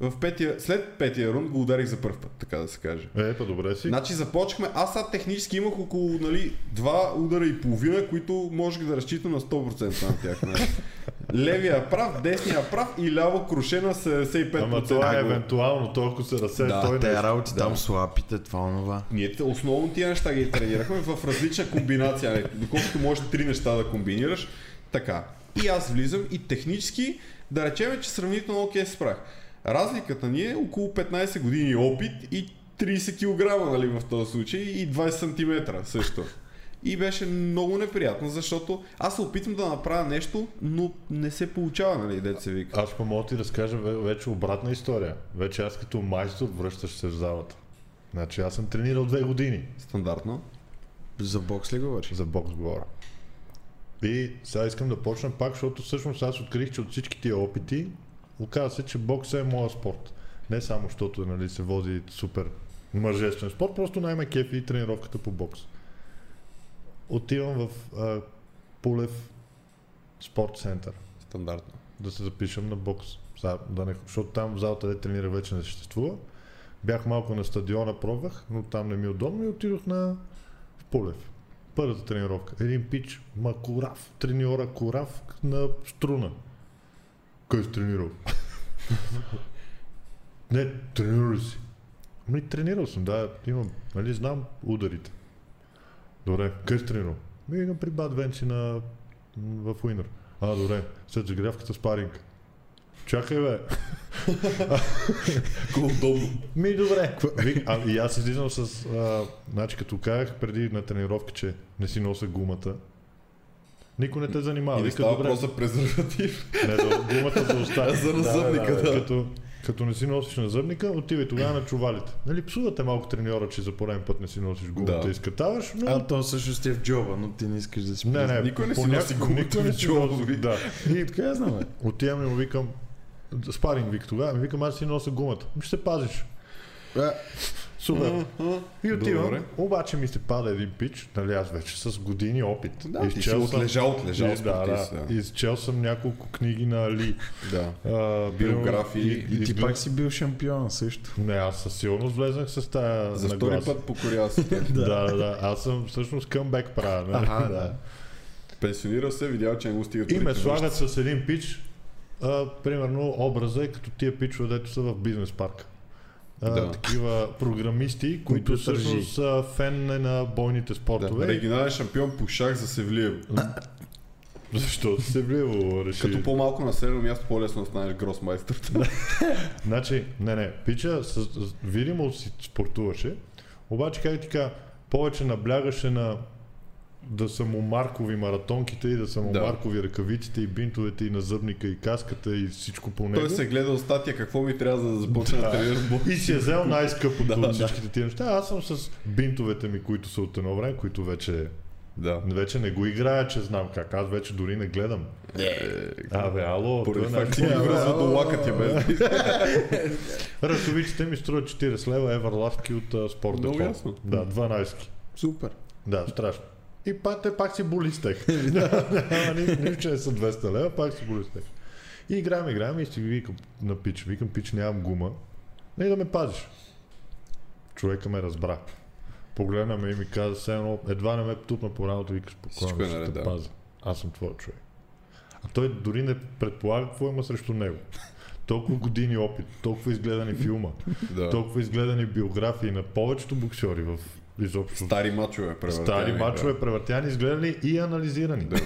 Speaker 2: В петия, след петия рунд го ударих за първ път, така да се каже.
Speaker 3: Е, па добре си.
Speaker 2: Значи започнахме, аз сега технически имах около нали, два удара и половина, които можех да разчитам на 100% на тях.
Speaker 3: [laughs]
Speaker 2: Нали. Левия прав, десния прав и ляво крушена 75%.
Speaker 3: Ама това е
Speaker 2: Ама- евентуално.
Speaker 3: евентуално, толкова се разсее,
Speaker 2: Да,
Speaker 3: той
Speaker 1: Те
Speaker 3: не е
Speaker 1: работи там с лапите, това онова.
Speaker 2: Ние те- основно тия неща ги тренирахме в различна комбинация. нали. Доколкото можеш три неща да комбинираш, така. И аз влизам и технически, да речем, че сравнително окей се справих. Разликата ни е около 15 години опит и 30 кг, нали, в този случай, и 20 см също. И беше много неприятно, защото аз се опитвам да направя нещо, но не се получава, нали, дете се вика.
Speaker 3: Аз па мога да ти разкажа ве- вече обратна история. Вече аз като майстор връщаш се в залата. Значи аз съм тренирал две години
Speaker 2: Стандартно.
Speaker 1: За бокс ли говориш?
Speaker 3: за бокс говоря. И сега искам да почна пак, защото всъщност аз открих, че от всички тия опити, оказа се, че бокса е моят спорт. Не само, защото нали, се води супер мъжествен спорт, просто най-ме кефи и тренировката по бокс. Отивам в а, Пулев спорт център.
Speaker 2: Стандартно.
Speaker 3: да се запишем на бокс. За, да не, защото там в залата, де тренира, вече не съществува. Бях малко на стадиона, пробвах, но там не ми е удобно и отидох на в Полев. Първата тренировка. Един пич, ма корав, треньора корав на струна. Кой си тренирал? [laughs] не, тренирал ли си. Ми тренирал съм, да, имам, нали, знам ударите. Добре, къде си тренирал? Ми на при Бад Венци на, в Уинър. А, добре, след загрявката спаринг. Чакай, бе.
Speaker 2: Колко удобно.
Speaker 3: Ми, добре. Вик, а, и аз излизам с... А, значи, като казах преди на тренировка, че не си нося гумата, никой не те занимава.
Speaker 2: И не
Speaker 3: Вика,
Speaker 2: става
Speaker 3: добре,
Speaker 2: въпрос за презерватив.
Speaker 3: не, за гумата за устата.
Speaker 2: За разъмника, да.
Speaker 3: Като, като не си носиш на зъбника, отивай тогава на чувалите. Нали, псувате малко треньора, че за пореден път не си носиш гумата
Speaker 2: Да.
Speaker 3: и скатаваш, но...
Speaker 1: А, то всъщност е в джоба, но ти не искаш да си
Speaker 3: не, не,
Speaker 2: никой не си
Speaker 3: поня-
Speaker 2: носи гумата
Speaker 3: никой не
Speaker 2: в
Speaker 3: си
Speaker 2: джоба,
Speaker 3: носи-
Speaker 2: ви.
Speaker 3: Да. И
Speaker 1: Така я знам, бе.
Speaker 3: отивам и му викам, спаринг вик тогава, ми викам, аз си нося гумата. Ми ще се пазиш.
Speaker 1: А,
Speaker 3: Супер. И отивам,
Speaker 2: Добре.
Speaker 3: обаче ми се пада един пич, нали аз вече с години опит.
Speaker 2: Да, ти си отлежал, отлежал
Speaker 3: и, Е, да,
Speaker 2: спортист,
Speaker 3: да,
Speaker 2: да.
Speaker 3: изчел съм няколко книги на Али.
Speaker 2: Да.
Speaker 3: А,
Speaker 2: Биографии.
Speaker 3: и-
Speaker 1: И ти
Speaker 3: изгля-
Speaker 1: пак си бил шампион също.
Speaker 3: Не, аз със сигурност влезнах с тая
Speaker 2: За втори
Speaker 3: нагласа.
Speaker 2: път покорява се.
Speaker 3: [laughs] Да, да, да. Аз съм всъщност къмбек правя. нали?
Speaker 1: Аха, да.
Speaker 2: Пенсионирал се, видял, че не го стига
Speaker 3: И ме слагат с един пич, а, примерно образа е като тия пичове, дето са в бизнес парка. А,
Speaker 2: Да.
Speaker 3: да. Такива програмисти, които
Speaker 1: Компютържи.
Speaker 3: всъщност са фен нали, на бойните спортове.
Speaker 2: Да. Регионален шампион по шах за Севлиев.
Speaker 3: Защото се вливало, реши.
Speaker 2: Като по-малко населено място, по-лесно да станеш гросмайстър.
Speaker 3: Значи, не, не, пича, с, с, видимо си спортуваше, обаче, как ти кажа, повече наблягаше на да са му маркови маратонките и да са му
Speaker 2: Да.
Speaker 3: да. маркови ръкавиците и бинтовете и назъбника и каската и всичко по него.
Speaker 2: [laughs] Той се гледал статия, какво ми трябва за да започна да
Speaker 3: Да.
Speaker 2: тренирам бокс.
Speaker 3: И си е взел най-скъпото
Speaker 2: Да,
Speaker 3: от всичките тия неща. Аз съм с бинтовете ми, които са от едно време, които вече,
Speaker 2: Да.
Speaker 3: вече не го играя, че знам как. Аз вече дори не гледам. Абе, ало,
Speaker 2: Е, Поради
Speaker 3: той
Speaker 2: факт, че
Speaker 3: не-
Speaker 2: ги
Speaker 3: е
Speaker 2: връзва до лакътя е без
Speaker 3: Ръкавиците ми струват 40 лева еверласки от а, спорта.
Speaker 2: Много
Speaker 3: Хол.
Speaker 2: ясно.
Speaker 3: Да, 12.
Speaker 1: Супер.
Speaker 3: Да, страшно. И пак, те пак
Speaker 2: [laughs]
Speaker 3: си болистех. [laughs] Нищо, че не са 200 лева, пак си болистех. И играем, играем и си викам на пич. Викам, пич, нямам гума. Не да ме пазиш. Човека ме разбра. Погледна ме и ми каза, все едно, едва не ме тупна по рамото и вика,
Speaker 2: Всичко
Speaker 3: спокойно,
Speaker 2: е
Speaker 3: ще
Speaker 2: наред,
Speaker 3: те
Speaker 2: да.
Speaker 3: пазя. Аз съм твой човек. А той дори не предполага какво има срещу него. Толкова години опит, толкова изгледани филма,
Speaker 2: Да.
Speaker 3: толкова изгледани биографии на повечето боксери в изобщо в
Speaker 2: Стари мачове, превъртени.
Speaker 3: Стари
Speaker 2: Е, да.
Speaker 3: мачове, превъртяни, изгледани и анализирани.
Speaker 2: Да.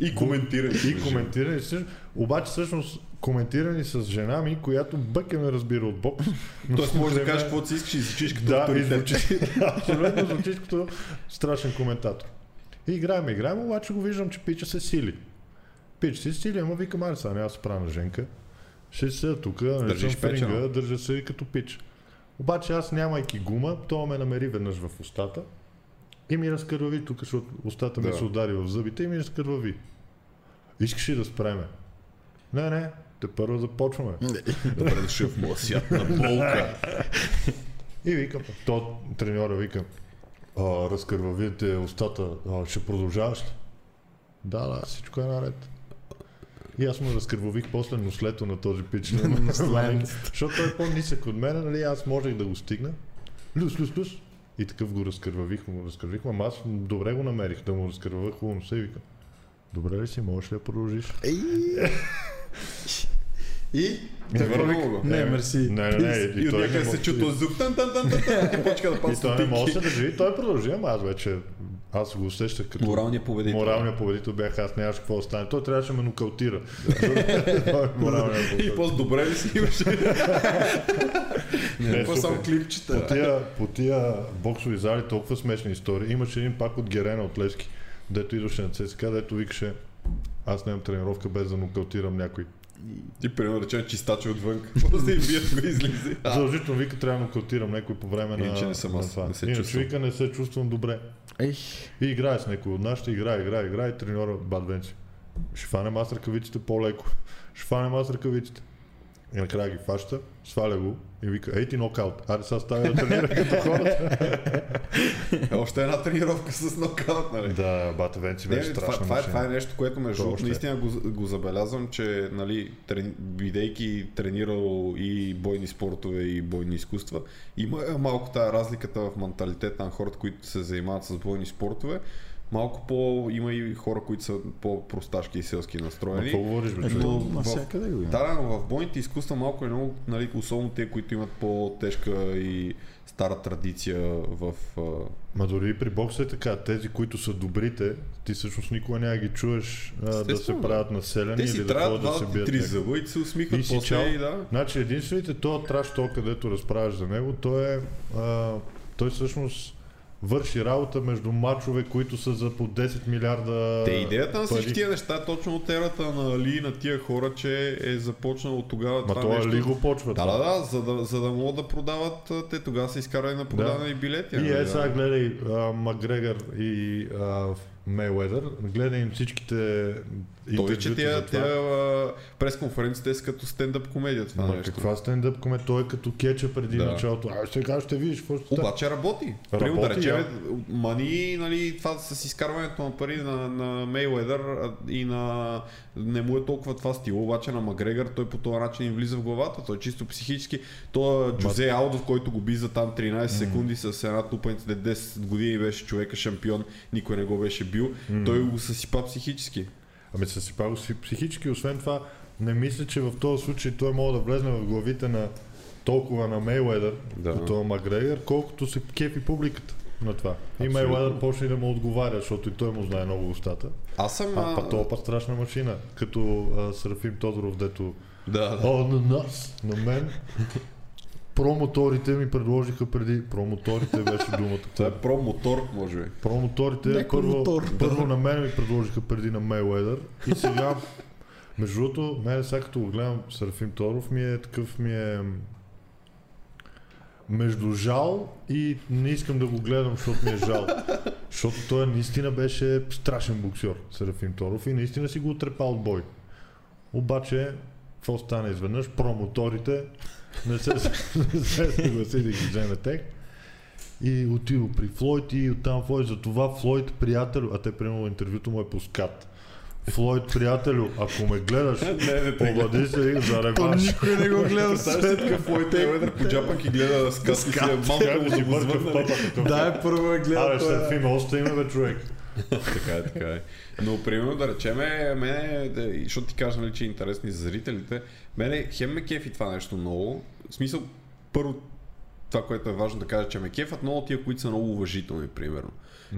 Speaker 2: И коментирани.
Speaker 3: И коментирани. всъщ- Обаче всъщност коментирани с жена ми, която бъке ме разбира от бокс. но
Speaker 2: Тоест можеш да
Speaker 3: време-
Speaker 2: кажеш каквото си искаш и звучиш като
Speaker 3: Да, и
Speaker 2: авторитет.
Speaker 3: звучи.
Speaker 2: [laughs]
Speaker 3: Абсолютно звучиш като страшен коментатор. И играем, играем, обаче го виждам, че пича се сили. Пича се сили, ама викам, аре сега, няма да се правя на женка. Ще седя тук, нали съм
Speaker 2: Държиш
Speaker 3: в ринга,
Speaker 2: печено.
Speaker 3: държа се и като пич. Обаче аз нямайки гума, то ме намери веднъж в устата и ми разкървави тук, защото устата ми
Speaker 2: Да.
Speaker 3: се удари в зъбите и ми разкървави. Искаш ли да спреме? Не, не, те първо започваме.
Speaker 2: Нали? Добре дошъл в моя свят на болка.
Speaker 3: И викам, то треньора вика, а, разкървавите устата, а, ще продължаваш ли? Да, да, всичко е наред. И аз му разкървавих после нослето на този пич. Защото той е по-нисък от мен, нали, аз можех да го стигна. Люс, люс, люс. И такъв го разкървавих, му го разкървих, ама аз добре го намерих да му разкървавах хубаво носа и викам. Добре ли си, можеш ли да продължиш?
Speaker 1: И?
Speaker 2: Те върна го.
Speaker 1: Не, мерси.
Speaker 3: Е, Не, не,
Speaker 2: [laughs]
Speaker 3: не.
Speaker 2: И от
Speaker 3: той
Speaker 2: някъде
Speaker 3: не
Speaker 2: се
Speaker 3: мо-
Speaker 2: чу този звук. Тан, тан, тан, тан, тан, и почка да
Speaker 3: И
Speaker 2: пасва
Speaker 3: той не може да
Speaker 2: стотинки.
Speaker 3: се държи, той продължи, ама аз вече Аз го усещах като
Speaker 2: Моралният победител.
Speaker 3: моралния победител бях аз, нямаше какво да стане. Той трябваше да
Speaker 2: [laughs]
Speaker 3: ме нокаутира. Това е моралният
Speaker 2: И
Speaker 3: победител.
Speaker 2: после добре ли си имаше?
Speaker 3: Не,
Speaker 2: Какво
Speaker 3: супер.
Speaker 2: само клипчета?
Speaker 3: По тия, по тия боксови зали толкова смешни истории. Имаше един пак от Герена от Левски, дето идваше на ЦСКА, дето викаше аз нямам тренировка без да нокаутирам някой.
Speaker 2: Ти, примерно, речем чистачи отвън. После им бият го
Speaker 3: [laughs]
Speaker 2: излезе.
Speaker 3: Задължително вика, трябва да нокаутирам някой по време на...
Speaker 2: Иначе не съм
Speaker 3: на
Speaker 2: аз,
Speaker 3: това.
Speaker 2: не се
Speaker 3: Иначе
Speaker 2: чувствам.
Speaker 3: вика, не се чувствам добре.
Speaker 1: Ех,
Speaker 3: И играе с някой от нашите, играе, играе, играе и треньора Бадвенци. Ще фанем аз ръкавиците по-леко. Ще фанем аз ръкавиците. И накрая ги фаща, сваля го и вика, ей ти нокаут, аре сега става да тренира като хората.
Speaker 2: Още една тренировка с нокаут, нали?
Speaker 3: [laughs] да, Батвенци
Speaker 2: Не,
Speaker 3: беше
Speaker 2: бе, това,
Speaker 3: страшна
Speaker 2: това, е, това е
Speaker 3: машина.
Speaker 2: нещо, което между
Speaker 3: То
Speaker 2: другото
Speaker 3: още е.
Speaker 2: наистина го, го забелязвам, че нали, трен, бидейки тренирал и бойни спортове и бойни изкуства, има е, малко тая разликата в менталитета на хората, които се занимават с бойни спортове. Малко по... има и хора, които са по-просташки и селски
Speaker 3: Ма е.
Speaker 2: настроени.
Speaker 3: какво говориш, бе,
Speaker 2: Е,
Speaker 3: човек?
Speaker 2: но-
Speaker 1: то навсякъде го има.
Speaker 2: Да, да, но в бойните изкуства малко е много, нали, особено те, които имат по-тежка и стара традиция в... а,
Speaker 3: Ма дори и при бокса е така, тези, които са добрите, ти всъщност никога няма ги чуеш а, да
Speaker 2: Естествено,
Speaker 3: се
Speaker 2: бе.
Speaker 3: правят населени
Speaker 2: Те
Speaker 3: или
Speaker 2: си
Speaker 3: да
Speaker 2: трябва
Speaker 3: ходят да се
Speaker 2: да
Speaker 3: бият.
Speaker 2: три
Speaker 3: някъде.
Speaker 2: зъба и се усмихват
Speaker 3: И си
Speaker 2: после
Speaker 3: чал.
Speaker 2: и да.
Speaker 3: Значи единствените, то траш то, където разправяш за него, той е, а, той всъщност върши работа между мачове, които са за по 10 милиарда
Speaker 2: Те идеята на всички
Speaker 3: пари.
Speaker 2: тия неща е точно от ерата на Али, на тия хора, че е започнал от тогава
Speaker 3: Ма
Speaker 2: това
Speaker 3: това
Speaker 2: нещо.
Speaker 3: ли го почва?
Speaker 2: Да, да, да, за да, за да могат да продават, а, те тогава са изкарали на продаване и билети.
Speaker 3: И
Speaker 2: нали,
Speaker 3: е,
Speaker 2: да.
Speaker 3: сега гледай а, Макгрегор и а, Мейуедър, гледай им всичките
Speaker 2: Той, е, че
Speaker 3: интервюта за
Speaker 2: тия,
Speaker 3: това.
Speaker 2: тия а, пресконференците са като стендъп комедия това
Speaker 3: Ма
Speaker 2: нещо.
Speaker 3: каква стендъп коме? Той е като кеча преди
Speaker 2: Да.
Speaker 3: началото. А сега ще видиш какво ще стане.
Speaker 2: Обаче работи. Примерно да
Speaker 3: Работи,
Speaker 2: речем,
Speaker 3: я.
Speaker 2: мани, нали, това с изкарването на пари на, на Мейледър а, и на... Не му е толкова това стил, обаче на Макгрегор той по този начин им влиза в главата. Той чисто психически. Той е Джузе Алдов, който го би за там 13 секунди с една тупаница, де 10 години беше човека шампион, никой не го беше бил. Той го съсипа психически.
Speaker 3: Ами се съсипа го си психически, освен това не мисля, че в този случай той може да влезне в главите на толкова на Мейледър,
Speaker 2: Да.
Speaker 3: да. като Макгрегор, колкото се кефи публиката на това. И Мейледър почне да му отговаря, защото и той му знае много устата.
Speaker 2: Аз съм...
Speaker 3: А, па то па страшна машина, като а, Серафим Тодоров, дето
Speaker 2: Да, да.
Speaker 3: О, на нас, на мен. [laughs] Промоторите ми предложиха преди. Промоторите беше думата.
Speaker 2: Това е про мотор, може би.
Speaker 3: Промоторите
Speaker 1: Някой
Speaker 3: първо,
Speaker 1: мотор.
Speaker 3: първо на мен ми предложиха преди на Мейледър и сега, между другото, мен сега като го гледам Серафим Торов ми е такъв ми е между жал и не искам да го гледам, защото ми е жал. Защото той наистина беше страшен боксер, Серафим Торов, и наистина си го отрепа от бой. Обаче, какво стана изведнъж? Промоторите не се, не се съгласи да ги вземе тех. И отидо при Флойд и оттам Флойд. Затова Флойд, приятелю, а те примерно интервюто му е пускат. Флойд, приятелю, ако ме гледаш,
Speaker 2: не, не те
Speaker 3: обади се за
Speaker 1: То
Speaker 3: реванш.
Speaker 1: никой не го гледа.
Speaker 2: Представяш си такъв Лойте Уедър по джапанки гледа с къс и си е малко му
Speaker 3: Някой си бърка в
Speaker 2: звънна.
Speaker 3: пъпа. такъв.
Speaker 2: нали?
Speaker 1: Да, е първо е
Speaker 3: Абе,
Speaker 1: гледал.
Speaker 3: ще
Speaker 1: той е.
Speaker 3: е фима, още име, бе, човек.
Speaker 2: така е, така е. Но примерно да речеме, мене, да, и защото ти кажа, нали, че е интересни за зрителите, мене хем ме кефи това нещо много. В смисъл, първо, това, което е важно да кажа, че ме кефат много тия, които са много уважителни, примерно.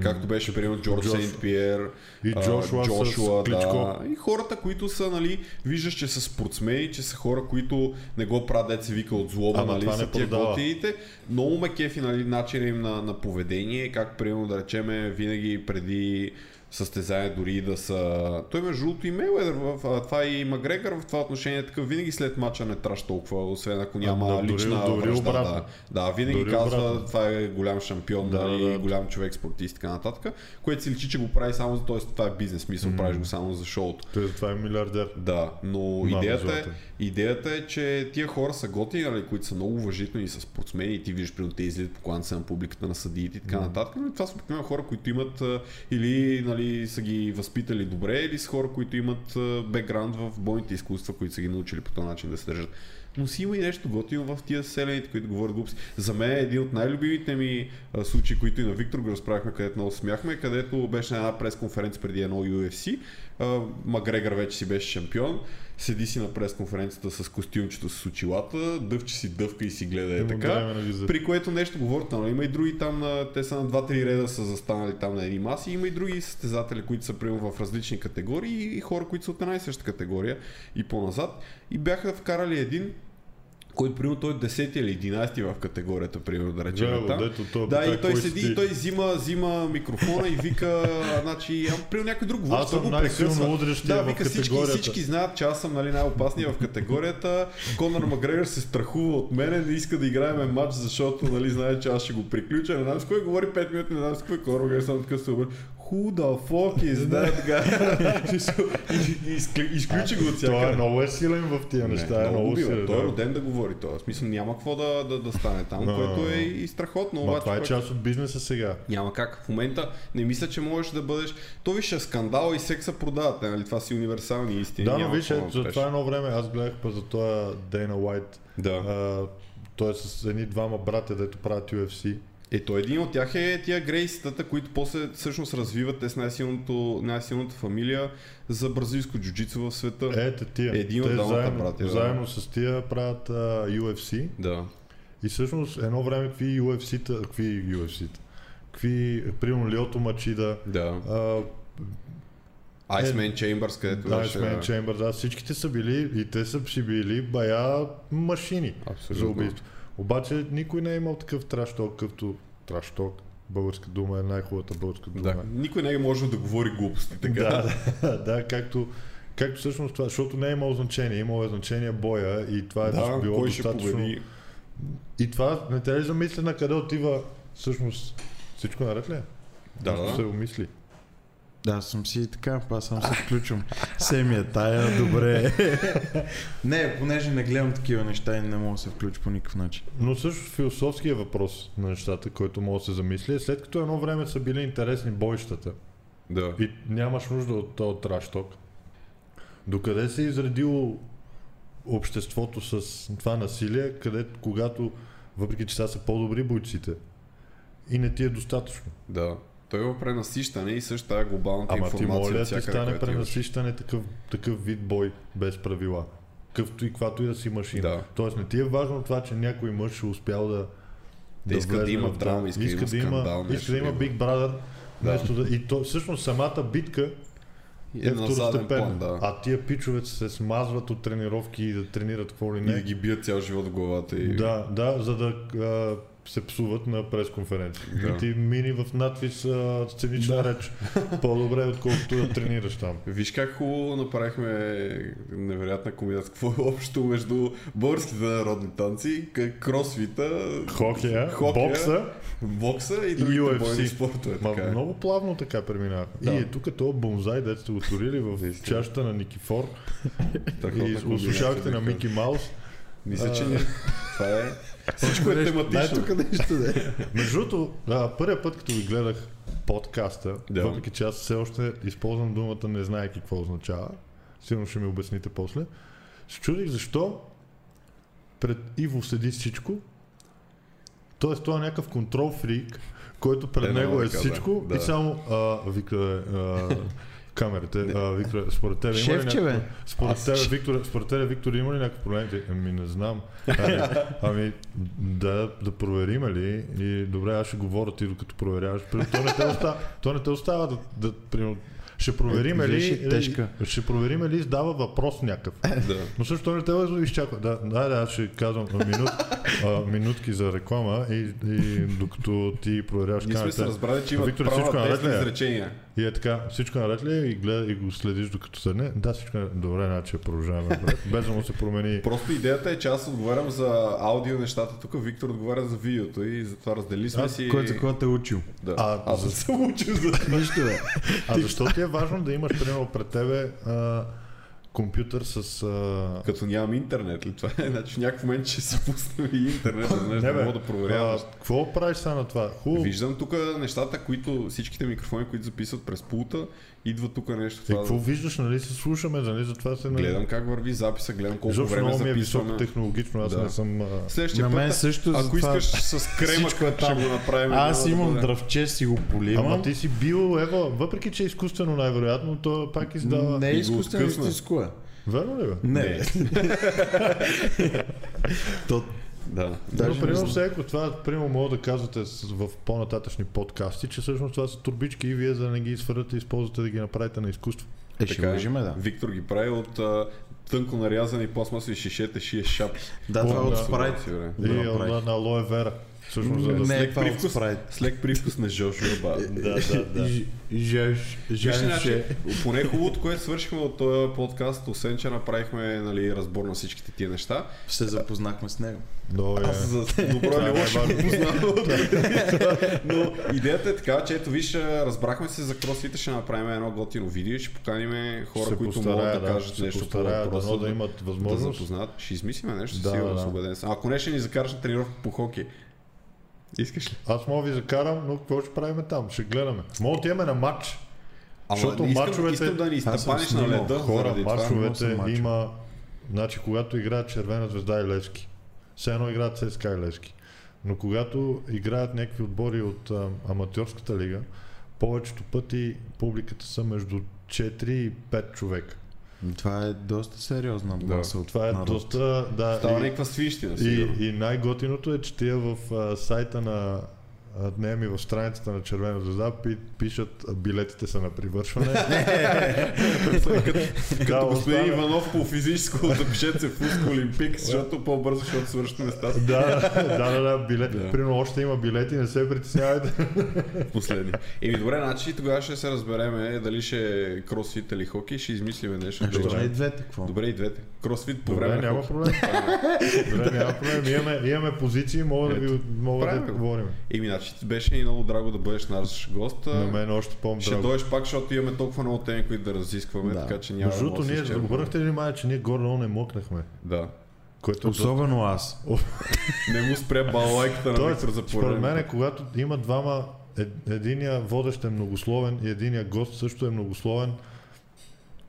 Speaker 2: Както беше, примерно, Джордж
Speaker 3: Джошуа.
Speaker 2: Сейнт Пиер,
Speaker 3: И
Speaker 2: а,
Speaker 3: Джошуа с
Speaker 2: Джошуа, да.
Speaker 3: Кличко.
Speaker 2: И хората, които са, нали, виждаш, че са спортсмени, че са хора, които не го правят, дет се вика от злоба,
Speaker 3: Ама
Speaker 2: нали,
Speaker 3: това
Speaker 2: са
Speaker 3: не
Speaker 2: тия
Speaker 3: продава.
Speaker 2: готиите. Много ме кефи, нали, начинът им на, на поведение, как, примерно, да речеме, винаги преди състезание дори да са... Той между другото и Мейледър, в, а, това и Макгрегор в това отношение е такъв, винаги след мача не траш толкова, освен ако няма
Speaker 3: да, дори-
Speaker 2: лична
Speaker 3: дори
Speaker 2: връжда. Да.
Speaker 3: обратно.
Speaker 2: да, винаги
Speaker 3: Дори
Speaker 2: казва,
Speaker 3: обратно.
Speaker 2: това е голям шампион, да,
Speaker 3: Да,
Speaker 2: нали,
Speaker 3: да, да.
Speaker 2: голям човек, спортист и така нататък, което си личи, че го прави само за... Тоест, това е бизнес, мисъл, правиш го само за шоуто.
Speaker 3: Той затова е милиардер.
Speaker 2: Да, но
Speaker 3: Мама
Speaker 2: идеята, е,
Speaker 3: злата.
Speaker 2: идеята е, че тия хора са готини, нали, които са много уважителни и са спортсмени, и ти виждаш, примерно, те излизат по кланца на публиката, на съдиите и така нататък. Но това са обикновено хора, които имат а, или нали, са ги възпитали добре, или са хора, които имат а, бекграунд в бойните изкуства, които са ги научили по този начин да се държат. Но си има и нещо готино в тия селените, които говорят глупости. За мен е един от най-любимите ми а, случаи, които и на Виктор го разправихме, където много смяхме, където беше на една пресконференция преди едно UFC. А, Макгрегор вече си беше шампион. седи си на пресконференцията с костюмчето с очилата, дъвче си дъвка и си гледа е
Speaker 3: Имам
Speaker 2: така.
Speaker 3: време да ги за-
Speaker 2: При което нещо говорят, но има и други там, на, те са на 2-3 реда са застанали там на едни маси, има и други състезатели, които са примерно в различни категории и хора, които са от една и съща категория и по-назад. И бяха вкарали един, който примерно той е 10 или 11 в категорията, примерно да речем.
Speaker 3: Гледай го,
Speaker 2: там.
Speaker 3: дето той
Speaker 2: да,
Speaker 3: пита,
Speaker 2: и той
Speaker 3: кой си
Speaker 2: седи
Speaker 3: ти?
Speaker 2: и той взима, взима микрофона и вика, [laughs] а, значи, а, при някой друг говори,
Speaker 3: Аз
Speaker 2: той
Speaker 3: съм
Speaker 2: го
Speaker 3: най-силно
Speaker 2: прекъсва.
Speaker 3: удрящия
Speaker 2: Да,
Speaker 3: в
Speaker 2: вика всички,
Speaker 3: категорията.
Speaker 2: всички знаят, че аз съм нали, най-опасния в категорията. Конор Макгрегор се страхува от мене, не иска да играем матч, защото нали, знае, че аз ще го приключа. Не знам с кой говори 5 минути, не знам с кой Конор Макгрегор съм така се обърна. Who the fuck is that guy? [laughs] И- и- изкли- Изключи го от
Speaker 3: Той е
Speaker 2: всяка.
Speaker 3: много е силен в тия неща. е много
Speaker 2: бива.
Speaker 3: силен.
Speaker 2: Той е
Speaker 3: да.
Speaker 2: роден да говори това. В смисъл няма какво да, да, да стане там,
Speaker 3: Да.
Speaker 2: което е и страхотно.
Speaker 3: Ма това е
Speaker 2: пък-
Speaker 3: част от бизнеса сега.
Speaker 2: няма как. В момента не мисля, че можеш да бъдеш... То виж, е скандал и секса продават, нали? Това си универсални истини.
Speaker 3: Да, но
Speaker 2: няма
Speaker 3: виж,
Speaker 2: какво
Speaker 3: ето, за
Speaker 2: направиш.
Speaker 3: това едно време аз гледах па за това Дейна Уайт.
Speaker 2: Да.
Speaker 3: А, той е с едни двама братя, дето правят UFC.
Speaker 2: Е, то един от тях е тия грейстата, които после всъщност развиват те с най-силното, най-силната фамилия за бразилско джуджицу в света.
Speaker 3: Ето тия.
Speaker 2: Един от
Speaker 3: Те
Speaker 2: двамата
Speaker 3: заедно,
Speaker 2: братя, да.
Speaker 3: заедно с тия правят а, UFC.
Speaker 2: Да.
Speaker 3: И всъщност едно време какви UFC-та, какви UFC-та, какви, примерно Лиото Мачида,
Speaker 2: Да.
Speaker 3: а,
Speaker 2: Iceman Chambers, където беше...
Speaker 3: Е. Iceman Chamber, да, всичките са били и те са си били бая машини
Speaker 2: Абсолютно.
Speaker 3: за убийство. Обаче никой не е имал такъв трашток, като трашток. Българска дума е най-хубавата българска дума.
Speaker 2: Да. Никой не е можел да говори глупости, така.
Speaker 3: Да, да, [laughs] да, както, както всъщност това, защото не е имало значение, имало е значение боя и това е
Speaker 2: Да,
Speaker 3: било
Speaker 2: кой ще
Speaker 3: достатъчно.
Speaker 2: победи?
Speaker 3: И това не те ли замисля на къде отива всъщност всичко наред ли? е?
Speaker 2: Да,
Speaker 3: Просто се
Speaker 2: да.
Speaker 3: умисли.
Speaker 1: Да, аз съм си и така, аз съм се включвам. Семия тая, добре. [laughs] не, понеже не гледам такива неща и не мога да се включа по никакъв начин.
Speaker 3: Но също философския въпрос на нещата, който мога да се замисли, е след като едно време са били интересни бойщата
Speaker 2: Да.
Speaker 3: и Ами, нямаш нужда от този трашток, докъде се е изредило обществото с това насилие, къде, когато, въпреки че сега са по-добри бойците, и не ти е достатъчно.
Speaker 2: Да. Той има пренасищане и също тази глобалната
Speaker 3: Ама ти
Speaker 2: информация.
Speaker 3: моля да ти
Speaker 2: всякъде,
Speaker 3: стане
Speaker 2: която имаш.
Speaker 3: пренасищане такъв, такъв вид бой без правила. Какъвто и каквато и да си машина.
Speaker 2: Да.
Speaker 3: Тоест не ти е важно това, че някой мъж е успял да
Speaker 2: Да иска да
Speaker 3: влезе
Speaker 2: има
Speaker 3: в
Speaker 2: драма,
Speaker 3: това.
Speaker 2: иска да има скандал,
Speaker 3: иска
Speaker 2: нещо
Speaker 3: да
Speaker 2: да
Speaker 3: има
Speaker 2: има.
Speaker 3: Big Brother. Вместо да. И то, всъщност самата битка е,
Speaker 2: Е на заден
Speaker 3: второстепенна.
Speaker 2: план, да.
Speaker 3: А тия пичове се смазват от тренировки и да тренират какво ли
Speaker 2: И да
Speaker 3: не.
Speaker 2: ги бият цял живот в главата и...
Speaker 3: Да, да, за да а, се псуват на пресконференция.
Speaker 2: Да.
Speaker 3: Да. Ти мини в надвис а, сценична да. реч. По-добре, отколкото да тренираш там.
Speaker 2: Виж как хубаво направихме невероятна комбинация. Какво е общо между българските народни танци, к- кросфита,
Speaker 3: Хокея,
Speaker 2: Хокея.
Speaker 3: бокса.
Speaker 2: бокса и другите
Speaker 3: UFC.
Speaker 2: бойни спортове.
Speaker 3: Ма,
Speaker 2: Така. е.
Speaker 3: много плавно така преминава.
Speaker 2: Да.
Speaker 3: И е тук този бонзай, дето сте го турили в
Speaker 2: Наистина.
Speaker 3: чашата на Никифор
Speaker 2: Страхотна
Speaker 3: и
Speaker 2: комбинация,
Speaker 3: слушалките
Speaker 2: бих
Speaker 3: на
Speaker 2: казал.
Speaker 3: Мики Маус.
Speaker 2: Мисля, че
Speaker 3: А.
Speaker 2: не. Това е... Всичко е
Speaker 1: Дай
Speaker 2: тематично.
Speaker 1: тук нещо да е.
Speaker 3: Между другото, да, първия път, като ви гледах подкаста,
Speaker 2: Да.
Speaker 3: въпреки че аз все още използвам думата не знаеки какво означава, сигурно ще ми обясните после, се чудих защо пред Иво седи всичко, Тоест, той е някакъв контрол фрик, който пред
Speaker 2: Е,
Speaker 3: него
Speaker 2: много
Speaker 3: е
Speaker 2: така,
Speaker 3: всичко
Speaker 2: да.
Speaker 3: и само а, вика а,
Speaker 2: [laughs]
Speaker 3: камерите, а, Виктор, според тебе има ли
Speaker 1: Шефче,
Speaker 3: някакво-
Speaker 1: бе.
Speaker 3: Според тебе, Виктор, според тебе, Виктор, има ли някакви проблеми? Ти, Ами не знам. Ами, ами да, да проверим ли? И добре, аз ще говоря ти докато проверяваш. Примерно, То не те остава, то не те остава да, да примерно, ще проверим
Speaker 1: Е,
Speaker 3: ли,
Speaker 1: виж, е тежка.
Speaker 3: ще проверим ли, задава въпрос някакъв.
Speaker 2: Да.
Speaker 3: Но също той не те да изчаква. Да, да, да, аз ще казвам а, минут, а, минутки за реклама и, и докато ти проверяваш
Speaker 2: Ние сме се
Speaker 3: камерата.
Speaker 2: разбрали, че
Speaker 3: А,
Speaker 2: имат
Speaker 3: Виктор,
Speaker 2: право
Speaker 3: всичко
Speaker 2: на
Speaker 3: наред
Speaker 2: 10
Speaker 3: ли е?
Speaker 2: изречения.
Speaker 3: И е така, всичко наред ли е? и, гледа, и го следиш докато седне? Да, всичко наред. Добре, значи продължаваме напред. Без да му се промени.
Speaker 2: Просто идеята е, че аз отговарям за аудио нещата тук, Виктор отговаря за видеото и затова раздели сме си...
Speaker 1: Кой за кого те е учил?
Speaker 2: Да.
Speaker 3: А,
Speaker 2: аз не
Speaker 3: за-
Speaker 2: съм учил за
Speaker 1: Нищо, бе.
Speaker 3: А защо ти е важно да имаш, примерно, пред тебе а, компютър с... А...
Speaker 2: Като нямам интернет ли това е? Значи в някакъв момент ще си пуснем и
Speaker 1: [laughs]
Speaker 2: интернет, да знаеш, да
Speaker 3: бе,
Speaker 2: мога да проверяваш.
Speaker 3: а, Какво правиш сега на това? Хубаво.
Speaker 2: Виждам тук нещата, които всичките микрофони, които записват през пулта, идва тук нещо.
Speaker 3: Е,
Speaker 2: Това,
Speaker 3: какво
Speaker 2: да...
Speaker 3: виждаш, нали се слушаме, нали затова се...
Speaker 2: Гледам как върви записа, гледам колко
Speaker 3: Изобщо
Speaker 2: време
Speaker 3: много ми е
Speaker 2: записваме.
Speaker 3: високо технологично, аз
Speaker 2: Да.
Speaker 3: не съм... А...
Speaker 2: Следващия
Speaker 1: На
Speaker 2: път,
Speaker 1: мен също
Speaker 2: ако
Speaker 1: затова [laughs]
Speaker 2: искаш с крема,
Speaker 1: всичко е
Speaker 2: ще
Speaker 1: там.
Speaker 2: го направим.
Speaker 1: Аз
Speaker 2: няма да
Speaker 1: имам
Speaker 2: бъде.
Speaker 1: дръвче, си го поливам.
Speaker 3: Ама ти си бил, Ева, въпреки че е изкуствено най-вероятно, то пак издава...
Speaker 1: Не е
Speaker 2: И го
Speaker 1: изкуствено
Speaker 2: откъсна.
Speaker 1: истинско е.
Speaker 3: Верно ли бе?
Speaker 1: Не. [laughs] То,
Speaker 2: Да.
Speaker 1: даже
Speaker 3: Но,
Speaker 1: не
Speaker 3: примерно,
Speaker 1: знам.
Speaker 3: всеки това, примерно, мога да казвате с- в по-нататъчни подкасти, че всъщност това са турбички и вие, за да не ги изфърдате, използвате да ги направите на изкуство.
Speaker 1: Е, ще
Speaker 2: Така е.
Speaker 1: лъжиме, да.
Speaker 2: Виктор ги прави от а, тънко нарязани пластмасови шишета, шие шап.
Speaker 1: Да, това е от
Speaker 3: Да.
Speaker 1: Спрайт.
Speaker 2: Сигурен.
Speaker 3: И
Speaker 1: Да,
Speaker 3: на,
Speaker 1: правих.
Speaker 3: на алоe вера. Всъщност, за да
Speaker 1: Не,
Speaker 2: слег
Speaker 1: това е от
Speaker 2: привкус.
Speaker 1: Спрайт. Е,
Speaker 2: С лек привкус на Жошуа Ба.
Speaker 3: Да, да, да.
Speaker 1: Ж- Жаж,
Speaker 2: Вижте,
Speaker 1: жаже.
Speaker 2: значи, поне хубавото, което свършихме от този подкаст, освен че направихме нали, разбор на всичките тия неща,
Speaker 1: Се запознахме с него.
Speaker 3: Но е...
Speaker 2: Аз за добро
Speaker 3: Това е
Speaker 2: или лошо го
Speaker 3: най-важното.
Speaker 2: познавам.
Speaker 3: е
Speaker 2: Но идеята е така, че ето виж, а, разбрахме се за кросфита, ще направим едно готино видео и ще поканим хора,
Speaker 3: се
Speaker 2: които
Speaker 3: постарая,
Speaker 2: могат да кажат
Speaker 3: се
Speaker 2: нещо по
Speaker 3: постарая,
Speaker 2: въпроса.
Speaker 3: дано да имат
Speaker 2: да
Speaker 3: възможност.
Speaker 2: запознат. Ще измислиме нещо,
Speaker 3: Да,
Speaker 2: да, сигурно
Speaker 3: да.
Speaker 2: съм убеден съм. Ако не, ще ни закараш на тренировка по хоки. Искаш ли?
Speaker 3: Аз мога ви закарам, но какво ще правим там? Ще гледаме. Мога да отиваме на матч.
Speaker 2: Ама
Speaker 3: Защото
Speaker 2: не искам,
Speaker 3: мачовете-
Speaker 2: искам да ни
Speaker 1: съм
Speaker 2: изтъпаниш на
Speaker 1: снимал
Speaker 2: леда
Speaker 3: Хора,
Speaker 2: заради това.
Speaker 1: много
Speaker 3: мачовете
Speaker 1: са мачове.
Speaker 3: има... Значи, когато играят Червена звезда и Левски, все едно играят ЦСКА и Левски. Но когато играят някакви отбори от а, аматьорската лига, повечето пъти публиката са между 4 и 5 човека.
Speaker 1: Това е доста сериозна
Speaker 2: Да.
Speaker 1: маса от
Speaker 3: Това е
Speaker 1: народ.
Speaker 3: доста... Да,
Speaker 2: Става
Speaker 3: и-
Speaker 2: някаква свищина,
Speaker 3: И,
Speaker 2: сигурно.
Speaker 3: и най-готиното е, че тия в а, сайта на а, днея ми в страницата на Червена звезда пи, пишат а, билетите са на привършване. [laughs]
Speaker 2: Като господин
Speaker 3: остава-
Speaker 2: Иванов по физическо, запишете се в Фуско Олимпик, защото по-бързо, защото свършите места са
Speaker 3: да, да, да, да, билет.
Speaker 2: Да.
Speaker 3: Примерно още има билети, не се притеснявайте.
Speaker 2: последни. Еми добре, значи тогава ще се разбереме дали ще е кросфит или хоки, ще измислиме нещо.
Speaker 1: Защо
Speaker 2: Добре.
Speaker 1: не и двете, какво?
Speaker 2: Добре и двете. Кросфит по време
Speaker 3: Добре,
Speaker 2: на
Speaker 3: няма
Speaker 2: хоки.
Speaker 3: проблем.
Speaker 2: [laughs]
Speaker 3: Добре, няма проблем. Имаме, имаме позиции, мога да ви мога да
Speaker 2: Правилно.
Speaker 3: говорим.
Speaker 2: Еми, значи ти беше и много драго да бъдеш наш гост. а,
Speaker 3: На мен още
Speaker 2: Ще
Speaker 3: по-драго.
Speaker 2: дойдеш пак, защото имаме толкова много теми, които да разискваме,
Speaker 1: Да.
Speaker 2: така че няма
Speaker 3: Между другото,
Speaker 2: да
Speaker 3: ние
Speaker 2: да
Speaker 3: обърнахте ли внимание, че ние горе-долу не мокнахме?
Speaker 2: Да.
Speaker 3: Което е доста
Speaker 1: Особено аз.
Speaker 2: Не му спря балайката на
Speaker 3: Тоест,
Speaker 2: Виктор за
Speaker 3: според
Speaker 2: пореден
Speaker 3: мен, е,
Speaker 2: път.
Speaker 3: когато има двама, ед- единия водещ е многословен и единия гост също е многословен,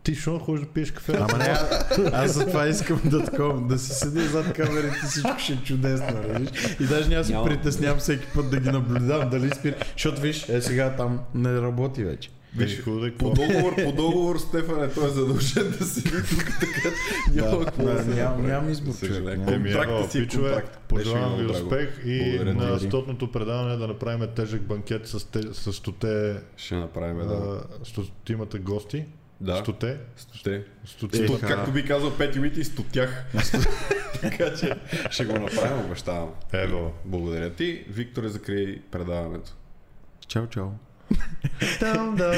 Speaker 3: ти шо ходиш да пиеш кафе?
Speaker 1: Ама не, а- аз за това искам да такова, да си седя зад камерите, всичко ще е чудесно, разбираш? И даже няма се
Speaker 2: Няма.
Speaker 1: притеснявам всеки път да ги наблюдавам, дали спир. Защото виж, е сега там не работи вече.
Speaker 3: Виж, хубаво е
Speaker 2: По договор, по договор, Стефан е той е задължен да си тук, така че няма какво да се
Speaker 1: ням-
Speaker 2: направи.
Speaker 1: нямам избор,
Speaker 2: За съжаление.
Speaker 1: човек,
Speaker 2: Контракта си е
Speaker 3: пичове,
Speaker 2: контракт. Беше
Speaker 3: пожелавам
Speaker 2: много
Speaker 3: ви
Speaker 2: драго.
Speaker 3: успех и
Speaker 2: Благодаря ти,
Speaker 3: на
Speaker 1: Юрий.
Speaker 3: стотното предаване да направим тежък банкет с, те, с стоте,
Speaker 2: Ще направим, да.
Speaker 3: а, стотимата гости.
Speaker 2: Да.
Speaker 3: Стоте.
Speaker 2: Стоте.
Speaker 3: Стоти.
Speaker 1: Е,
Speaker 2: Сто,
Speaker 1: ха.
Speaker 2: както би казал Петю Мити, и стотях. [laughs] така че ще го направим, обещавам.
Speaker 3: Ево.
Speaker 2: Благодаря ти. е Викторе, закрий предаването.
Speaker 1: Чао, чао.
Speaker 3: Там, да.